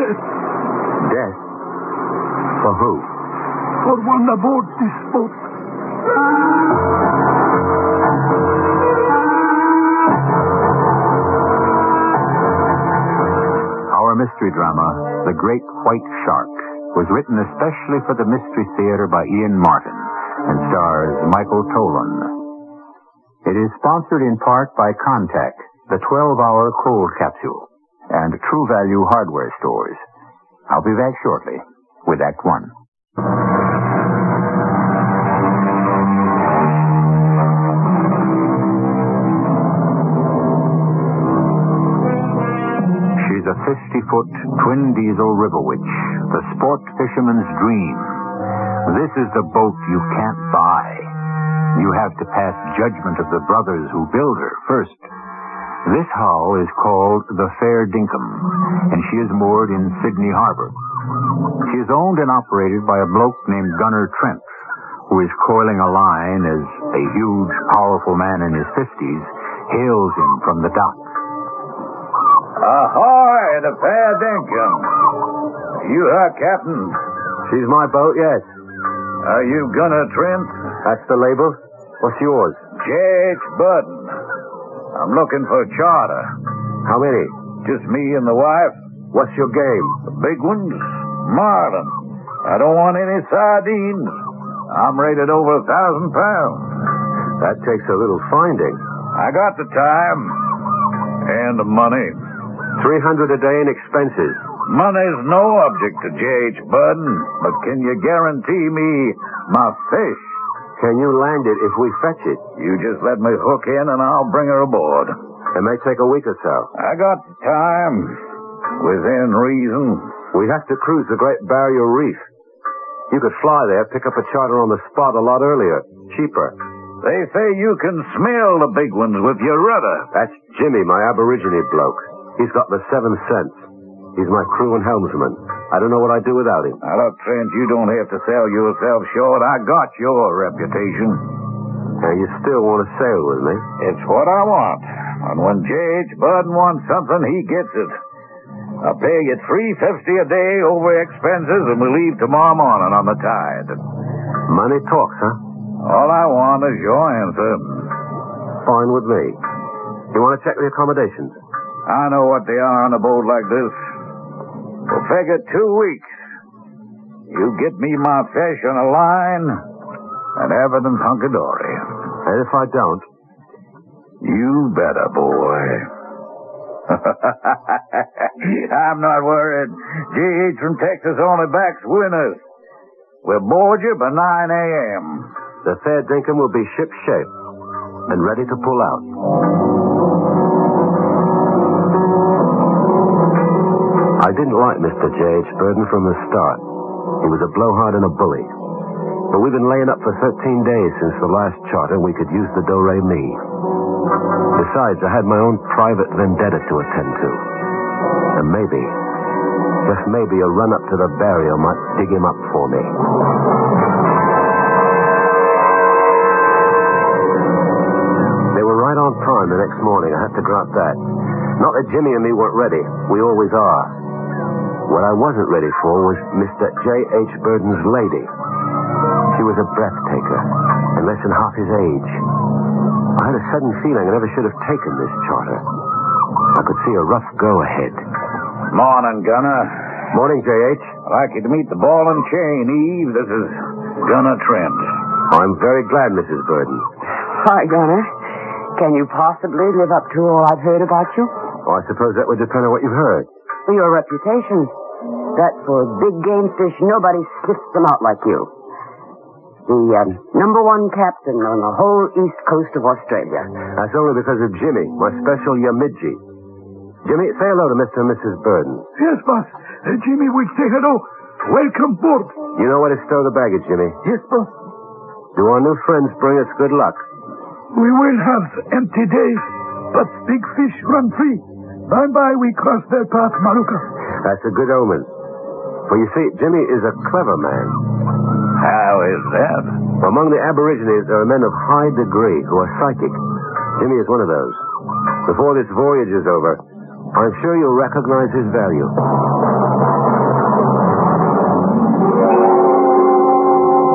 [SPEAKER 20] death.
[SPEAKER 28] Death? For who?
[SPEAKER 20] For one aboard this boat.
[SPEAKER 28] Our mystery drama, The Great White Shark, was written especially for the Mystery Theater by Ian Martin and stars Michael Tolan. It is sponsored in part by Contact, the 12-hour cold capsule, and True Value hardware stores. I'll be back shortly with Act One. She's a 50-foot twin diesel river witch
[SPEAKER 29] The sport fisherman's dream. This is the boat you can't buy. You have to pass judgment of the brothers who build her first. This hull is called the Fair Dinkum, and she is moored in Sydney Harbor. She is owned and operated by a bloke named Gunner Trent, who is coiling a line as a huge, powerful man in his fifties hails him from the dock.
[SPEAKER 14] Ahoy, the Fair Dinkum. You her captain?
[SPEAKER 29] She's my boat, yes.
[SPEAKER 14] Are you Gunner Trent?
[SPEAKER 29] That's the label. What's yours?
[SPEAKER 14] J.H. Budden. I'm looking for a charter.
[SPEAKER 29] How many?
[SPEAKER 14] Just me and the wife.
[SPEAKER 29] What's your game?
[SPEAKER 14] The big ones? Marlin. I don't want any sardines. I'm rated over a thousand pounds.
[SPEAKER 29] That takes a little finding.
[SPEAKER 14] I got the time and the money.
[SPEAKER 29] Three hundred a day in expenses.
[SPEAKER 14] Money's no object to J.H. Budden, but can you guarantee me my fish?
[SPEAKER 29] Can you land it if we fetch it?
[SPEAKER 14] You just let me hook in and I'll bring her aboard.
[SPEAKER 29] It may take a week or so.
[SPEAKER 14] I got the time. Within reason.
[SPEAKER 29] We have to cruise the Great Barrier Reef. You could fly there, pick up a charter on the spot a lot earlier. Cheaper.
[SPEAKER 14] They say you can smell the big ones with your rudder.
[SPEAKER 29] That's Jimmy, my Aborigine bloke. He's got the seventh sense. He's my crew and helmsman. I don't know what I'd do without him.
[SPEAKER 14] Now, look, Trent, you don't have to sell yourself short. I got your reputation.
[SPEAKER 29] Now, you still want to sail with me?
[SPEAKER 14] It's what I want. And when J.H. Budden wants something, he gets it. I'll pay you three fifty a day over expenses, and we leave tomorrow morning on the tide.
[SPEAKER 29] Money talks, huh?
[SPEAKER 14] All I want is your answer.
[SPEAKER 29] Fine with me. You want to check the accommodations?
[SPEAKER 14] I know what they are on a boat like this. We'll figure two weeks. You get me my fish on a line, and have it in hunkadory.
[SPEAKER 29] And if I don't,
[SPEAKER 14] you better, boy. I'm not worried. G.H. from Texas only backs winners. We'll board you by 9 a.m.
[SPEAKER 29] The Fair Dinkum will be ship shape and ready to pull out. I didn't like Mr. J.H. Burden from the start. He was a blowhard and a bully. But we've been laying up for 13 days since the last charter we could use the Do-Re-Mi. Besides, I had my own private vendetta to attend to. And maybe, just maybe, a run up to the barrier might dig him up for me. They were right on time the next morning. I had to grant that. Not that Jimmy and me weren't ready. We always are. What I wasn't ready for was Mr. J.H. Burden's lady. She was a breath taker, and less than half his age. I had a sudden feeling I never should have taken this charter. I could see a rough go ahead.
[SPEAKER 14] Morning, Gunner.
[SPEAKER 29] Morning, J.H.
[SPEAKER 14] I'd like you to meet the ball and chain, Eve. This is Gunner Trent.
[SPEAKER 29] I'm very glad, Mrs. Burden.
[SPEAKER 30] Hi, Gunner. Can you possibly live up to all I've heard about you?
[SPEAKER 29] Oh, I suppose that would depend on what you've heard.
[SPEAKER 30] Your reputation. That for big game fish, nobody slips them out like you the uh, number one captain on the whole east coast of Australia.
[SPEAKER 29] That's only because of Jimmy, my special Yamidji. Jimmy, say hello to Mr. and Mrs. Burden.
[SPEAKER 20] Yes, boss. Uh, Jimmy, we say hello. Welcome aboard.
[SPEAKER 29] You know where to stow the baggage, Jimmy.
[SPEAKER 20] Yes, boss.
[SPEAKER 29] Do our new friends bring us good luck?
[SPEAKER 20] We will have empty days, but big fish run free. By and by, we cross their path, Maluka.
[SPEAKER 29] That's a good omen. For you see, Jimmy is a clever man.
[SPEAKER 14] How is that?
[SPEAKER 29] Among the Aborigines, there are men of high degree who are psychic. Jimmy is one of those. Before this voyage is over, I'm sure you'll recognize his value.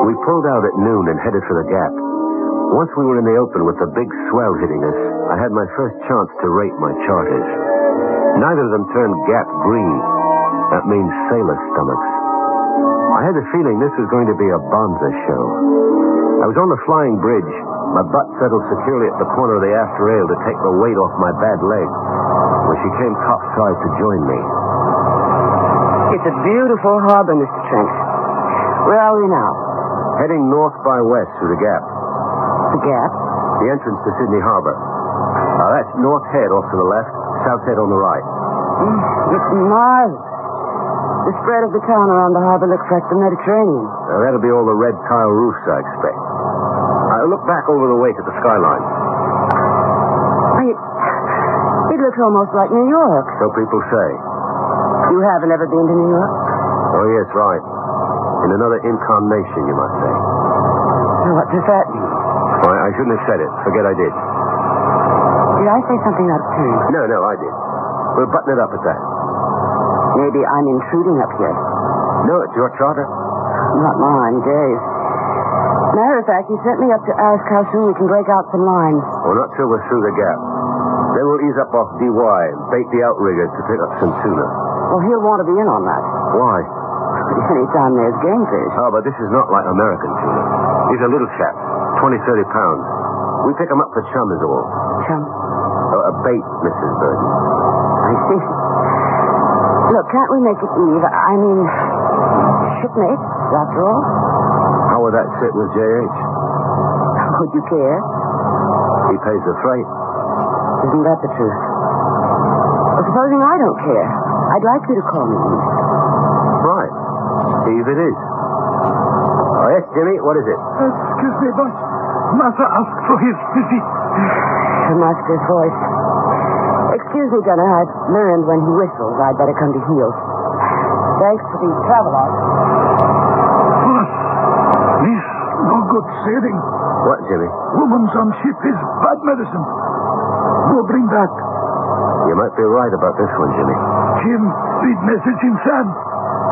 [SPEAKER 29] We pulled out at noon and headed for the gap. Once we were in the open with the big swell hitting us, I had my first chance to rate my charters. Neither of them turned gap green. That means sailor stomachs. I had a feeling this was going to be a bonza show. I was on the flying bridge, my butt settled securely at the corner of the aft rail to take the weight off my bad leg, when she came topside to join me.
[SPEAKER 30] It's a beautiful harbor, Mr. Trent. Where are we now?
[SPEAKER 29] Heading north by west through the gap.
[SPEAKER 30] The gap?
[SPEAKER 29] The entrance to Sydney Harbor. Uh, that's north head off to the left, south head on the right.
[SPEAKER 30] It's marvelous. The spread of the town around the harbor looks like the Mediterranean.
[SPEAKER 29] Uh, that'll be all the red tile roofs, I expect. I look back over the way to the skyline.
[SPEAKER 30] Why, It, it looks almost like New York.
[SPEAKER 29] So people say.
[SPEAKER 30] You haven't ever been to New York?
[SPEAKER 29] Oh, yes, right. In another incarnation, you might say.
[SPEAKER 30] What does that mean?
[SPEAKER 29] Why, I shouldn't have said it. Forget I did.
[SPEAKER 30] Did I say something out of turn?
[SPEAKER 29] No, no, I did. We'll button it up at that.
[SPEAKER 30] Maybe I'm intruding up here.
[SPEAKER 29] No, it's your charter.
[SPEAKER 30] Not mine, Dave's. Matter of fact, he sent me up to ask how soon we can break out some lines.
[SPEAKER 29] Well, Oh, not till we're through the gap. Then we'll ease up off DY and bait the outriggers to pick up some tuna.
[SPEAKER 30] Well, he'll want to be in on that.
[SPEAKER 29] Why?
[SPEAKER 30] Anytime there's game fish.
[SPEAKER 29] Oh, but this is not like American tuna. These are little chaps, 20, 30 pounds. We pick 'em up for chum is all.
[SPEAKER 30] Chum?
[SPEAKER 29] Uh, a bait, Mrs. Burton.
[SPEAKER 30] I see. Look, can't we make it Eve? I mean, shipmates, after all.
[SPEAKER 29] How would that sit with J.H.?
[SPEAKER 30] Would you care?
[SPEAKER 29] He pays the freight.
[SPEAKER 30] Isn't that the truth? Well, supposing I don't care, I'd like you to call me Eve.
[SPEAKER 29] Right. Eve it is. Oh, yes, Jimmy, what is it?
[SPEAKER 20] Excuse me, but Master asked for his visit.
[SPEAKER 30] The master's voice. Excuse me, Gunner. I've learned when he whistles, I'd better come to heels. Thanks for the travelogue.
[SPEAKER 20] Plus, this no good sailing.
[SPEAKER 29] What, Jimmy?
[SPEAKER 20] Woman's on ship is bad medicine. Go bring back.
[SPEAKER 29] You might be right about this one, Jimmy.
[SPEAKER 20] Jim, read message in sand.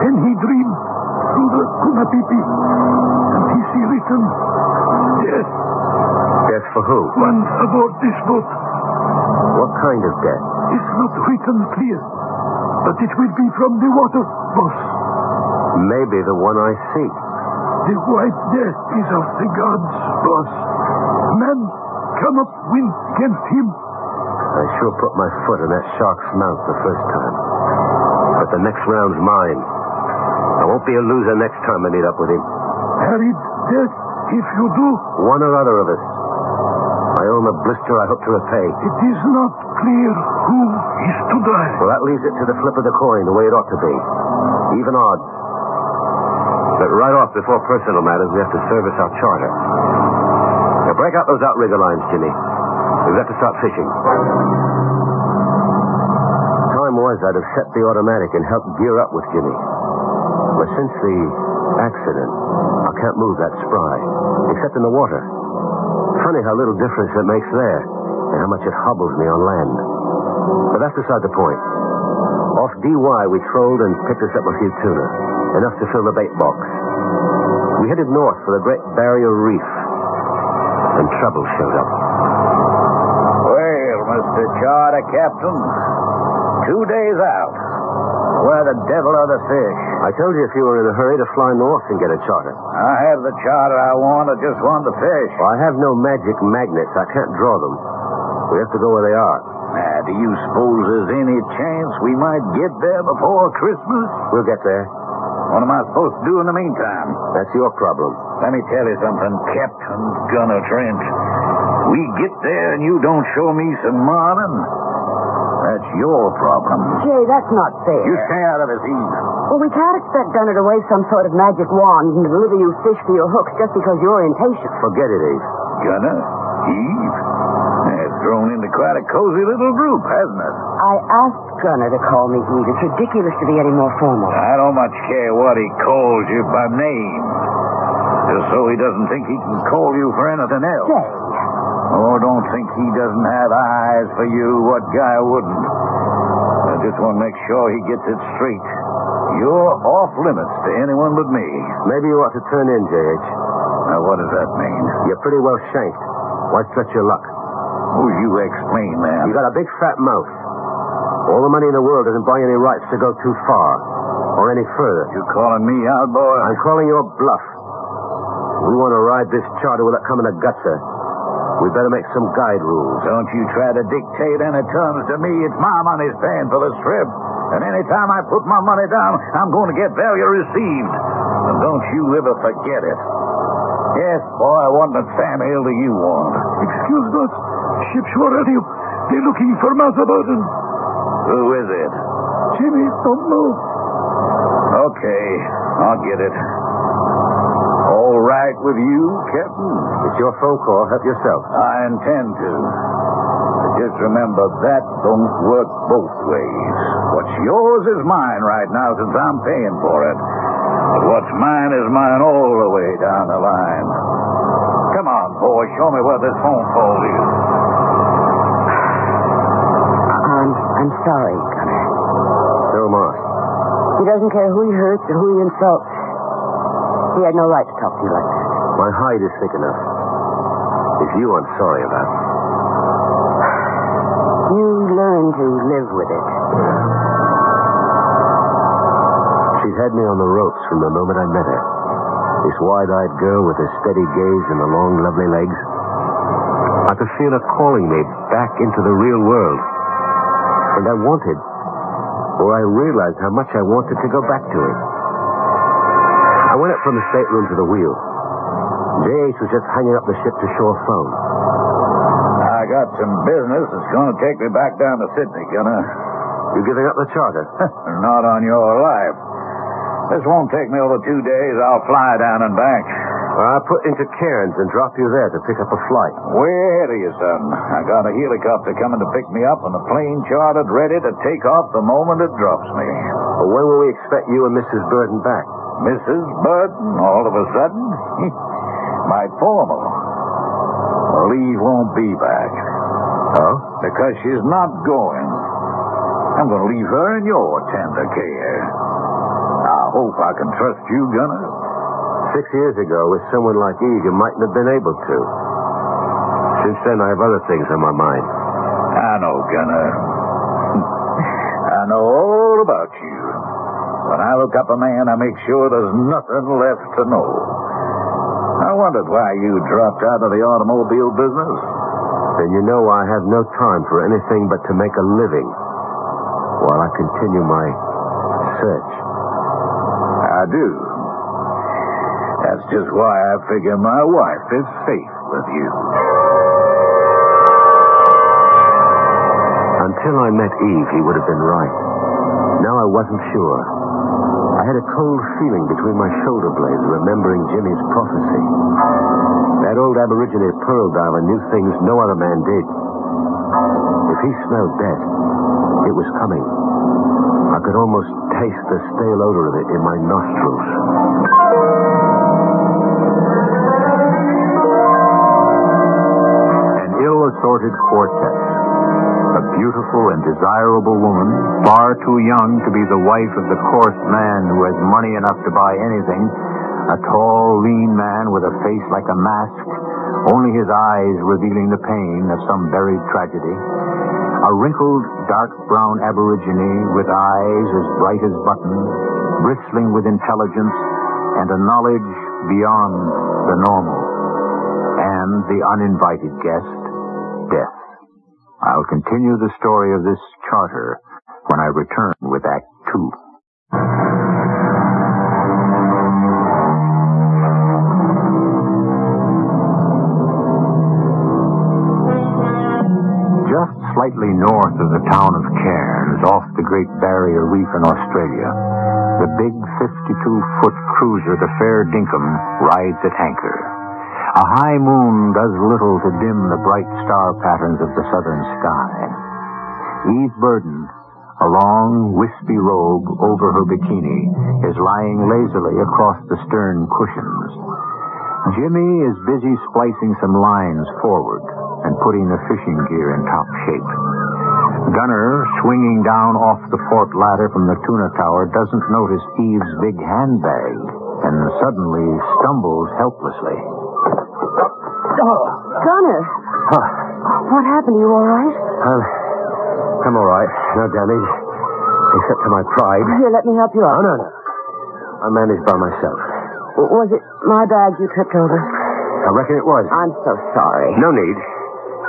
[SPEAKER 20] Then he dream through the Kunapipi. And he see written, death,
[SPEAKER 29] Death for who?
[SPEAKER 20] one aboard this boat.
[SPEAKER 29] What kind of death?
[SPEAKER 20] It's not written clear, but it will be from the water, boss.
[SPEAKER 29] Maybe the one I seek.
[SPEAKER 20] The white death is of the gods, boss. Man cannot win against him.
[SPEAKER 29] I sure put my foot in that shark's mouth the first time. But the next round's mine. I won't be a loser next time I meet up with him.
[SPEAKER 20] Harried death, if you do,
[SPEAKER 29] One or other of us. I own a blister I hope to repay.
[SPEAKER 20] it is not clear who is to die.
[SPEAKER 29] Well, that leaves it to the flip of the coin, the way it ought to be. Even odds. But right off, before personal matters, we have to service our charter. Now, break out those outrigger lines, Jimmy. We've got to start fishing. Time was I'd have set the automatic and helped gear up with Jimmy. But since the accident, I can't move that spry, except in the water. Funny how little difference it makes there, and how much it hobbles me on land. But that's beside the point. Off DY, we trolled and picked us up a few tuna, enough to fill the bait box. We headed north for the Great Barrier Reef, and trouble showed up.
[SPEAKER 14] Well, Mr. Charter Captain, two days out. Where the devil are the fish?
[SPEAKER 29] I told you if you were in a hurry to fly north and get a charter.
[SPEAKER 14] I have the charter I want. I just want the fish.
[SPEAKER 29] Well, I have no magic magnets. I can't draw them. We have to go where they are.
[SPEAKER 14] Now, do you suppose there's any chance we might get there before Christmas?
[SPEAKER 29] We'll get there.
[SPEAKER 14] What am I supposed to do in the meantime?
[SPEAKER 29] That's your problem.
[SPEAKER 14] Let me tell you something, Captain Gunner Trent. We get there and you don't show me some modern. That's your problem.
[SPEAKER 30] Jay, that's not fair.
[SPEAKER 14] You stay out of it, Eve.
[SPEAKER 30] Well, we can't expect Gunner to wave some sort of magic wand and deliver you fish for your hooks just because you're impatient.
[SPEAKER 29] Forget it, Ace.
[SPEAKER 14] Gunner, Eve. That's grown into quite a cozy little group, hasn't it?
[SPEAKER 30] I asked Gunner to call me Eve. It's ridiculous to be any more formal.
[SPEAKER 14] I don't much care what he calls you by name. Just so he doesn't think he can call you for anything else.
[SPEAKER 30] Jay.
[SPEAKER 14] Oh, don't think he doesn't have eyes for you. What guy wouldn't? I just want to make sure he gets it straight. You're off limits to anyone but me.
[SPEAKER 29] Maybe you ought to turn in, J.H.
[SPEAKER 14] Now, what does that mean?
[SPEAKER 29] You're pretty well shanked. Why stretch your luck?
[SPEAKER 14] Oh, you explain that.
[SPEAKER 29] You got a big fat mouth. All the money in the world doesn't buy any rights to go too far or any further.
[SPEAKER 14] You calling me out, boy?
[SPEAKER 29] I'm calling your bluff. We want to ride this charter without coming to gutser. We better make some guide rules.
[SPEAKER 14] Don't you try to dictate any terms to me. It's my money's paying for this trip. And any time I put my money down, I'm going to get value received. And don't you ever forget it. Yes, boy, what in the Sam Hill do you want?
[SPEAKER 20] Excuse us, ship's already up. They're looking for Master Burton.
[SPEAKER 14] Who is it?
[SPEAKER 20] Jimmy don't know.
[SPEAKER 28] Okay, I'll get it. All right with you, Captain? It's your phone call. Help yourself. I intend to. But just remember, that don't work both ways. What's yours is mine right now since I'm paying for it. But what's mine is mine all the way down the line. Come on, boy. Show me where this phone call is.
[SPEAKER 30] I'm, Um, I'm sorry, Gunner.
[SPEAKER 29] So am I.
[SPEAKER 30] He doesn't care who he hurts or who he insults. He had no right to talk to you like that.
[SPEAKER 29] My hide is thick enough. It's you I'm sorry about.
[SPEAKER 30] You learn to live with it.
[SPEAKER 29] She's had me on the ropes from the moment I met her. This wide-eyed girl with her steady gaze and the long, lovely legs. I could feel her calling me back into the real world. And I wanted, or I realized how much I wanted to go back to it. I went up from the stateroom to the wheel. J.H. was just hanging up the ship to shore phone.
[SPEAKER 28] I got some business that's going to take me back down to Sydney, Gunner.
[SPEAKER 29] You giving up the charter?
[SPEAKER 28] Not on your life. This won't take me over two days. I'll fly down and back.
[SPEAKER 29] I'll put into Cairns and drop you there to pick up a flight.
[SPEAKER 28] Way ahead of you, son. I got a helicopter coming to pick me up and a plane chartered ready to take off the moment it drops me.
[SPEAKER 29] But when will we expect you and Mrs. Burton back?
[SPEAKER 28] Mrs. Burton, all of a sudden? My formal. Lee won't be back.
[SPEAKER 29] Oh?
[SPEAKER 28] Because she's not going. I'm going to leave her in your tender care. I hope I can trust you, Gunner.
[SPEAKER 29] Six years ago, with someone like Eve, you mightn't have been able to. Since then, I have other things on my mind.
[SPEAKER 28] I know, Gunner. I know all about you. When I look up a man, I make sure there's nothing left to know. I wondered why you dropped out of the automobile business.
[SPEAKER 29] Then you know I have no time for anything but to make a living while I continue my search.
[SPEAKER 28] I do. That's just why I figure my wife is safe with you.
[SPEAKER 29] Until I met Eve, he would have been right. Now I wasn't sure. I had a cold feeling between my shoulder blades remembering Jimmy's prophecy. That old Aborigine pearl diver knew things no other man did. If he smelled death, it was coming. I could almost taste the stale odor of it in my nostrils.
[SPEAKER 28] An
[SPEAKER 29] ill assorted quartet.
[SPEAKER 28] A beautiful and desirable woman, far too young to be the wife of the coarse man who has money enough to buy anything. A tall, lean man with a face like a mask, only his eyes revealing the pain of some buried tragedy. A wrinkled, dark brown aborigine with eyes as bright as buttons, bristling with intelligence and a knowledge beyond the normal. And the uninvited guest, death. I'll continue the story of this charter when I return with Act Two. Just slightly north of the town of Cairns, off the Great Barrier Reef in Australia, the big 52-foot cruiser, the Fair Dinkum, rides at anchor. A high moon does little to dim the bright star patterns of the southern sky. Eve Burden, a long, wispy robe over her bikini, is lying lazily across the stern cushions. Jimmy is busy splicing some lines forward and putting the fishing gear in top shape. Gunner, swinging down off the port ladder from the tuna tower, doesn't notice Eve's big handbag and suddenly stumbles helplessly.
[SPEAKER 30] Oh, Gunner,
[SPEAKER 29] Huh.
[SPEAKER 30] what happened? Are you all right?
[SPEAKER 29] I'm, Um, I'm all right. No damage. Except to my pride.
[SPEAKER 30] Here, let me help you up.
[SPEAKER 29] Oh, no, no. I managed by myself.
[SPEAKER 30] W- Was it my bag you tripped over?
[SPEAKER 29] I reckon it was.
[SPEAKER 30] I'm so sorry.
[SPEAKER 29] No need.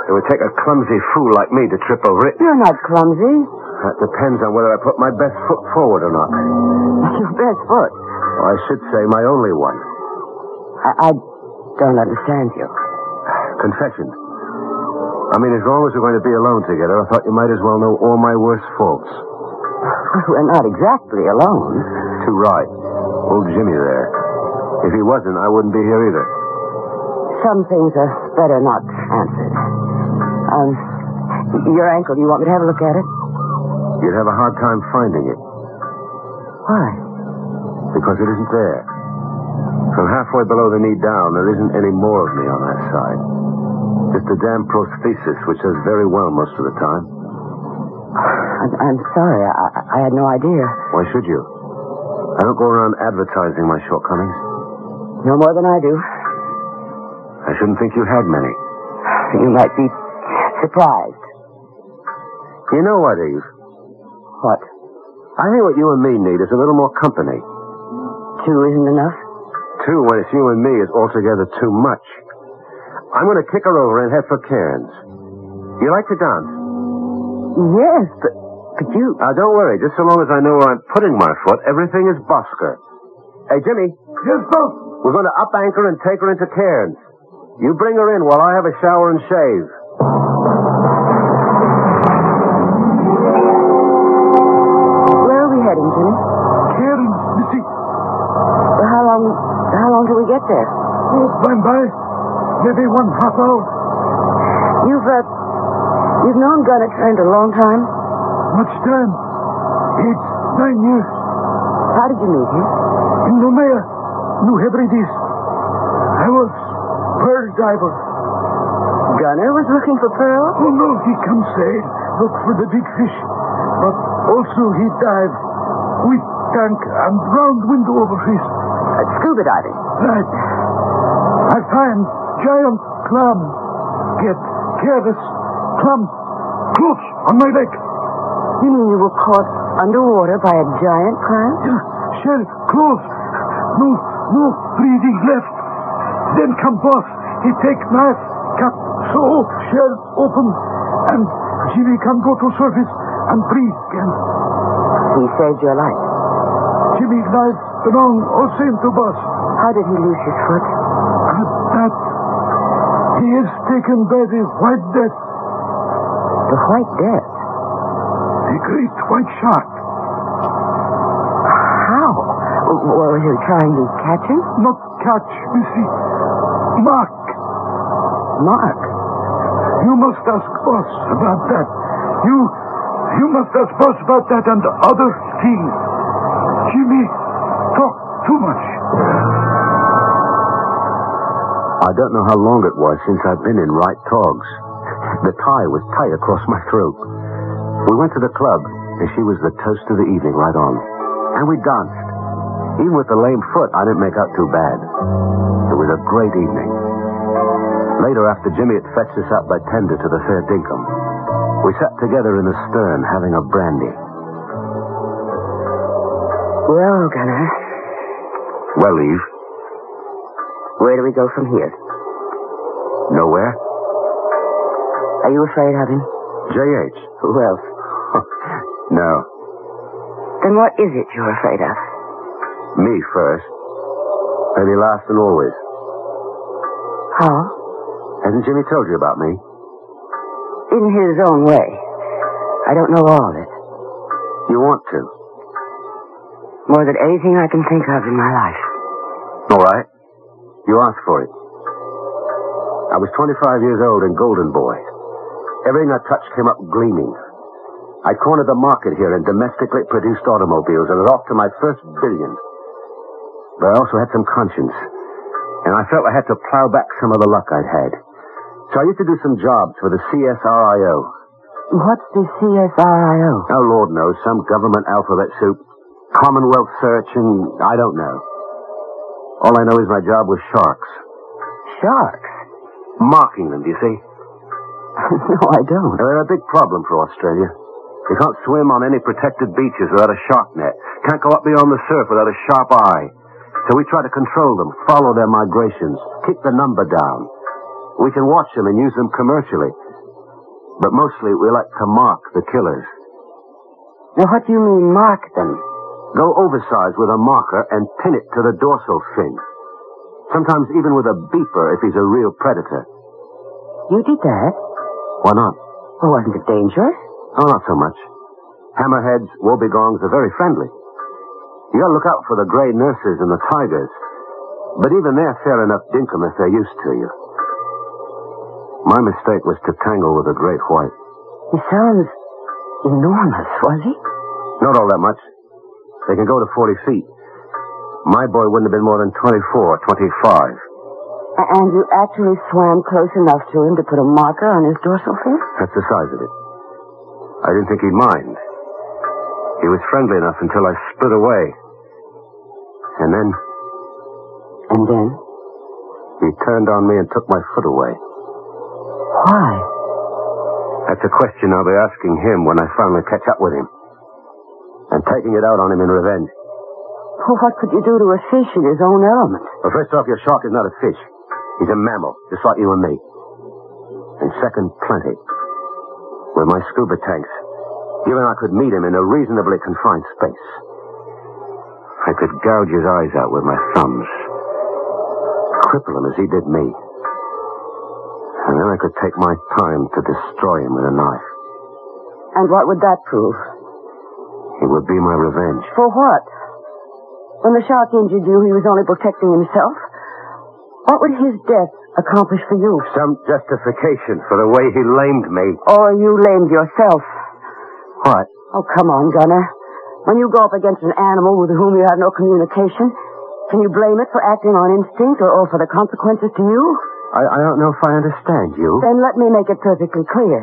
[SPEAKER 29] It would take a clumsy fool like me to trip over it.
[SPEAKER 30] You're not clumsy.
[SPEAKER 29] That depends on whether I put my best foot forward or not.
[SPEAKER 30] Your best foot.
[SPEAKER 29] Or I should say my only one.
[SPEAKER 30] I, I don't understand you.
[SPEAKER 29] Confession. I mean, as long as we're going to be alone together, I thought you might as well know all my worst faults.
[SPEAKER 30] We're not exactly alone.
[SPEAKER 29] too right. Old Jimmy there. If he wasn't, I wouldn't be here either.
[SPEAKER 30] Some things are better not answered. Um, your ankle, do you want me to have a look at it?
[SPEAKER 29] You'd have a hard time finding it
[SPEAKER 30] Why?
[SPEAKER 29] because it isn't there. From halfway below the knee down, there isn't any more of me on that side. Just a damn prosthesis, which does very well most of the time.
[SPEAKER 30] I'm, I'm sorry. I, I had no idea.
[SPEAKER 29] Why should you? I don't go around advertising my shortcomings.
[SPEAKER 30] No more than I do.
[SPEAKER 29] I shouldn't think you had many.
[SPEAKER 30] You might be surprised.
[SPEAKER 29] You know what, Eve?
[SPEAKER 30] What?
[SPEAKER 29] I think what you and me need is a little more company.
[SPEAKER 30] Two isn't enough?
[SPEAKER 29] Two, when it's you and me, is altogether too much. I'm going to kick her over and head for Cairns. You like to dance?
[SPEAKER 30] Yes, but, but you...
[SPEAKER 29] Uh, don't worry. Just so long as I know where I'm putting my foot, everything is Bosker. Hey, Jimmy. Yes, Bo. We're going to up anchor and take her into Cairns. You bring her in while I have a shower and shave.
[SPEAKER 30] Where are we heading, Jimmy?
[SPEAKER 20] Cairns, Missy.
[SPEAKER 30] Well, how long, Um, how long till we get there?
[SPEAKER 20] Oh, by by. Maybe one half hour.
[SPEAKER 30] You've, uh, you've known Gunnar Trent a long time.
[SPEAKER 20] Much time. Eight, nine years.
[SPEAKER 30] How did you meet him?
[SPEAKER 20] In Noumea, New Hebrides. I was pearl diver.
[SPEAKER 30] Gunnar was looking for pearls?
[SPEAKER 20] Oh, no, he comes sail, look for the big fish. But also he dive with tank and round-wind overfish.
[SPEAKER 30] Uh, scuba diving.
[SPEAKER 20] Right. I find giant clam. Get careless clam close on my leg.
[SPEAKER 30] You mean you were caught underwater by a giant clam?
[SPEAKER 20] Yeah, shell close. No, no breathing left. Then come boss. He take knife, cut, so shell open, and Jimmy can go to surface and breathe again.
[SPEAKER 30] He saved your life.
[SPEAKER 20] Jimmy life belong all same to boss.
[SPEAKER 30] How did he lose his foot?
[SPEAKER 20] At that, he is taken by the white death,
[SPEAKER 30] The White Death.
[SPEAKER 20] the great white shark.
[SPEAKER 30] How? Well, was he trying to catch him?
[SPEAKER 20] Not catch, Missy. Mark.
[SPEAKER 30] Mark?
[SPEAKER 20] You must ask boss about that. You you must ask boss about that and other things. Jimmy talk too much.
[SPEAKER 29] I don't know how long it was since I've been in right togs. The tie was tight across my throat. We went to the club, and she was the toast of the evening right on. And we danced. Even with the lame foot, I didn't make out too bad. It was a great evening. Later, after Jimmy had fetched us out by tender to the Fair Dinkum, we sat together in the stern having a brandy.
[SPEAKER 30] Well, Gunnar,
[SPEAKER 29] Well, Eve,
[SPEAKER 30] where do we go from here?
[SPEAKER 29] nowhere?
[SPEAKER 30] Are you afraid of him?
[SPEAKER 29] J.H.
[SPEAKER 30] Who else?
[SPEAKER 29] No.
[SPEAKER 30] Then what is it you're afraid of?
[SPEAKER 29] Me first. Maybe last and always.
[SPEAKER 30] How?
[SPEAKER 29] Hasn't Jimmy told you about me?
[SPEAKER 30] In his own way. I don't know all of it.
[SPEAKER 29] You want to.
[SPEAKER 30] More than anything I can think of in my life.
[SPEAKER 29] All right. You asked for it. I was 25 years old and golden boy. Everything I touched came up gleaming. I cornered the market here in domestically produced automobiles and was off to my first billion. But I also had some conscience, and I felt I had to plow back some of the luck I'd had. So I used to do some jobs for the CSRIO.
[SPEAKER 30] What's the CSRIO?
[SPEAKER 29] Oh, Lord knows, some government alphabet soup. Commonwealth search and I don't know. All I know is my job was sharks.
[SPEAKER 30] Sharks?
[SPEAKER 29] Marking them, do you see?
[SPEAKER 30] no, I don't.
[SPEAKER 29] They're a big problem for Australia. You can't swim on any protected beaches without a shark net. Can't go up beyond the surf without a sharp eye. So we try to control them, follow their migrations, keep the number down. We can watch them and use them commercially. But mostly we like to mark the killers.
[SPEAKER 30] Now, what do you mean, mark them?
[SPEAKER 29] Go oversized with a marker and pin it to the dorsal fin. Sometimes even with a beeper if he's a real predator.
[SPEAKER 30] You did that?
[SPEAKER 29] Why not?
[SPEAKER 30] Oh, wasn't it dangerous?
[SPEAKER 29] Oh, not so much. Hammerheads, wobegones are very friendly. You gotta look out for the gray nurses and the tigers. But even they're fair enough dinkum if they're used to you. My mistake was to tangle with a great white.
[SPEAKER 30] He sounds enormous, was he?
[SPEAKER 29] Not all that much. They can go to 40 feet. My boy wouldn't have been more than 24, 25.
[SPEAKER 30] A- And you actually swam close enough to him to put a marker on his dorsal fin?
[SPEAKER 29] That's the size of it. I didn't think he'd mind. He was friendly enough until I split away. And then.
[SPEAKER 30] And then?
[SPEAKER 29] He turned on me and took my foot away.
[SPEAKER 30] Why?
[SPEAKER 29] That's a question I'll be asking him when I finally catch up with him. And taking it out on him in revenge.
[SPEAKER 30] Well, what could you do to a fish in his own element?
[SPEAKER 29] Well, first off, your shark is not a fish. He's a mammal, just like you and me. And second, plenty. With my scuba tanks, you and I could meet him in a reasonably confined space. I could gouge his eyes out with my thumbs, cripple him as he did me. And then I could take my time to destroy him with a knife.
[SPEAKER 30] And what would that prove?
[SPEAKER 29] It would be my revenge.
[SPEAKER 30] For what? When the shark injured you, he was only protecting himself. What would his death accomplish for you?
[SPEAKER 29] Some justification for the way he lamed me.
[SPEAKER 30] Or you lamed yourself?
[SPEAKER 29] What?
[SPEAKER 30] Oh, come on, Gunner. When you go up against an animal with whom you have no communication, can you blame it for acting on instinct or, or for the consequences to you?
[SPEAKER 29] I, I don't know if I understand you.
[SPEAKER 30] Then let me make it perfectly clear.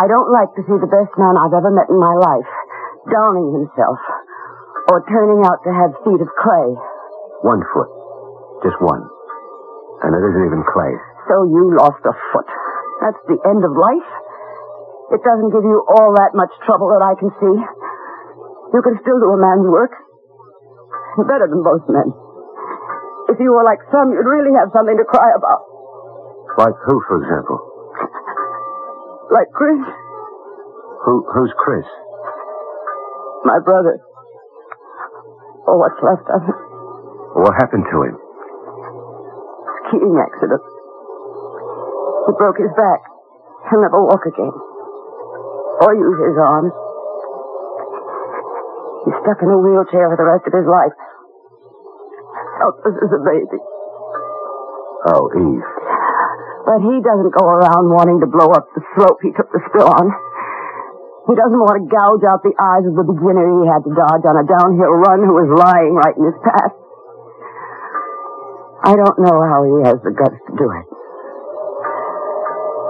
[SPEAKER 30] I don't like to see the best man I've ever met in my life downing himself or turning out to have feet of clay.
[SPEAKER 29] One foot. Just one. And it isn't even clay.
[SPEAKER 30] So you lost a foot. That's the end of life. It doesn't give you all that much trouble that I can see. You can still do a man's work. Better than both men. If you were like some, you'd really have something to cry about.
[SPEAKER 29] Like who, for example?
[SPEAKER 30] Like Chris,
[SPEAKER 29] Who, who's Chris?
[SPEAKER 30] my brother. Or what's left of him.
[SPEAKER 29] What happened to him?
[SPEAKER 30] Skiing accident. He broke his back. He'll never walk again. Or use his arms. He's stuck in a wheelchair for the rest of his life. Helpless as a baby.
[SPEAKER 29] Oh, Eve.
[SPEAKER 30] But he doesn't go around wanting to blow up the slope he took the spill on. He doesn't want to gouge out the eyes of the beginner he had to dodge on a downhill run who was lying right in his path. I don't know how he has the guts to do it.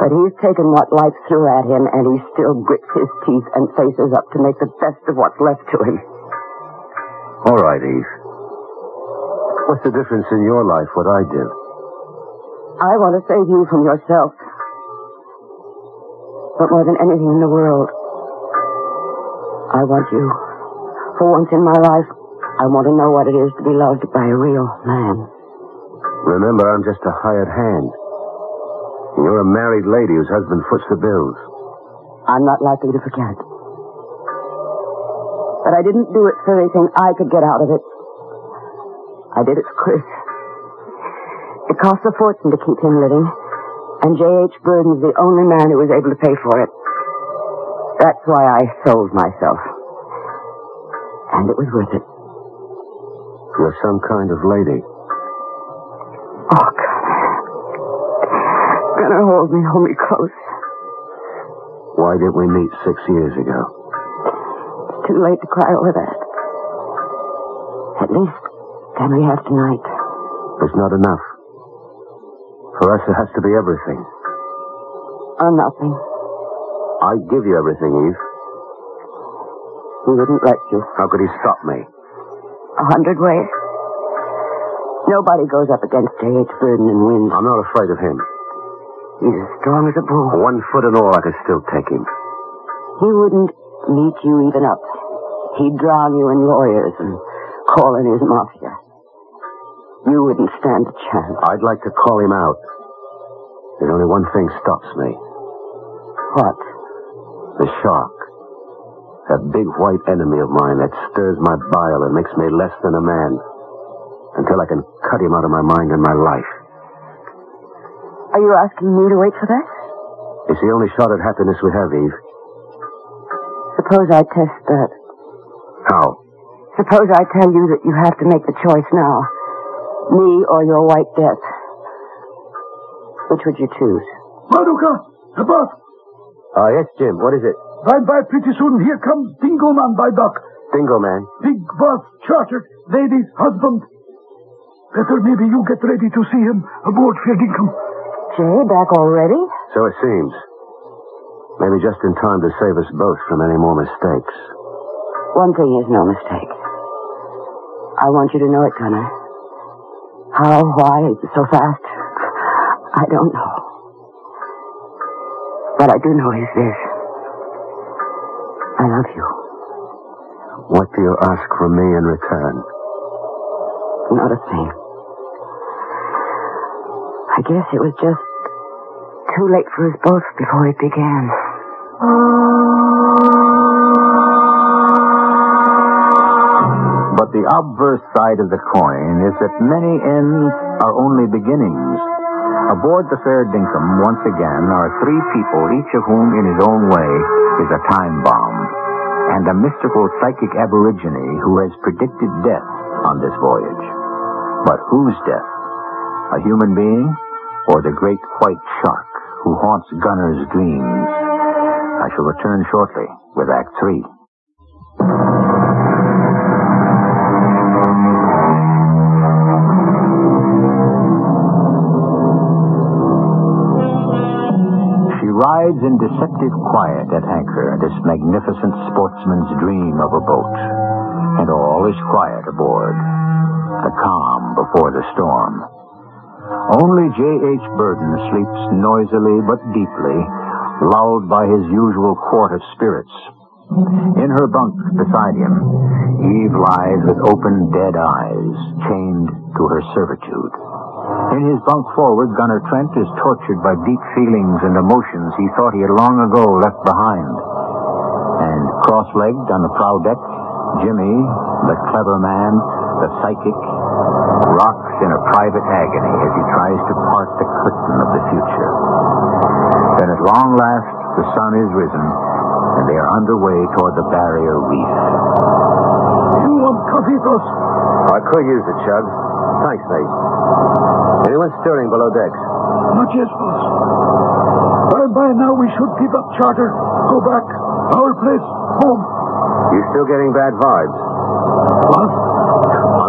[SPEAKER 30] But he's taken what life threw at him, and he still grits his teeth and faces up to make the best of what's left to him.
[SPEAKER 29] All right, Eve. What's the difference in your life what I did?
[SPEAKER 30] I want to save you from yourself. But more than anything in the world, I want you. For once in my life, I want to know what it is to be loved by a real man.
[SPEAKER 29] Remember, I'm just a hired hand. And you're a married lady whose husband foots the bills.
[SPEAKER 30] I'm not likely to forget. But I didn't do it for anything I could get out of it. I did it for Chris. It cost a fortune to keep him living, and J.H. Burden's the only man who was able to pay for it. That's why I sold myself. And it was worth it.
[SPEAKER 29] You're some kind of lady.
[SPEAKER 30] Oh, Gunner. Gunner, hold me, hold me close.
[SPEAKER 29] Why didn't we meet six years ago?
[SPEAKER 30] It's too late to cry over that. At least, can we have tonight?
[SPEAKER 29] It's not enough. For us, it has to be everything.
[SPEAKER 30] Or nothing.
[SPEAKER 29] I give you everything, Eve.
[SPEAKER 30] He wouldn't let you.
[SPEAKER 29] How could he stop me?
[SPEAKER 30] A hundred ways. Nobody goes up against J.H. Burden and wins.
[SPEAKER 29] I'm not afraid of him.
[SPEAKER 30] He's as strong as a bull.
[SPEAKER 29] One foot and all, I could still take him.
[SPEAKER 30] He wouldn't meet you even up. He'd drown you in lawyers and call in his mafia. You wouldn't stand a chance.
[SPEAKER 29] I'd like to call him out. There's only one thing stops me.
[SPEAKER 30] What?
[SPEAKER 29] The shark. That big white enemy of mine that stirs my bile and makes me less than a man. Until I can cut him out of my mind and my life.
[SPEAKER 30] Are you asking me to wait for that?
[SPEAKER 29] It's the only shot at happiness we have, Eve.
[SPEAKER 30] Suppose I test that.
[SPEAKER 29] How?
[SPEAKER 30] Suppose I tell you that you have to make the choice now. Me or your white death. Which would you choose?
[SPEAKER 20] Maruka, the boss.
[SPEAKER 29] Uh, yes, Jim. What is it?
[SPEAKER 20] Bye bye, pretty soon here comes Dingo Man by Doc.
[SPEAKER 29] Dingo Man.
[SPEAKER 20] Big boss, chartered, lady's husband. Better maybe you get ready to see him aboard Ferdinkum.
[SPEAKER 30] Jay, back already?
[SPEAKER 29] So it seems. Maybe just in time to save us both from any more mistakes.
[SPEAKER 30] One thing is no mistake. I want you to know it, Gunner. How, why, so fast? I don't know. What I do know is this. I love you.
[SPEAKER 29] What do you ask from me in return?
[SPEAKER 30] Not a thing. I guess it was just too late for us both before it began.
[SPEAKER 28] But the obverse side of the coin is that many ends are only beginnings. Aboard the Fair Dinkum, once again, are three people, each of whom, in his own way, is a time bomb, and a mystical psychic aborigine who has predicted death on this voyage. But whose death? A human being or the great white shark who haunts Gunner's dreams? I shall return shortly with Act Three. She rides in deceptive quiet at anchor, this magnificent sportsman's dream of a boat. And all is quiet aboard. The calm before the storm. Only J.H. Burden sleeps noisily but deeply, lulled by his usual quart of spirits. In her bunk beside him, Eve lies with open dead eyes, chained to her servitude. In his bunk forward, Gunnar Trent is tortured by deep feelings and emotions he thought he had long ago left behind. And cross-legged on the prow deck, Jimmy, the clever man, the psychic, rocks in a private agony as he tries to part the curtain of the future. Then at long last, the sun is risen, and they are underway toward the barrier reef.
[SPEAKER 20] You want coquitos?
[SPEAKER 29] I could use it, Chug. Thanks, mate. Anyone stirring below decks?
[SPEAKER 20] Not yet, boss. By by now we should give up charter, go back, our place, home.
[SPEAKER 29] You still getting bad vibes?
[SPEAKER 20] What?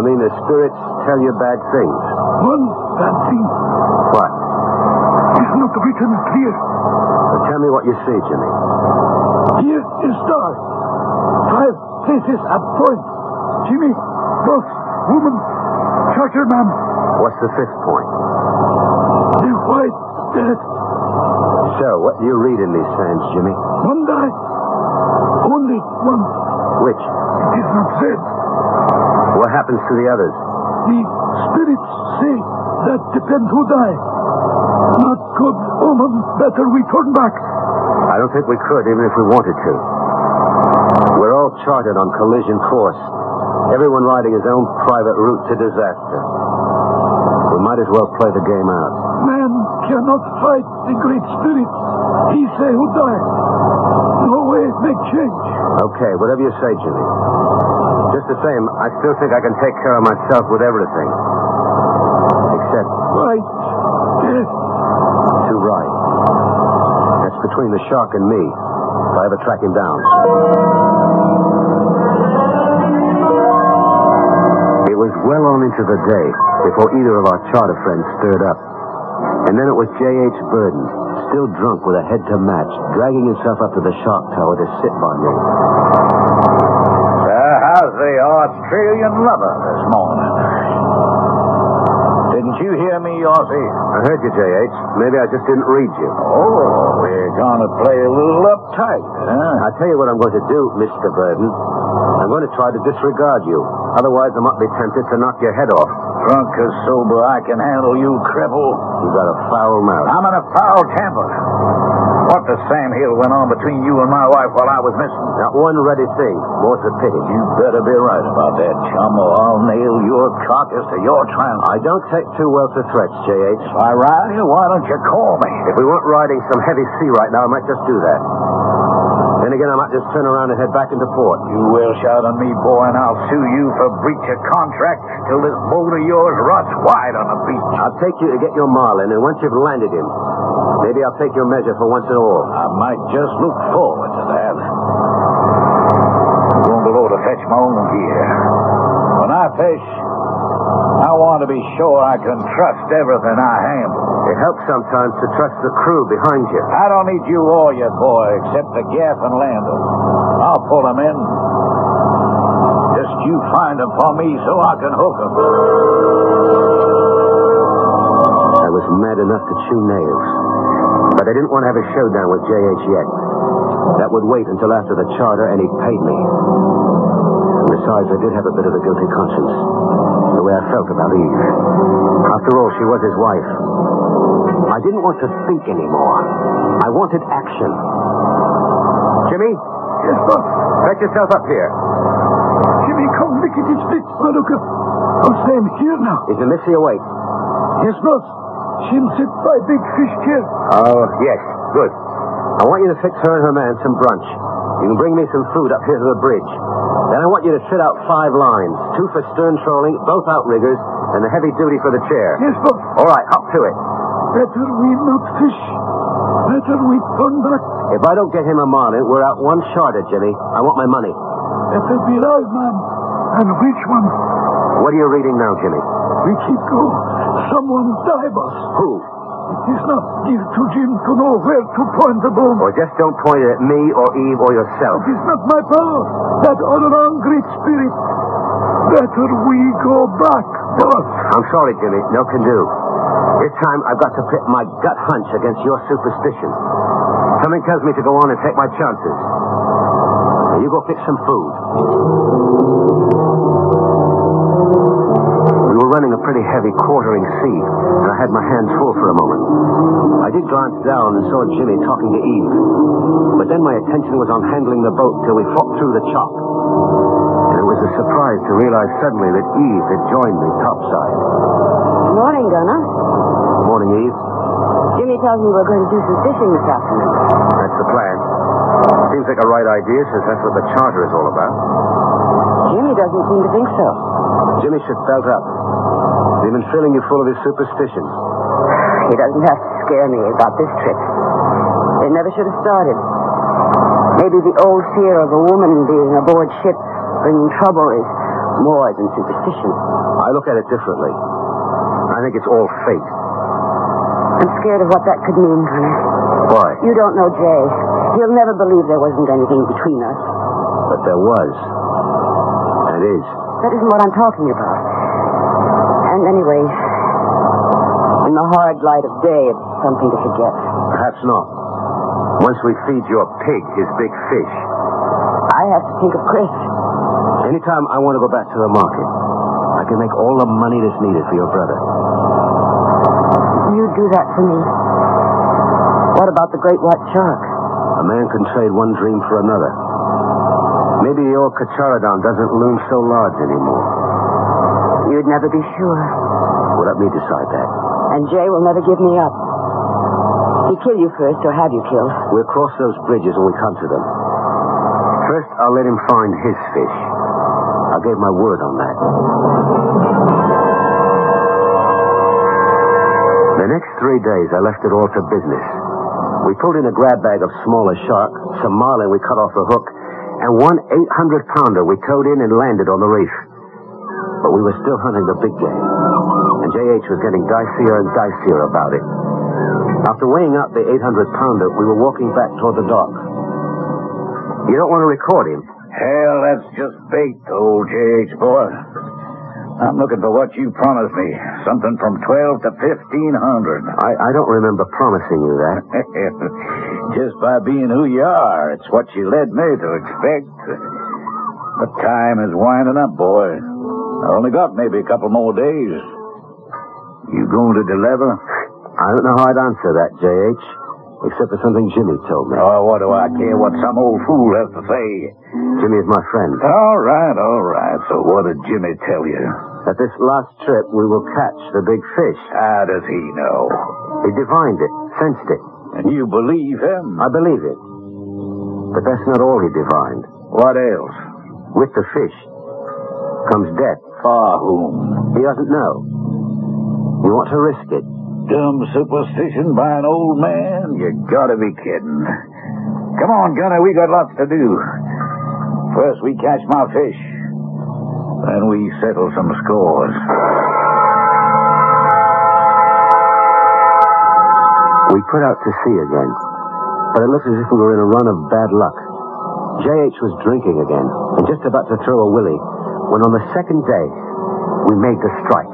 [SPEAKER 29] I mean, the spirits tell you bad things.
[SPEAKER 20] One bad thing.
[SPEAKER 29] What?
[SPEAKER 20] It's not written clear.
[SPEAKER 29] Well, tell me what you see, Jimmy.
[SPEAKER 20] Here is star. Five places at point. Jimmy, boss, woman, charter man.
[SPEAKER 29] What's the fifth point?
[SPEAKER 20] The white death.
[SPEAKER 29] So, what do you read in these sands, Jimmy?
[SPEAKER 20] One die. Only one.
[SPEAKER 29] Which?
[SPEAKER 20] It is not said.
[SPEAKER 29] What happens to the others?
[SPEAKER 20] The spirits say that depends who die. Not good omen. Better we turn back.
[SPEAKER 29] I don't think we could, even if we wanted to. We're all charted on collision course. Everyone riding his own private route to disaster. We might as well play the game out.
[SPEAKER 20] Man cannot fight the great spirit. He say who die. No way it make change.
[SPEAKER 29] Okay, whatever you say, Jimmy. Just the same, I still think I can take care of myself with everything. Except.
[SPEAKER 20] Right. Death.
[SPEAKER 29] Too right. That's between the shark and me. If I ever track him down. It was well on into the day before either of our charter friends stirred up. And then it was J.H. Burden, still drunk with a head to match, dragging himself up to the shark tower to sit by me.
[SPEAKER 14] Uh, how's the Australian lover this morning? Didn't you hear me, Aussie?
[SPEAKER 29] I heard you, J.H. Maybe I just didn't read you.
[SPEAKER 14] Oh, we're going to play a little uptight, huh?
[SPEAKER 29] Ah, I tell you what I'm going to do, Mr. Burden. I'm going to try to disregard you. Otherwise, I might be tempted to knock your head off.
[SPEAKER 14] Drunk or sober, I can handle you, cripple.
[SPEAKER 29] You got a foul mouth.
[SPEAKER 14] I'm in a foul temper. What the Sam Hill went on between you and my wife while I was missing?
[SPEAKER 29] Not one ready thing. More's a pity.
[SPEAKER 14] You better be right about that, chum, or I'll nail your carcass to your trunk.
[SPEAKER 29] I don't take too well to threats, J.H.
[SPEAKER 14] If I ride you, why don't you call me?
[SPEAKER 29] If we weren't riding some heavy sea right now, I might just do that. Then again, I might just turn around and head back into port.
[SPEAKER 14] You will shout on me, boy, and I'll sue you for breach of contract till this boat of yours rots wide on the beach.
[SPEAKER 29] I'll take you to get your marlin, and once you've landed him, maybe I'll take your measure for once and all.
[SPEAKER 14] I might just look forward to that. I'm going below to fetch my own gear. When I fish, I want to be sure I can trust everything I handle.
[SPEAKER 29] It helps sometimes to trust the crew behind you.
[SPEAKER 14] I don't need you or your boy, except for Gaff and Landon. I'll pull them in. Just you find them for me so I can hook them.
[SPEAKER 29] I was mad enough to chew nails, but I didn't want to have a showdown with J.H. yet. That would wait until after the charter and he paid me. And besides, I did have a bit of a guilty conscience. The way I felt about Eve. After all, she was his wife. I didn't want to think anymore. I wanted action. Jimmy?
[SPEAKER 15] Yes, boss.
[SPEAKER 29] Fetch yourself up here.
[SPEAKER 15] Jimmy, come, look at his feet. Oh, look. Oh, Sam, here now.
[SPEAKER 29] Is the missy awake?
[SPEAKER 15] Yes, boss. She'll sit by big fish here.
[SPEAKER 29] Oh, yes. Good. I want you to fix her and her man some brunch. You can bring me some food up here to the bridge. Then I want you to sit out five lines. Two for stern trolling, both outriggers, and the heavy duty for the chair.
[SPEAKER 15] Yes, boss.
[SPEAKER 29] All right, up to it.
[SPEAKER 15] Better we not fish. Better we turn back.
[SPEAKER 29] If I don't get him a marlin, we're out one shorter, Jimmy. I want my money.
[SPEAKER 15] Better be right, man. And which one?
[SPEAKER 29] What are you reading now, Jimmy?
[SPEAKER 15] We keep going. Someone died us.
[SPEAKER 29] Who?
[SPEAKER 15] It is not dear to Jim to know where to point the bomb.
[SPEAKER 29] Or Oh, just don't point it at me or Eve or yourself.
[SPEAKER 15] It is not my power. That all-around great spirit. Better we go back, boss.
[SPEAKER 29] I'm sorry, Jimmy. No can do. This time I've got to pit my gut hunch against your superstition. Something tells me to go on and take my chances. Now you go fix some food. We were running a pretty heavy quartering sea, and I had my hands full for a moment. I did glance down and saw Jimmy talking to Eve. But then my attention was on handling the boat till we fought through the chop. And it was a surprise to realize suddenly that Eve had joined me topside.
[SPEAKER 30] Morning, Gunner.
[SPEAKER 29] Morning, Eve.
[SPEAKER 30] Jimmy tells me we're going to do some fishing this afternoon.
[SPEAKER 29] That's the plan. Seems like a right idea since that's what the charter is all about.
[SPEAKER 30] Jimmy doesn't seem to think so.
[SPEAKER 29] Jimmy should belt up. He's been filling you full of his superstitions.
[SPEAKER 30] He doesn't have to scare me about this trip. It never should have started. Maybe the old fear of a woman being aboard ship bringing trouble is more than superstition.
[SPEAKER 29] I look at it differently. I think it's all fate.
[SPEAKER 30] I'm scared of what that could mean, Connor.
[SPEAKER 29] Why?
[SPEAKER 30] You don't know Jay. He'll never believe there wasn't anything between us.
[SPEAKER 29] But there was. And is.
[SPEAKER 30] That isn't what I'm talking about. And anyway, in the hard light of day, it's something to forget.
[SPEAKER 29] Perhaps not. Once we feed your pig his big fish.
[SPEAKER 30] I have to think of Chris.
[SPEAKER 29] Anytime I want to go back to the market, I can make all the money that's needed for your brother
[SPEAKER 30] you do that for me? What about the great white shark?
[SPEAKER 29] A man can trade one dream for another. Maybe your Cacharodon doesn't loom so large anymore.
[SPEAKER 30] You'd never be sure.
[SPEAKER 29] Well, let me decide that.
[SPEAKER 30] And Jay will never give me up. He'll kill you first, or have you killed.
[SPEAKER 29] We'll cross those bridges when we come to them. First, I'll let him find his fish. I gave my word on that. The next three days, I left it all to business. We pulled in a grab bag of smaller shark, some marlin we cut off the hook, and one 800 pounder we towed in and landed on the reef. But we were still hunting the big game, and J.H. was getting dicier and dicier about it. After weighing out the 800 pounder, we were walking back toward the dock. You don't want to record him?
[SPEAKER 14] Hell, that's just bait, old J.H. boy. I'm looking for what you promised me. Something from twelve to fifteen hundred.
[SPEAKER 29] I, I don't remember promising you that.
[SPEAKER 14] Just by being who you are, it's what you led me to expect. But time is winding up, boy. I only got maybe a couple more days. You going to deliver?
[SPEAKER 29] I don't know how I'd answer that, J.H. Except for something Jimmy told me.
[SPEAKER 14] Oh, what do I care what some old fool has to say?
[SPEAKER 29] Jimmy is my friend.
[SPEAKER 14] All right, all right. So what did Jimmy tell you?
[SPEAKER 29] That this last trip we will catch the big fish.
[SPEAKER 14] How does he know?
[SPEAKER 29] He divined it, sensed it.
[SPEAKER 14] And you believe him?
[SPEAKER 29] I believe it. But that's not all he divined. What else? With the fish comes death. For whom? He doesn't know. You want to risk it.
[SPEAKER 14] Dumb superstition by an old man? You gotta be kidding. Come on, Gunner, we got lots to do. First we catch my fish. Then we settle some scores.
[SPEAKER 29] We put out to sea again, but it looks as if we were in a run of bad luck. J.H. was drinking again and just about to throw a willy when on the second day we made the strike.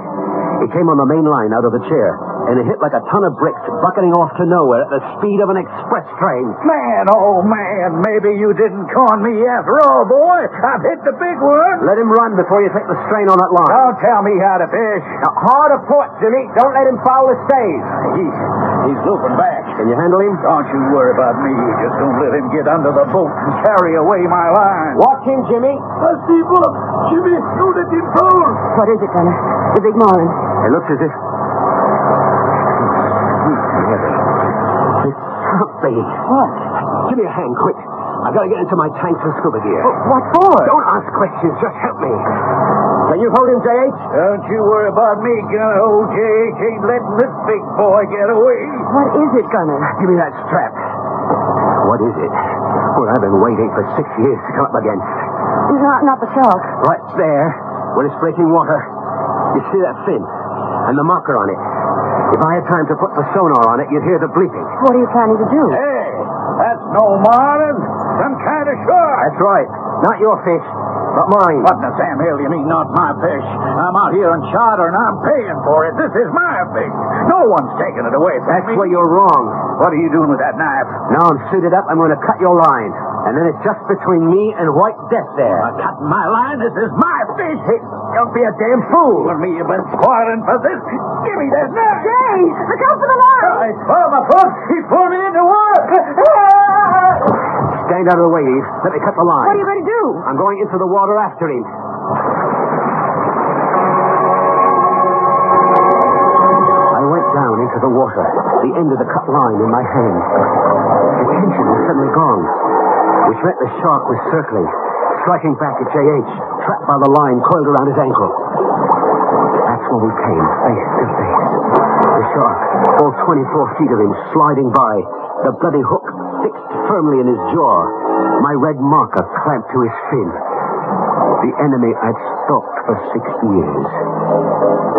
[SPEAKER 29] It came on the main line out of the chair and it hit like a ton of bricks bucketing off to nowhere at the speed of an express train.
[SPEAKER 14] Man, oh man, maybe you didn't con me after all, boy. I've hit the big one.
[SPEAKER 29] Let him run before you take the strain on that line.
[SPEAKER 14] Don't tell me how to fish.
[SPEAKER 29] Now, hard aport, Jimmy. Don't let him foul the stage.
[SPEAKER 14] He's, he's looping back.
[SPEAKER 29] Can you handle him?
[SPEAKER 14] Don't you worry about me. Just don't let him get under the boat and carry away my line.
[SPEAKER 29] Watch him, Jimmy.
[SPEAKER 15] I see what? Jimmy, shoot at him, fool.
[SPEAKER 30] What is it, Gunner? The big Marlin.
[SPEAKER 29] It looks as if... It's something.
[SPEAKER 30] What?
[SPEAKER 29] Give me a hand, quick. I've got to get into my tanks and scuba gear.
[SPEAKER 30] What for?
[SPEAKER 29] Don't ask questions. Just help me. Can you hold him, J.H.?
[SPEAKER 14] Don't you worry about me, Gunner. Old J.H. ain't letting this big boy get away.
[SPEAKER 30] What is it, Gunner?
[SPEAKER 29] Give me that strap. What is it? What I've been waiting for six years to come up against.
[SPEAKER 30] Not, not the shark.
[SPEAKER 29] Right there, when it's breaking water. You see that fin and the marker on it. If I had time to put the sonar on it, you'd hear the bleeping.
[SPEAKER 30] What are you planning to do?
[SPEAKER 14] Hey, that's no marlin. Some kind of shark.
[SPEAKER 29] That's right. Not your fish, but mine.
[SPEAKER 14] What in the Sam Hill do you mean, not my fish? I'm out here on charter and I'm paying for it. This is my fish. No one's taking it away from
[SPEAKER 29] That's
[SPEAKER 14] me.
[SPEAKER 29] where you're wrong.
[SPEAKER 14] What are you doing with that knife?
[SPEAKER 29] Now I'm suited up, I'm going to cut your line. And then it's just between me and White Death there.
[SPEAKER 14] I'm cutting my line. This is my fish.
[SPEAKER 29] Hey, don't be a damn fool.
[SPEAKER 14] Well, me, you've been squaring for this. Give me that knife.
[SPEAKER 7] Jay, look out for the line.
[SPEAKER 14] I saw my foot. He pulled me into water.
[SPEAKER 29] Stand out of the way, Eve. Let me cut the line.
[SPEAKER 7] What are you going to do?
[SPEAKER 29] I'm going into the water after him. I went down into the water, the end of the cut line in my hand. The tension was suddenly gone, which meant the shark was circling, striking back at J.H., trapped by the line coiled around his ankle. That's when we came, face to face. The shark, all 24 feet of him, sliding by, the bloody hook fixed firmly in his jaw, my red marker clamped to his fin. The enemy I'd stalked for six years.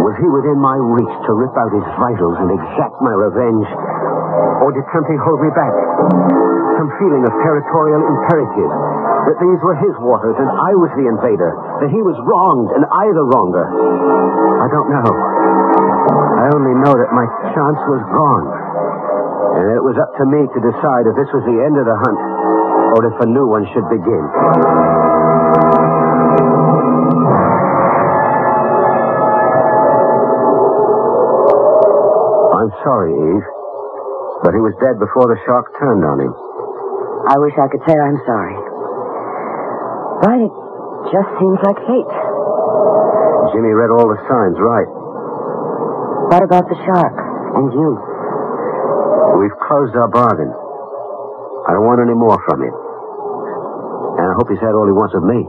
[SPEAKER 29] Was he within my reach to rip out his vitals and exact my revenge? Or did something hold me back? Some feeling of territorial imperative. That these were his waters and I was the invader. That he was wronged and I the wronger. I don't know. I only know that my chance was gone. And it was up to me to decide if this was the end of the hunt or if a new one should begin. I'm sorry, Eve, but he was dead before the shark turned on him.
[SPEAKER 30] I wish I could say I'm sorry. But it just seems like fate.
[SPEAKER 29] Jimmy read all the signs right.
[SPEAKER 30] What about the shark and you?
[SPEAKER 29] We've closed our bargain. I don't want any more from him. And I hope he's had all he wants of me.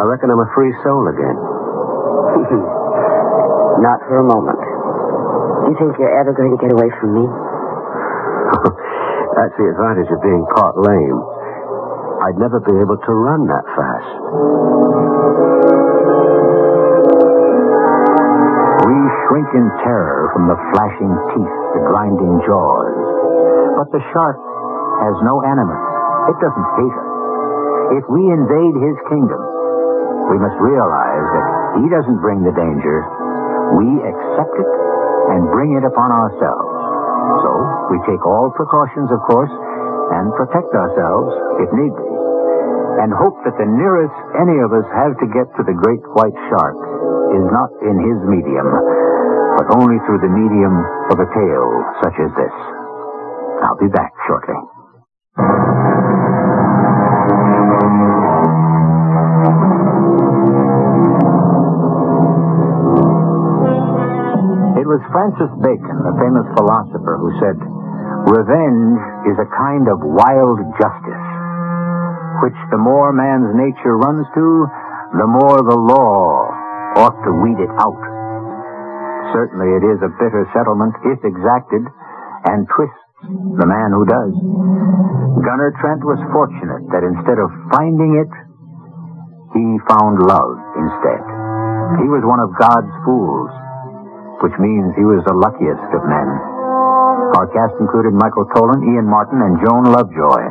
[SPEAKER 29] I reckon I'm a free soul again.
[SPEAKER 30] Not for a moment. You think you're ever going to get away from me?
[SPEAKER 29] That's the advantage of being caught lame. I'd never be able to run that fast.
[SPEAKER 14] We shrink in terror from the flashing teeth, the grinding jaws. But the shark has no animus. It doesn't hate us. If we invade his kingdom, we must realize that he doesn't bring the danger. We accept it and bring it upon ourselves. So we take all precautions, of course, and protect ourselves if need be, and hope that the nearest any of us have to get to the great white shark is not in his medium, but only through the medium of a tale such as this. I'll be back shortly. It was Francis Bacon, the famous philosopher, who said,
[SPEAKER 28] Revenge is a kind of wild justice, which the more man's nature runs to, the more the law ought to weed it out. Certainly it is a bitter settlement if exacted and twists the man who does. Gunner Trent was fortunate that instead of finding it, he found love instead. He was one of God's fools, which means he was the luckiest of men. Our cast included Michael Tolan, Ian Martin, and Joan Lovejoy.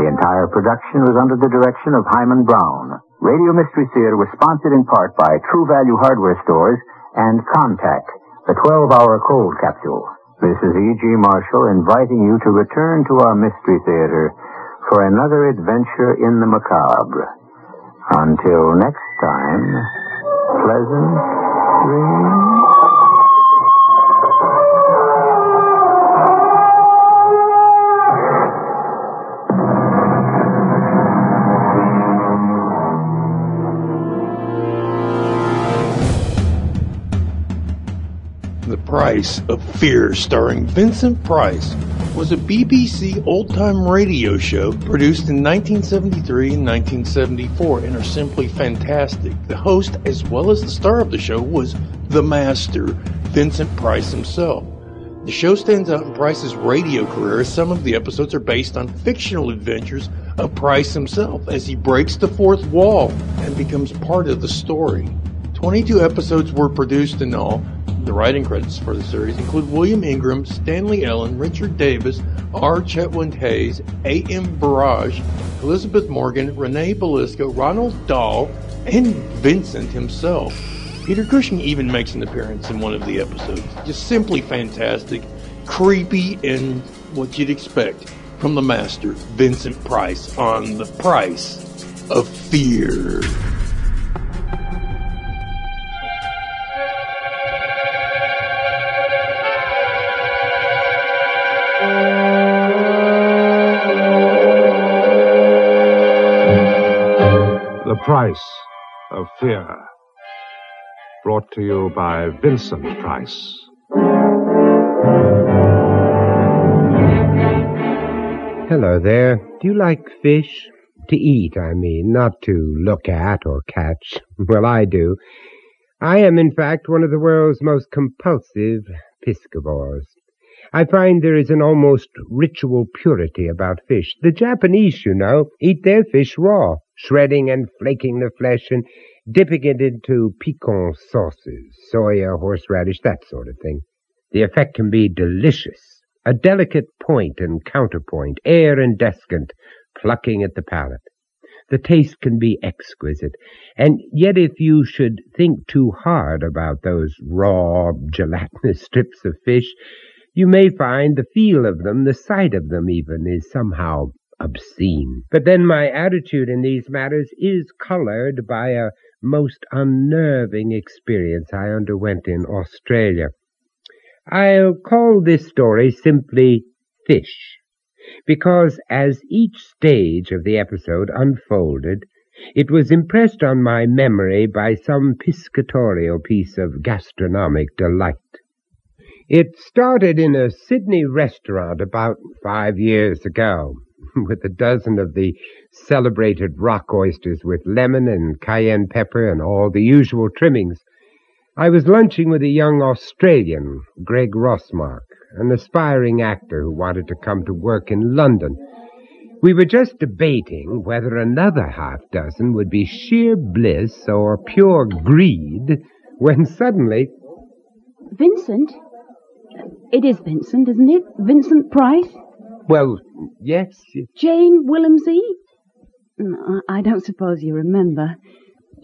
[SPEAKER 28] The entire production was under the direction of Hyman Brown. Radio Mystery Theater was sponsored in part by True Value Hardware Stores and Contact, the 12-hour cold capsule. This is E.G. Marshall inviting you to return to our Mystery Theater for another adventure in the macabre. Until next time, pleasant dreams.
[SPEAKER 2] The Price of Fear, starring Vincent Price, was a BBC old time radio show produced in 1973 and 1974 and are simply fantastic. The host, as well as the star of the show, was the master, Vincent Price himself. The show stands out in Price's radio career as some of the episodes are based on fictional adventures of Price himself as he breaks the fourth wall and becomes part of the story. 22 episodes were produced in all. The writing credits for the series include William Ingram, Stanley Ellen, Richard Davis, R. Chetwynd Hayes, A. M. Barrage, Elizabeth Morgan, Renee Belisca, Ronald Dahl, and Vincent himself. Peter Cushing even makes an appearance in one of the episodes. Just simply fantastic, creepy, and what you'd expect from the master, Vincent Price, on The Price of Fear.
[SPEAKER 31] The Price of Fear. Brought to you by Vincent Price.
[SPEAKER 32] Hello there. Do you like fish? To eat, I mean, not to look at or catch. Well, I do. I am, in fact, one of the world's most compulsive piscivores. I find there is an almost ritual purity about fish. The Japanese, you know, eat their fish raw, shredding and flaking the flesh and dipping it into piquant sauces, soya, horseradish, that sort of thing. The effect can be delicious, a delicate point and counterpoint, air indescent, plucking at the palate. The taste can be exquisite. And yet, if you should think too hard about those raw, gelatinous strips of fish, you may find the feel of them, the sight of them even, is somehow obscene. But then my attitude in these matters is colored by a most unnerving experience I underwent in Australia. I'll call this story simply Fish, because as each stage of the episode unfolded, it was impressed on my memory by some piscatorial piece of gastronomic delight. It started in a Sydney restaurant about five years ago, with a dozen of the celebrated rock oysters with lemon and cayenne pepper and all the usual trimmings. I was lunching with a young Australian, Greg Rossmark, an aspiring actor who wanted to come to work in London. We were just debating whether another half dozen would be sheer bliss or pure greed when suddenly.
[SPEAKER 33] Vincent? It is Vincent, isn't it? Vincent Price?
[SPEAKER 32] Well, yes. it-
[SPEAKER 33] Jane Willemsey? No, I I don't suppose you remember.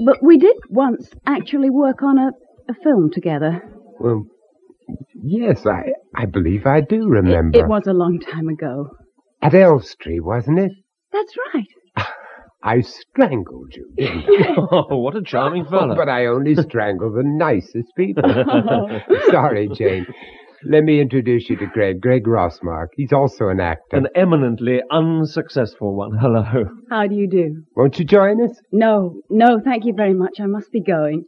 [SPEAKER 33] But we did once actually work on a, a film together.
[SPEAKER 32] Well, yes, I, I believe I do remember.
[SPEAKER 33] It was a long time ago.
[SPEAKER 32] At Elstree, wasn't it?
[SPEAKER 33] That's right.
[SPEAKER 32] I strangled you, didn't I? oh, what a charming fellow. But I only strangle the nicest people. Sorry, Jane. Let me introduce you to Greg. Greg Rossmark. He's also an actor.
[SPEAKER 34] An eminently unsuccessful one. Hello.
[SPEAKER 33] How do you do?
[SPEAKER 32] Won't you join us?
[SPEAKER 33] No, no, thank you very much. I must be going.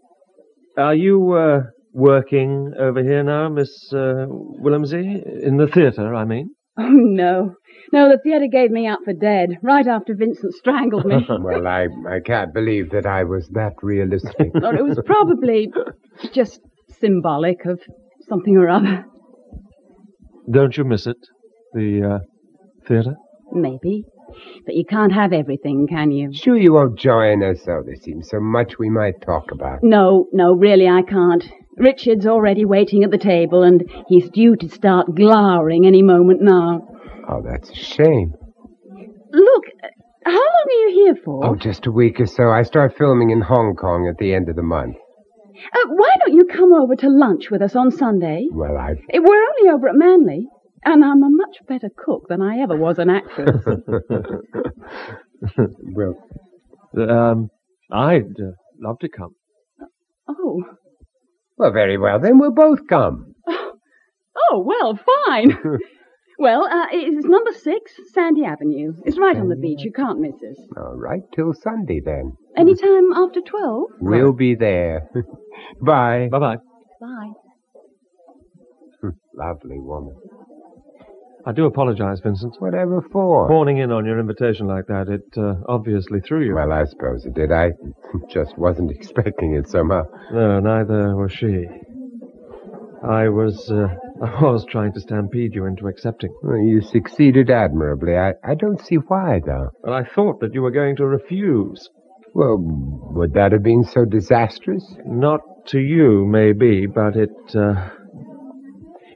[SPEAKER 34] Are you uh, working over here now, Miss uh, Willemsey? In the theatre, I mean?
[SPEAKER 33] Oh, no. No, the theatre gave me out for dead right after Vincent strangled me.
[SPEAKER 32] well, I, I can't believe that I was that realistic.
[SPEAKER 33] Or it was probably just symbolic of something or other.
[SPEAKER 34] Don't you miss it? The uh, theatre?
[SPEAKER 33] Maybe. But you can't have everything, can you?
[SPEAKER 32] Sure you won't join us, though. There seems so much we might talk about.
[SPEAKER 33] No, no, really, I can't. Richard's already waiting at the table, and he's due to start glowering any moment now.
[SPEAKER 32] Oh, that's a shame.
[SPEAKER 33] Look, how long are you here for?
[SPEAKER 32] Oh, just a week or so. I start filming in Hong Kong at the end of the month.
[SPEAKER 33] Uh, why don't you come over to lunch with us on Sunday?
[SPEAKER 32] Well, I.
[SPEAKER 33] Eh, We're only over at Manly, and I'm a much better cook than I ever was an actress.
[SPEAKER 34] well, um, I'd uh, love to come.
[SPEAKER 33] oh,
[SPEAKER 32] Well, very well. Then we'll both come.
[SPEAKER 33] oh, well, fine. well, uh, it's number six, Sandy Avenue. It's right on the beach. You can't miss us.
[SPEAKER 32] All right, till Sunday then.
[SPEAKER 33] Any time after 12?
[SPEAKER 32] We'll be there. Bye. Bye bye.
[SPEAKER 33] Bye.
[SPEAKER 32] Lovely woman.
[SPEAKER 34] I do apologize, Vincent.
[SPEAKER 32] Whatever for?
[SPEAKER 34] Horning in on your invitation like that, it uh, obviously threw you.
[SPEAKER 32] Well, I suppose it did. I just wasn't expecting it somehow.
[SPEAKER 34] No, neither was she. I was, uh, I was trying to stampede you into accepting.
[SPEAKER 32] Well, you succeeded admirably. I, I don't see why, though.
[SPEAKER 34] But I thought that you were going to refuse.
[SPEAKER 32] Well, would that have been so disastrous?
[SPEAKER 34] Not to you, maybe, but it, uh,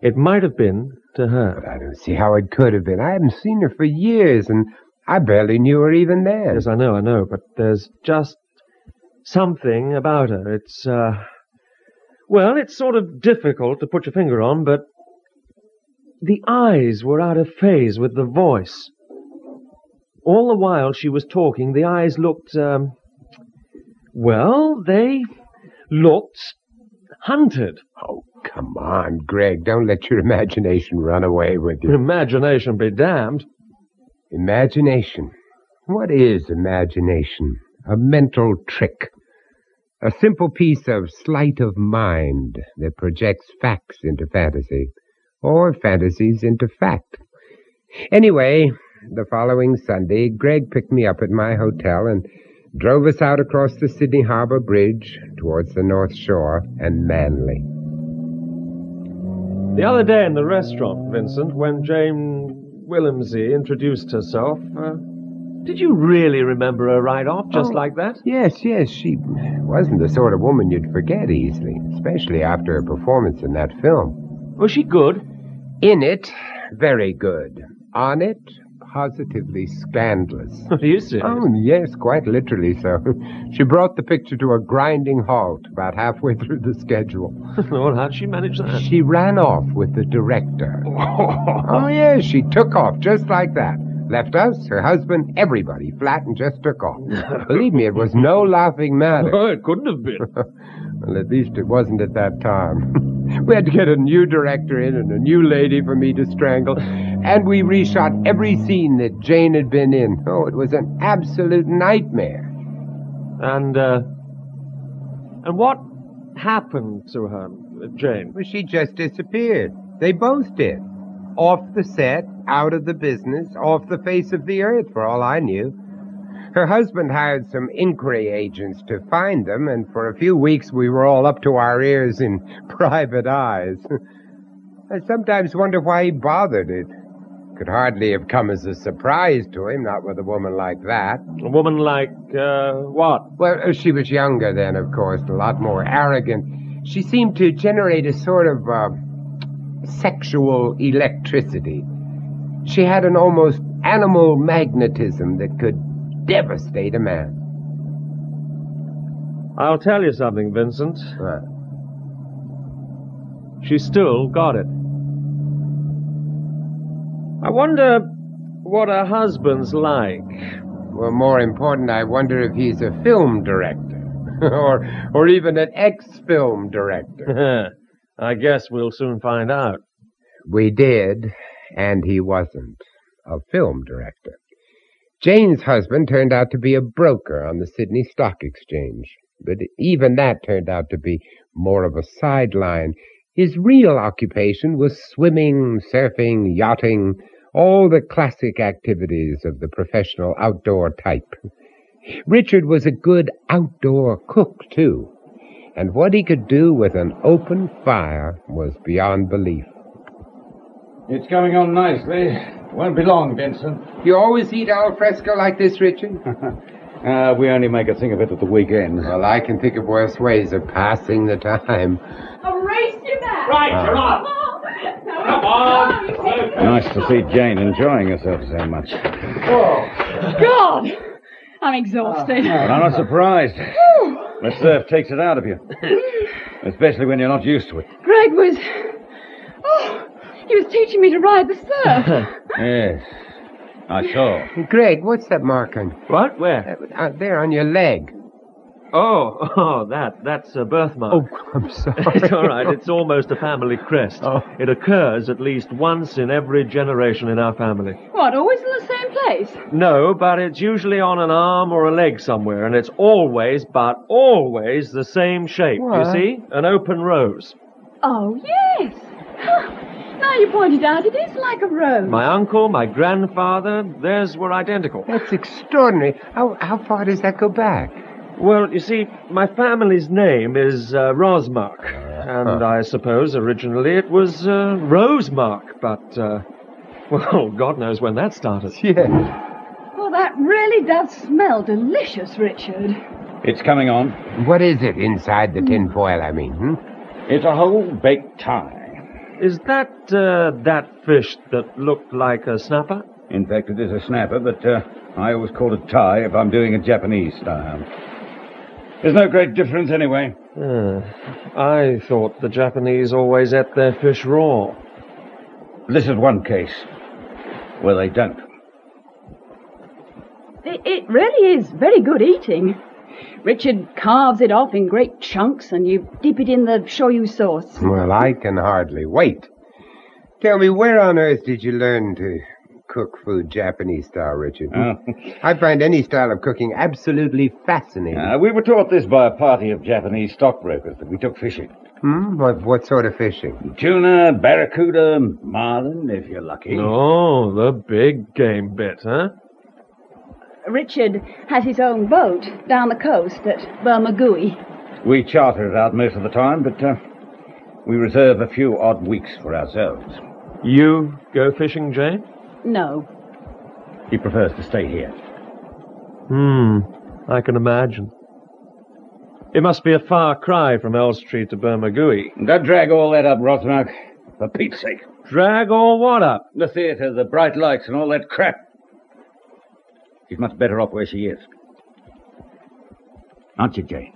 [SPEAKER 34] it might have been to her.
[SPEAKER 32] I don't see how it could have been. I haven't seen her for years, and I barely knew her even then.
[SPEAKER 34] Yes, I know, I know, but there's just something about her. It's, uh, well, it's sort of difficult to put your finger on, but the eyes were out of phase with the voice. All the while she was talking, the eyes looked, um, well, they looked hunted.
[SPEAKER 32] Oh, come on, Greg. Don't let your imagination run away with you.
[SPEAKER 34] Imagination be damned.
[SPEAKER 32] Imagination. What is imagination? A mental trick. A simple piece of sleight of mind that projects facts into fantasy, or fantasies into fact. Anyway, the following Sunday, Greg picked me up at my hotel and drove us out across the Sydney Harbour Bridge towards the North Shore and Manly.
[SPEAKER 34] The other day in the restaurant, Vincent, when Jane Willemsey introduced herself, uh, did you really remember her right off, just
[SPEAKER 32] Oh.
[SPEAKER 34] like that?
[SPEAKER 32] Yes, yes, she wasn't the sort of woman you'd forget easily, especially after her performance in that film.
[SPEAKER 34] Was she good?
[SPEAKER 32] In it, very good. On it, positively scandalous.
[SPEAKER 34] Are you serious?
[SPEAKER 32] Oh, yes, quite literally so. she brought the picture to a grinding halt about halfway through the schedule.
[SPEAKER 34] Lord, how'd she manage that?
[SPEAKER 32] She ran off with the director. oh, yes, she took off just like that. Left us, her husband, everybody flat and just took off. Believe me, it was no laughing matter.
[SPEAKER 34] Oh, it couldn't have been.
[SPEAKER 32] well, at least it wasn't at that time. we had to get a new director in and a new lady for me to strangle, and we reshot every scene that Jane had been in. Oh, it was an absolute nightmare.
[SPEAKER 34] And, uh, and what happened to her, uh, Jane?
[SPEAKER 32] Well, she just disappeared. They both did. Off the set, out of the business, off the face of the earth, for all I knew. Her husband hired some inquiry agents to find them, and for a few weeks we were all up to our ears in private eyes. I sometimes wonder why he bothered it. Could hardly have come as a surprise to him, not with a woman like that.
[SPEAKER 34] A woman like, uh, what?
[SPEAKER 32] Well, uh, she was younger then, of course, a lot more arrogant. She seemed to generate a sort of uh, sexual electricity. She had an almost animal magnetism that could devastate a man.
[SPEAKER 34] I'll tell you something, Vincent. She still got it. I wonder what her husband's like.
[SPEAKER 32] Well, more important, I wonder if he's a film director, or or even an ex-film director.
[SPEAKER 34] I guess we'll soon find out.
[SPEAKER 32] We did, and he wasn't a film director. Jane's husband turned out to be a broker on the Sydney Stock Exchange, but even that turned out to be more of a sideline. His real occupation was swimming, surfing, yachting, all the classic activities of the professional outdoor type. Richard was a good outdoor cook, too, and what he could do with an open fire was beyond belief.
[SPEAKER 23] It's coming on nicely. Won't be long, Vincent.
[SPEAKER 32] You always eat al fresco like this, Richard?
[SPEAKER 23] Uh, we only make a thing of it at the weekend.
[SPEAKER 32] Well, I can think of worse ways of passing the time. Ah.
[SPEAKER 33] I'll race you back.
[SPEAKER 9] Right,
[SPEAKER 32] you're
[SPEAKER 33] on.
[SPEAKER 9] Come on.
[SPEAKER 23] Nice to see Jane enjoying herself so much.
[SPEAKER 33] God, I'm exhausted.
[SPEAKER 23] But I'm Uh, not surprised. The surf takes it out of you, especially when you're not used to it.
[SPEAKER 33] Greg was. Oh, he was teaching me to ride the surf.
[SPEAKER 23] Yes, I saw.
[SPEAKER 32] Greg, what's that mark on?
[SPEAKER 34] What? Where?
[SPEAKER 32] Uh, there on your leg.
[SPEAKER 34] Oh, oh, that, that's a birthmark. Oh,
[SPEAKER 32] I'm sorry.
[SPEAKER 34] It's all right. It's almost a family crest. It occurs at least once in every generation in our family.
[SPEAKER 33] what, always in the same place?
[SPEAKER 34] No, but it's usually on an arm or a leg somewhere, and it's always, but always, the same shape.
[SPEAKER 33] What?
[SPEAKER 34] You see? An open rose.
[SPEAKER 33] Oh, yes. Huh. Now you pointed out it is like a rose.
[SPEAKER 34] My uncle, my grandfather, theirs were identical.
[SPEAKER 32] That's extraordinary. How, how far does that go back?
[SPEAKER 34] Well, you see, my family's name is uh, Rosmark, and I suppose originally it was uh, Rosemark, but, uh, well, God knows when that started.
[SPEAKER 32] Yeah.
[SPEAKER 33] Well, that really does smell delicious, Richard.
[SPEAKER 23] It's coming on.
[SPEAKER 32] What is it inside the tin foil, I mean? Hmm?
[SPEAKER 23] It's a whole baked tie.
[SPEAKER 34] Is that uh, that fish that looked like a snapper?
[SPEAKER 23] In fact, it is a snapper, but uh, I always call it tie if I'm doing it Japanese style. There's no great difference anyway.
[SPEAKER 34] Hmm. I thought the Japanese always ate their fish raw.
[SPEAKER 23] This is one case where they don't.
[SPEAKER 33] It, it really is very good eating. Richard carves it off in great chunks and you dip it in the shoyu sauce.
[SPEAKER 32] Well, I can hardly wait. Tell me, where on earth did you learn to cook food Japanese style, Richard?
[SPEAKER 23] Oh.
[SPEAKER 32] I find any style of cooking absolutely fascinating.
[SPEAKER 23] Uh, we were taught this by a party of Japanese stockbrokers that we took fishing.
[SPEAKER 32] Hmm? What, what sort of fishing?
[SPEAKER 23] Tuna, barracuda, marlin, if you're lucky.
[SPEAKER 34] Oh, the big game bit, huh?
[SPEAKER 33] Richard has his own boat down the coast at Bermagui.
[SPEAKER 23] We charter it out most of the time, but uh, we reserve a few odd weeks for ourselves.
[SPEAKER 34] You go fishing, Jane?
[SPEAKER 33] No.
[SPEAKER 23] He prefers to stay here.
[SPEAKER 34] Hmm, I can imagine. It must be a far cry from Elstree to Bermagui.
[SPEAKER 23] Don't drag all that up, Rothmark, for Pete's sake.
[SPEAKER 34] Drag all what up?
[SPEAKER 23] The theatre, the bright lights, and all that crap. She's much better off where she is. Aren't you, Jane?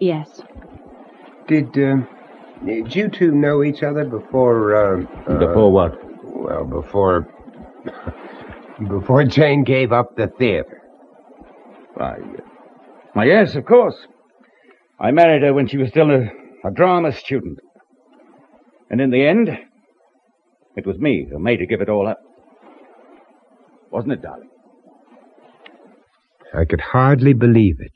[SPEAKER 35] Yes.
[SPEAKER 32] Did, um, did you two know each other before, um, uh,
[SPEAKER 23] Before what?
[SPEAKER 32] Well, Uh, before. before Jane gave up the theater.
[SPEAKER 23] Why, why, uh, yes, of course. I married her when she was still a, a drama student. And in the end, it was me who made her give it all up. Wasn't it, darling?
[SPEAKER 32] I could hardly believe it.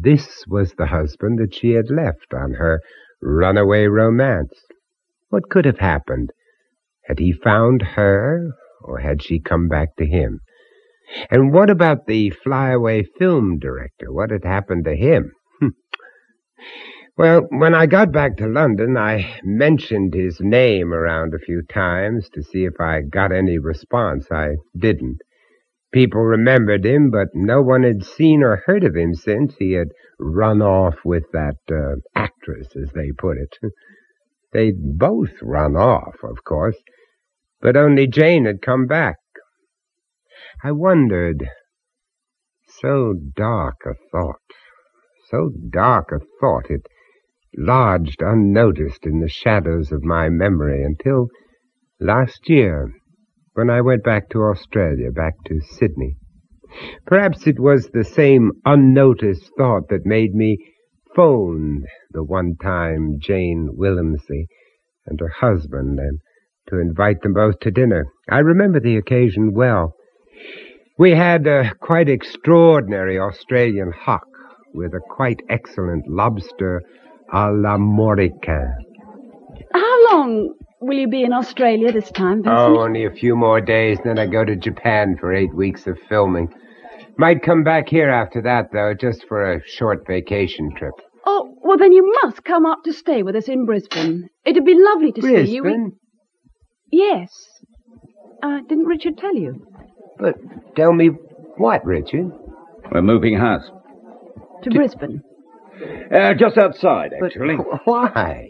[SPEAKER 32] This was the husband that she had left on her runaway romance. What could have happened? Had he found her, or had she come back to him? And what about the flyaway film director? What had happened to him? Hmm. well, when I got back to London, I mentioned his name around a few times to see if I got any response. I didn't. People remembered him, but no one had seen or heard of him since he had run off with that uh, actress, as they put it. They'd both run off, of course, but only Jane had come back. I wondered. So dark a thought. So dark a thought it lodged unnoticed in the shadows of my memory until last year when I went back to Australia, back to Sydney. Perhaps it was the same unnoticed thought that made me phone the one time Jane Willemsey and her husband and to invite them both to dinner. I remember the occasion well. We had a quite extraordinary Australian hock with a quite excellent lobster a la Moricain.
[SPEAKER 33] How long Will you be in Australia this time, Vincent?
[SPEAKER 32] Oh, only a few more days, then I go to Japan for eight weeks of filming. Might come back here after that, though, just for a short vacation trip.
[SPEAKER 33] Oh, well, then you must come up to stay with us in Brisbane. It'd be lovely to see you. We-
[SPEAKER 32] Brisbane?
[SPEAKER 33] Yes. Uh, didn't Richard tell you?
[SPEAKER 32] But tell me what, Richard?
[SPEAKER 22] We're moving house.
[SPEAKER 33] To Brisbane.
[SPEAKER 22] Uh, just outside, actually.
[SPEAKER 32] why?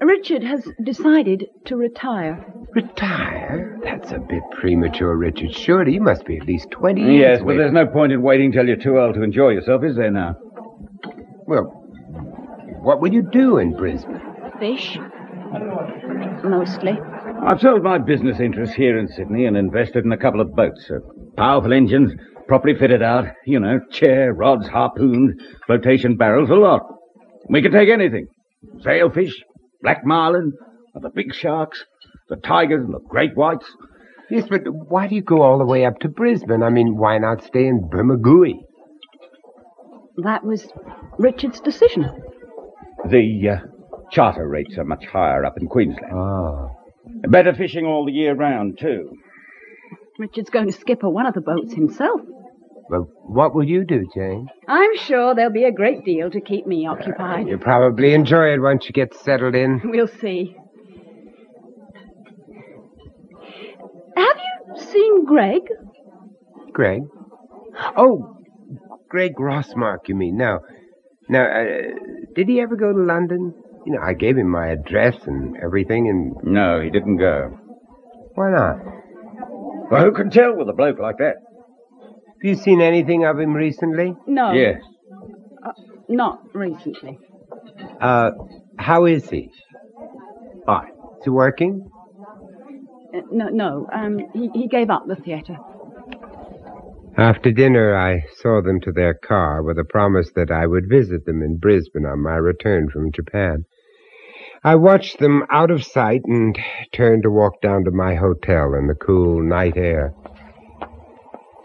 [SPEAKER 33] Richard has decided to retire.
[SPEAKER 32] Retire? That's a bit premature, Richard. Surely you must be at least 20 years
[SPEAKER 22] Yes, but
[SPEAKER 32] away
[SPEAKER 22] there's no point in waiting till you're too old to enjoy yourself, is there now?
[SPEAKER 32] Well, what will you do in Brisbane?
[SPEAKER 33] Fish? Mostly.
[SPEAKER 22] I've sold my business interests here in Sydney and invested in a couple of boats. uh, powerful engines, properly fitted out, you know, chair, rods, harpoons, flotation barrels, a lot. We can take anything. Sailfish, black marlin, and the big sharks, the tigers and the great whites.
[SPEAKER 32] Yes, but why do you go all the way up to Brisbane? I mean, why not stay in Bermagui?
[SPEAKER 33] That was Richard's decision.
[SPEAKER 22] The uh, charter rates are much higher up in Queensland.
[SPEAKER 32] Ah.
[SPEAKER 22] Better fishing all the year round, too.
[SPEAKER 33] Richard's going to skipper one of the boats himself.
[SPEAKER 32] Well, what will you do, Jane?
[SPEAKER 33] I'm sure there'll be a great deal to keep me occupied.
[SPEAKER 32] You'll probably enjoy it once you get settled in.
[SPEAKER 33] We'll see. Have you seen Greg?
[SPEAKER 32] Greg? Oh, Greg Rossmark, you mean? Now, now, uh, did he ever go to London? You know, I gave him my address and everything, and
[SPEAKER 22] No, he didn't go.
[SPEAKER 32] why not?
[SPEAKER 22] Well, who can tell with a bloke like that?
[SPEAKER 32] Have you seen anything of him recently?
[SPEAKER 33] No.
[SPEAKER 22] Yes.
[SPEAKER 33] Not recently.
[SPEAKER 32] Uh, how is he? Fine. Is he working?
[SPEAKER 33] Uh, no, no. Um, he, he gave up the theatre.
[SPEAKER 32] After dinner, I saw them to their car with a promise that I would visit them in Brisbane on my return from Japan. I watched them out of sight and turned to walk down to my hotel in the cool night air.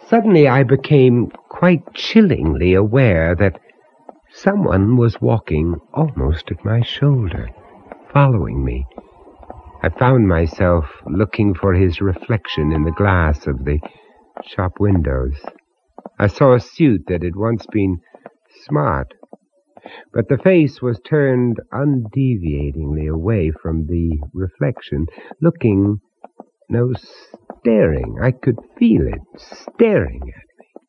[SPEAKER 32] Suddenly, I became quite chillingly aware that someone was walking almost at my shoulder, following me. I found myself looking for his reflection in the glass of the shop windows. I saw a suit that had once been smart, but the face was turned undeviatingly away from the reflection, looking, no, staring. I could feel it staring at me.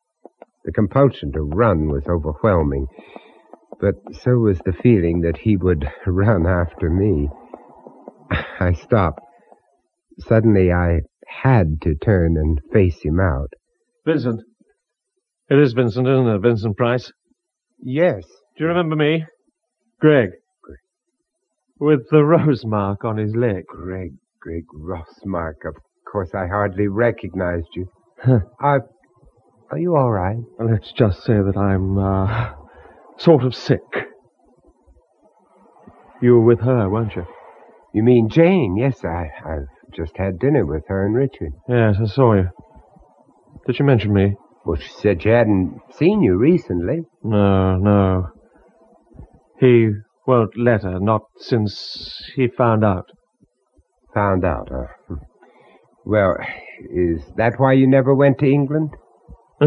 [SPEAKER 32] The compulsion to run was overwhelming, but so was the feeling that he would run after me. I stopped. Suddenly, I had to turn and face him out.
[SPEAKER 34] Vincent. It is Vincent, isn't it? Vincent Price.
[SPEAKER 32] Yes.
[SPEAKER 34] Do you remember me? Greg. With the rose mark on his leg.
[SPEAKER 32] Greg, Greg Rossmark, of course, I hardly recognized you.
[SPEAKER 34] Huh.
[SPEAKER 32] I. Are you all right?
[SPEAKER 34] Let's just say that I'm, uh, sort of sick. You were with her, weren't you?
[SPEAKER 32] You mean Jane? Yes, I, I've just had dinner with her and Richard.
[SPEAKER 34] Yes, I saw you. Did she mention me?
[SPEAKER 32] Well, she said she hadn't seen you recently.
[SPEAKER 34] No, no. He won't let her, not since he found out.
[SPEAKER 32] Found out, huh? Well, is that why you never went to England?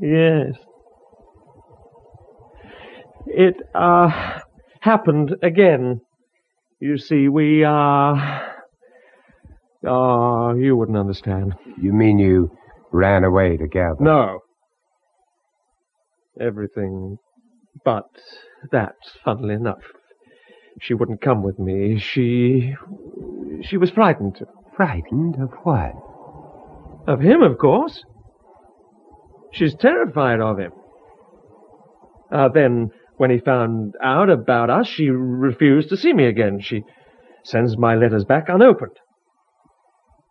[SPEAKER 34] yes. It, uh, happened again. You see, we, uh. Ah, you wouldn't understand.
[SPEAKER 32] You mean you ran away together?
[SPEAKER 34] No. Everything but that, funnily enough. She wouldn't come with me. She. She was frightened.
[SPEAKER 32] Frightened of what?
[SPEAKER 34] Of him, of course. She's terrified of him. Uh, then, when he found out about us, she refused to see me again. She sends my letters back unopened.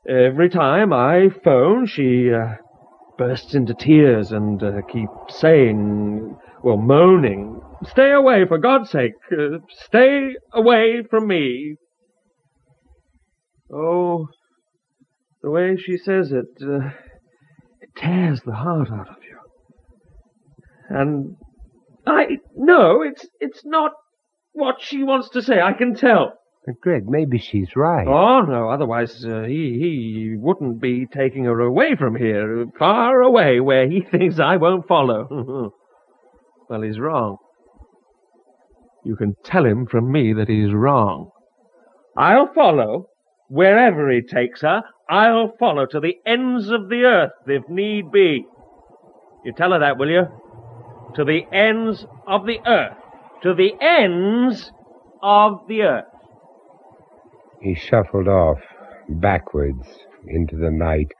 [SPEAKER 34] Every time I phone, she uh, bursts into tears and uh, keeps saying, well, moaning, Stay away, for God's sake. Uh, stay away from me. Oh, the way she says it, uh, it tears the heart out of you. And I no, it's it's not what she wants to say. I can tell.
[SPEAKER 32] But Uh, Greg, maybe she's right.
[SPEAKER 34] Oh, no, otherwise uh, he, he wouldn't be taking her away from here, far away, where he thinks I won't follow. well, he's wrong. You can tell him from me that he's wrong. I'll follow. Wherever he takes her, I'll follow to the ends of the earth, if need be. You tell her that, will you? To the ends of the earth. To the ends of the earth.
[SPEAKER 32] He shuffled off, backwards, into the night,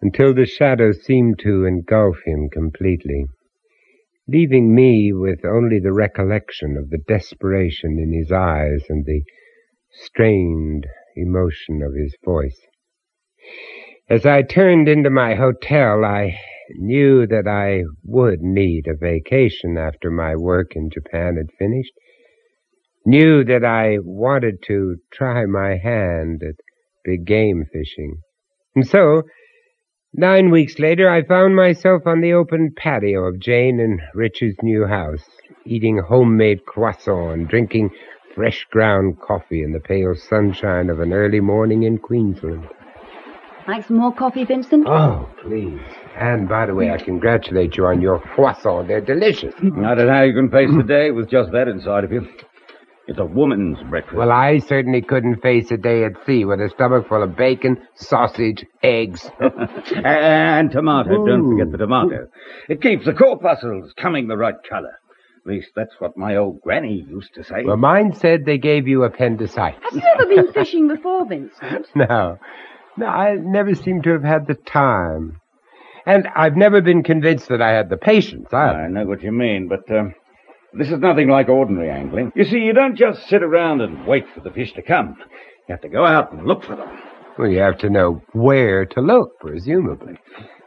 [SPEAKER 32] until the shadows seemed to engulf him completely, leaving me with only the recollection of the desperation in his eyes and the strained emotion of his voice. As I turned into my hotel, I knew that I would need a vacation after my work in Japan had finished, knew that I wanted to try my hand at big game fishing. And so, nine weeks later, I found myself on the open patio of Jane and Richard's new house, eating homemade croissant and drinking fresh ground coffee in the pale sunshine of an early morning in Queensland.
[SPEAKER 33] Like some more coffee, Vincent?
[SPEAKER 32] Oh, please. And by the way, I congratulate you on your croissant. They're delicious.
[SPEAKER 23] I don't know how you can face the day with just that inside of you. It's a woman's breakfast.
[SPEAKER 32] Well, I certainly couldn't face a day at sea with a stomach full of bacon, sausage, eggs.
[SPEAKER 23] and tomato. Don't forget the tomato. It keeps the corpuscles coming the right color. At least that's what my old granny used to say.
[SPEAKER 32] Well, mine said they gave you appendicitis.
[SPEAKER 33] Have you ever been fishing before, Vincent?
[SPEAKER 32] No. No, I never seem to have had the time. And I've never been convinced that I had the patience either.
[SPEAKER 23] I know what you mean, but um, this is nothing like ordinary angling. You see, you don't just sit around and wait for the fish to come. You have to go out and look for them.
[SPEAKER 32] Well, you have to know where to look, presumably.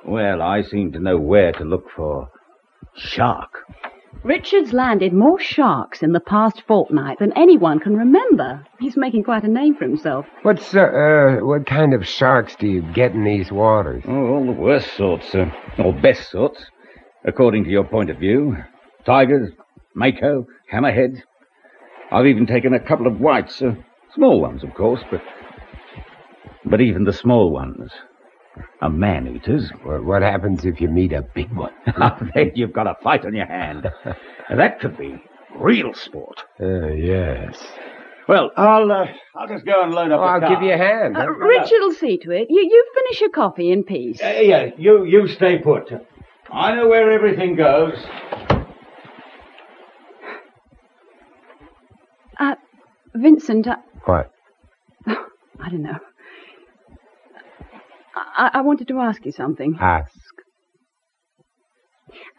[SPEAKER 23] Well, I seem to know where to look for shark.
[SPEAKER 33] Richard's landed more sharks in the past fortnight than anyone can remember. He's making quite a name for himself.
[SPEAKER 32] What's uh, uh, what kind of sharks do you get in these waters?
[SPEAKER 23] Oh, all the worst sorts, uh, or best sorts, according to your point of view. Tigers, mako, hammerheads. I've even taken a couple of whites, uh, small ones, of course, but but even the small ones are man eaters.
[SPEAKER 32] Well, what happens if you meet a big one?
[SPEAKER 23] then you've got a fight on your hand. that could be real sport.
[SPEAKER 32] Uh, yes.
[SPEAKER 23] Well, I'll uh, I'll just go and load up.
[SPEAKER 32] Oh, I'll give you a hand.
[SPEAKER 33] Uh, Richard'll see to it. You you finish your coffee in peace.
[SPEAKER 32] Uh,
[SPEAKER 23] Yeah, Uh, yeah, you you stay put. I know where everything goes.
[SPEAKER 33] Uh, Vincent, I,
[SPEAKER 32] What?
[SPEAKER 33] I don't know. I, I wanted to ask you something.
[SPEAKER 32] Ask.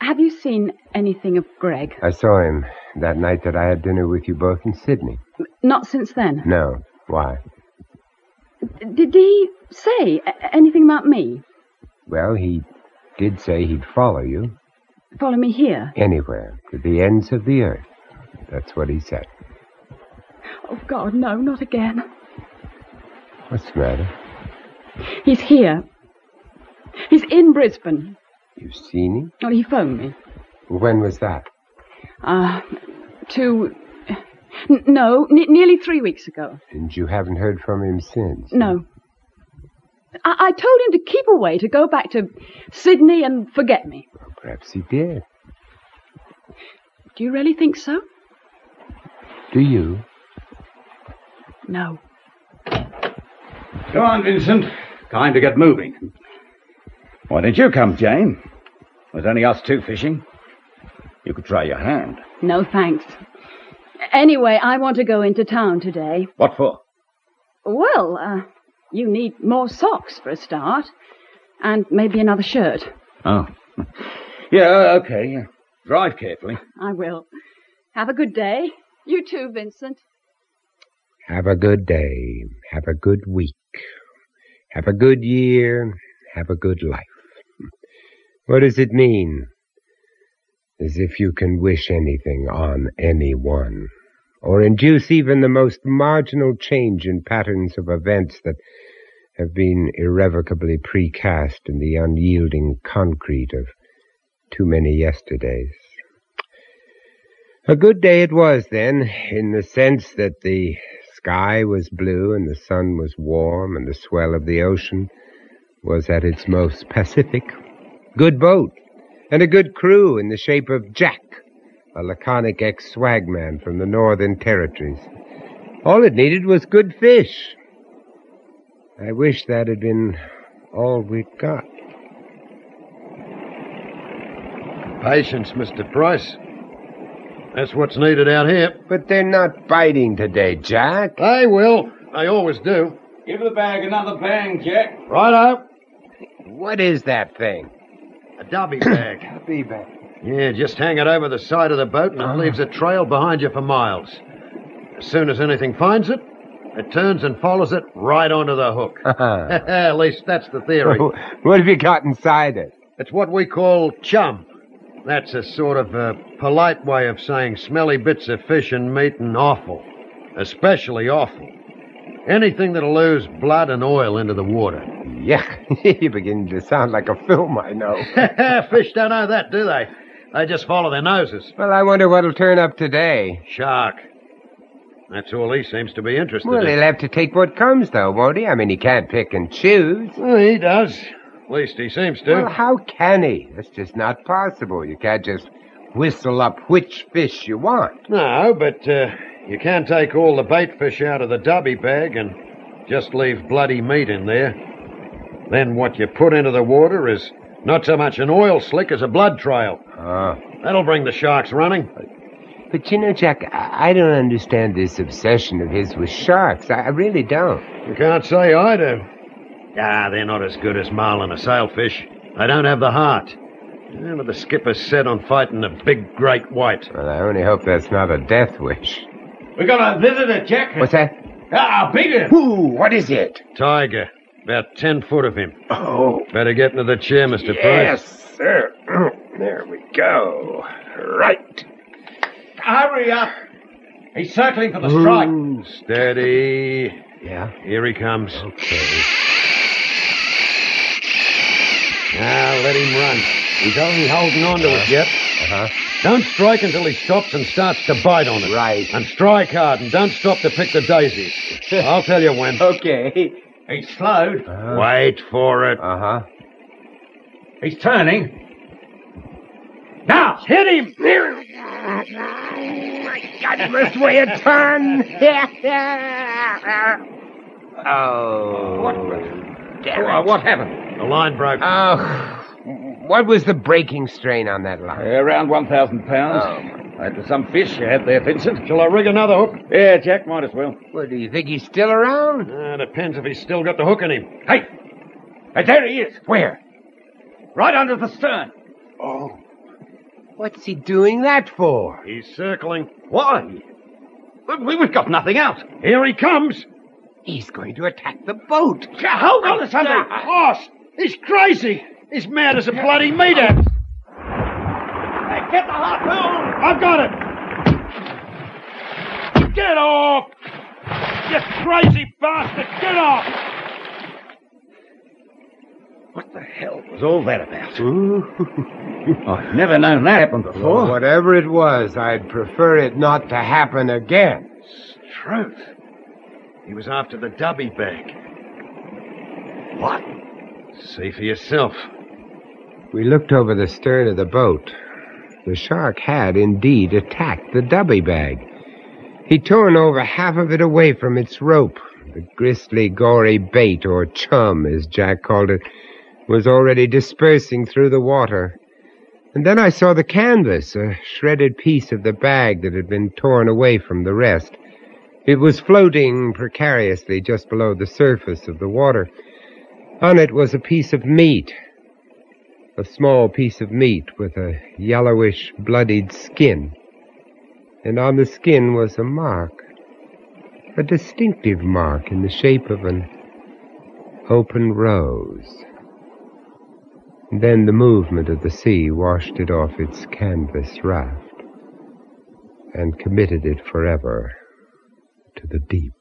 [SPEAKER 33] Have you seen anything of Greg?
[SPEAKER 32] I saw him that night that I had dinner with you both in Sydney.
[SPEAKER 33] Not since then.
[SPEAKER 32] No. Why?
[SPEAKER 33] Did he say a- anything about me?
[SPEAKER 32] Well, he did say he'd follow you
[SPEAKER 33] Follow me here.
[SPEAKER 32] anywhere to the ends of the earth. That's what he said.
[SPEAKER 33] Oh, God, no, not again.
[SPEAKER 32] What's the matter?
[SPEAKER 33] He's here. He's in Brisbane.
[SPEAKER 32] You've seen him?
[SPEAKER 33] Well, Oh, he phoned me.
[SPEAKER 32] When was that?
[SPEAKER 33] Uh, two. N- no, ne- nearly three weeks ago.
[SPEAKER 32] And you haven't heard from him since.
[SPEAKER 33] No. I-, I told him to keep away, to go back to Sydney and forget me.
[SPEAKER 32] Perhaps he did.
[SPEAKER 33] Do you really think so?
[SPEAKER 32] Do you?
[SPEAKER 33] No.
[SPEAKER 23] Come on, Vincent. Time to get moving. Why didn't you come, Jane? It was only us two fishing. You could try your hand.
[SPEAKER 33] No, thanks. Anyway, I want to go into town today.
[SPEAKER 23] What for?
[SPEAKER 33] Well, uh, you need more socks for a start, and maybe another shirt.
[SPEAKER 23] Oh. Yeah, uh, okay. yeah. Drive carefully.
[SPEAKER 33] I will. Have a good day. You too, Vincent.
[SPEAKER 32] Have a good day. Have a good week. Have a good year. Have a good life. What does it mean? As if you can wish anything on anyone, or induce even the most marginal change in patterns of events that have been irrevocably precast in the unyielding concrete of too many yesterdays. A good day it was, then, in the sense that the sky was blue and the sun was warm and the swell of the ocean was at its most pacific. Good boat and a good crew in the shape of Jack, a laconic ex-swagman from the Northern Territories. All it needed was good fish. I wish that had been all we'd got.
[SPEAKER 36] Patience, Mr. Price. That's what's needed out here.
[SPEAKER 32] But they're not biting today, Jack.
[SPEAKER 36] They will. They always do.
[SPEAKER 23] Give the bag another bang, Jack.
[SPEAKER 36] Righto.
[SPEAKER 32] What is that thing?
[SPEAKER 36] A dubby bag.
[SPEAKER 32] dubby bag.
[SPEAKER 36] Yeah, just hang it over the side of the boat
[SPEAKER 32] Uh-huh.
[SPEAKER 36] and it leaves a trail behind you for miles. As soon as anything finds it, it turns and follows it right onto the hook. At least that's the theory.
[SPEAKER 32] Uh-huh. what have you got inside it?
[SPEAKER 36] It's what we call chum. That's a sort of uh, polite way of saying smelly bits of fish and meat and offal. Especially offal. Anything that'll lose blood and oil into the water.
[SPEAKER 32] Yuck. You're beginning to sound like a film I know.
[SPEAKER 36] fish don't know that, do they? They just follow their noses.
[SPEAKER 32] Well, I wonder what'll turn up today.
[SPEAKER 36] Shark. That's all he seems to be interested
[SPEAKER 32] Well,
[SPEAKER 36] in.
[SPEAKER 32] he'll have to take what comes, though, won't he? I mean, he can't pick and choose.
[SPEAKER 36] Well, he does. At least he seems to.
[SPEAKER 32] Well, how can he? That's just not possible. You can't just whistle up which fish you want.
[SPEAKER 36] No, but uh, you can take all the bait fish out of the dubby bag and just leave bloody meat in there. Then what you put into the water is not so much an oil slick as a blood trail.
[SPEAKER 32] Ah.
[SPEAKER 36] That'll bring the sharks running.
[SPEAKER 32] But you know, Jack, I I don't understand this obsession of his with sharks. I I really don't.
[SPEAKER 36] You can't say I do. Ah, they're not as good as marlin or sailfish. They don't have the heart. Yeah, but the skipper's set on fighting the big, great white.
[SPEAKER 32] Well, I only hope that's not a death wish.
[SPEAKER 36] We got a visitor, Jack.
[SPEAKER 32] What's that?
[SPEAKER 36] Ah, bigger.
[SPEAKER 32] Who? What is it?
[SPEAKER 36] Tiger. About ten foot of him.
[SPEAKER 32] Oh.
[SPEAKER 36] Better get into the chair, Mr. Price.
[SPEAKER 32] Yes, sir. there we go. Right.
[SPEAKER 9] Hurry up! He's circling for the strike.
[SPEAKER 36] Ooh, steady.
[SPEAKER 32] Yeah?
[SPEAKER 36] Here he comes.
[SPEAKER 32] Okay.
[SPEAKER 36] Now let him run. He's only holding on to it, Jeff.
[SPEAKER 32] Uh-huh.
[SPEAKER 36] Don't strike until he stops and starts to bite on it.
[SPEAKER 32] Right.
[SPEAKER 36] And strike hard and don't stop to pick the daisies. I'll tell you when.
[SPEAKER 32] Okay.
[SPEAKER 9] He's slowed.
[SPEAKER 36] Wait for it.
[SPEAKER 32] Uh-huh.
[SPEAKER 9] He's turning. Now, hit him!
[SPEAKER 32] Got him this way a ton. oh. What?
[SPEAKER 36] Well,
[SPEAKER 32] what happened?
[SPEAKER 36] The line broke.
[SPEAKER 32] Oh. What was the breaking strain on that line?
[SPEAKER 23] Uh,
[SPEAKER 32] Oh,
[SPEAKER 23] around 1,000 pounds. That was some fish you had there, Vincent.
[SPEAKER 36] Shall I rig another hook?
[SPEAKER 23] Yeah, Jack, might as well.
[SPEAKER 32] Well, do you think he's still around?
[SPEAKER 36] Uh, depends if he's still got the hook in him.
[SPEAKER 9] Hey! Hey, there he is!
[SPEAKER 32] Where?
[SPEAKER 9] Right under the stern.
[SPEAKER 32] Oh. What's he doing that for?
[SPEAKER 36] He's circling.
[SPEAKER 9] Why? We- We've got nothing else.
[SPEAKER 36] Here he comes.
[SPEAKER 32] He's going to attack the boat.
[SPEAKER 9] Hold on to something.
[SPEAKER 36] Horse! He's crazy. He's mad as a bloody meter.
[SPEAKER 9] Hey, get the harpoon!
[SPEAKER 36] I've got it. Get off! You crazy bastard! Get off!
[SPEAKER 23] What the hell was all that about? I've never known that happen before.
[SPEAKER 32] Well, whatever it was, I'd prefer it not to happen again.
[SPEAKER 36] Truth. He was after the dubby bag.
[SPEAKER 23] What?
[SPEAKER 36] See for yourself.
[SPEAKER 32] We looked over the stern of the boat. The shark had indeed attacked the dubby bag. He'd torn over half of it away from its rope. The gristly, gory bait, or chum, as Jack called it, was already dispersing through the water. And then I saw the canvas, a shredded piece of the bag that had been torn away from the rest. It was floating precariously just below the surface of the water. On it was a piece of meat, a small piece of meat with a yellowish, bloodied skin. And on the skin was a mark, a distinctive mark in the shape of an open rose. And then the movement of the sea washed it off its canvas raft and committed it forever to the deep.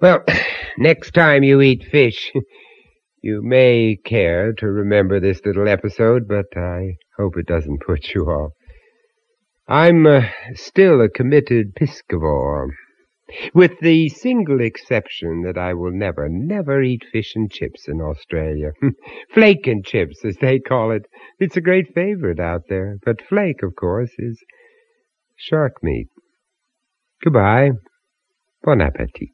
[SPEAKER 32] Well, next time you eat fish, you may care to remember this little episode, but I hope it doesn't put you off. I'm uh, still a committed piscivore, with the single exception that I will never, never eat fish and chips in Australia. flake and chips, as they call it. It's a great favorite out there, but flake, of course, is shark meat. Goodbye. Bon appetit.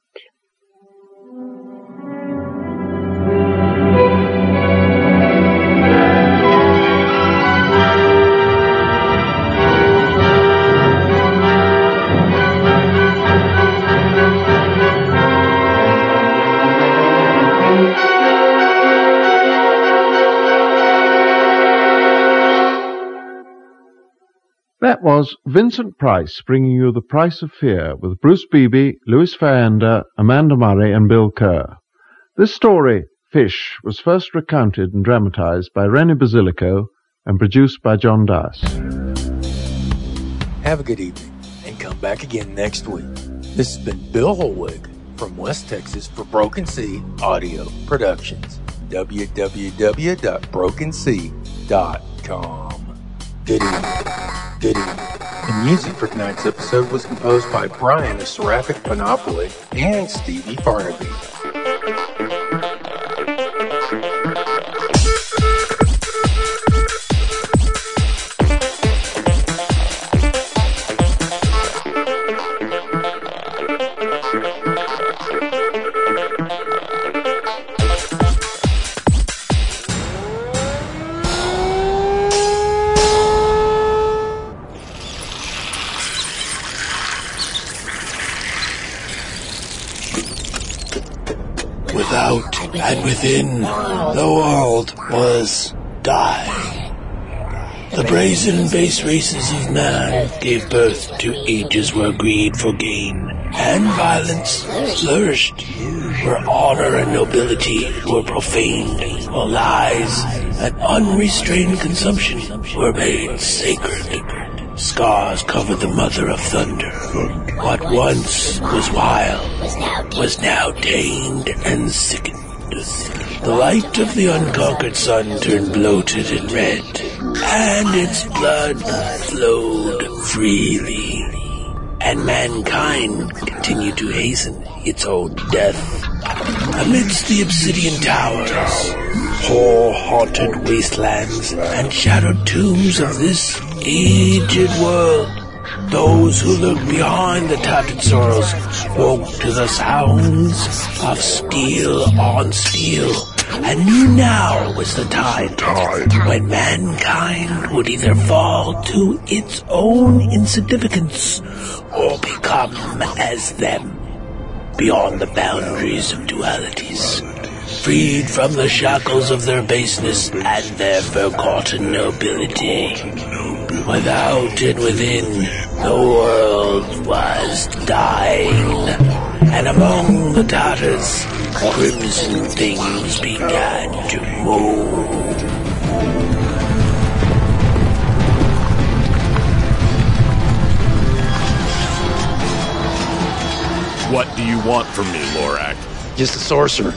[SPEAKER 37] That was Vincent Price bringing you The Price of Fear with Bruce Beebe, Louis Ferander, Amanda Murray, and Bill Kerr. This story, Fish, was first recounted and dramatized by Rennie Basilico and produced by John Dice.
[SPEAKER 9] Have a good evening and come back again next week. This has been Bill Holwig from West Texas for Broken Sea Audio Productions. www.brokensea.com. Good evening. Good evening. The music for tonight's episode was composed by Brian of Seraphic Panoply and Stevie Farnaby. Without and within, the world was dying. The brazen base races of man gave birth to ages where greed for gain and violence flourished, where honor and nobility were profaned, where lies and unrestrained consumption were made sacred. Scars covered the mother of thunder. What once was wild was now tamed and sickened. The light of the unconquered sun turned bloated and red, and its blood flowed freely. And mankind continued to hasten its own death. Amidst the obsidian towers, poor haunted wastelands, and shadowed tombs of this aged world, those who looked behind the tattered sorrows woke to the sounds of steel on steel, and knew now was the time when mankind would either fall to its own insignificance or become as them, beyond the boundaries of dualities. Freed from the shackles of their baseness and their forgotten nobility. Without and within, the world was dying. And among the Tatars, crimson things began to move.
[SPEAKER 2] What do you want from me, Lorak?
[SPEAKER 9] Just a sorcerer.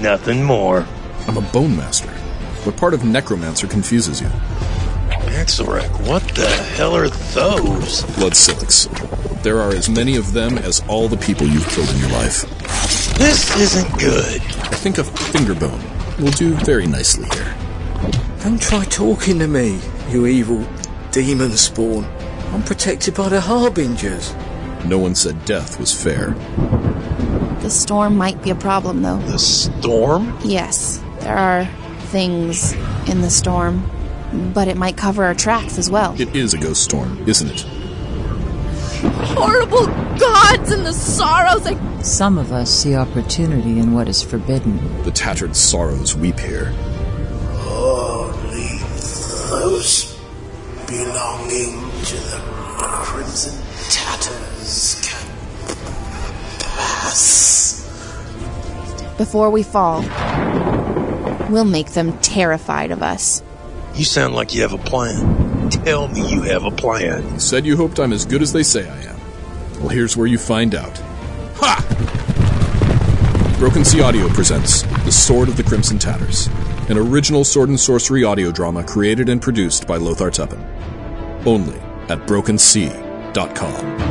[SPEAKER 9] Nothing more.
[SPEAKER 38] I'm a bone master. What part of necromancer confuses you?
[SPEAKER 9] Axelrec, what the hell are those?
[SPEAKER 38] Blood silics. There are as many of them as all the people you've killed in your life.
[SPEAKER 9] This isn't good.
[SPEAKER 38] Think of fingerbone. Will do very nicely here.
[SPEAKER 4] Don't try talking to me, you evil demon spawn. I'm protected by the Harbingers.
[SPEAKER 38] No one said death was fair.
[SPEAKER 39] The storm might be a problem, though.
[SPEAKER 9] The storm?
[SPEAKER 39] Yes, there are things in the storm, but it might cover our tracks as well.
[SPEAKER 38] It is a ghost storm, isn't it?
[SPEAKER 39] Horrible gods and the sorrows I
[SPEAKER 40] Some of us see opportunity in what is forbidden.
[SPEAKER 38] The tattered sorrows weep here.
[SPEAKER 9] Only those belonging to the Crimson Tatters can pass.
[SPEAKER 39] Before we fall, we'll make them terrified of us.
[SPEAKER 9] You sound like you have a plan. Tell me you have a plan.
[SPEAKER 38] You said you hoped I'm as good as they say I am. Well, here's where you find out. Ha! Broken Sea Audio presents The Sword of the Crimson Tatters, an original sword and sorcery audio drama created and produced by Lothar Tuppen. Only at brokensea.com.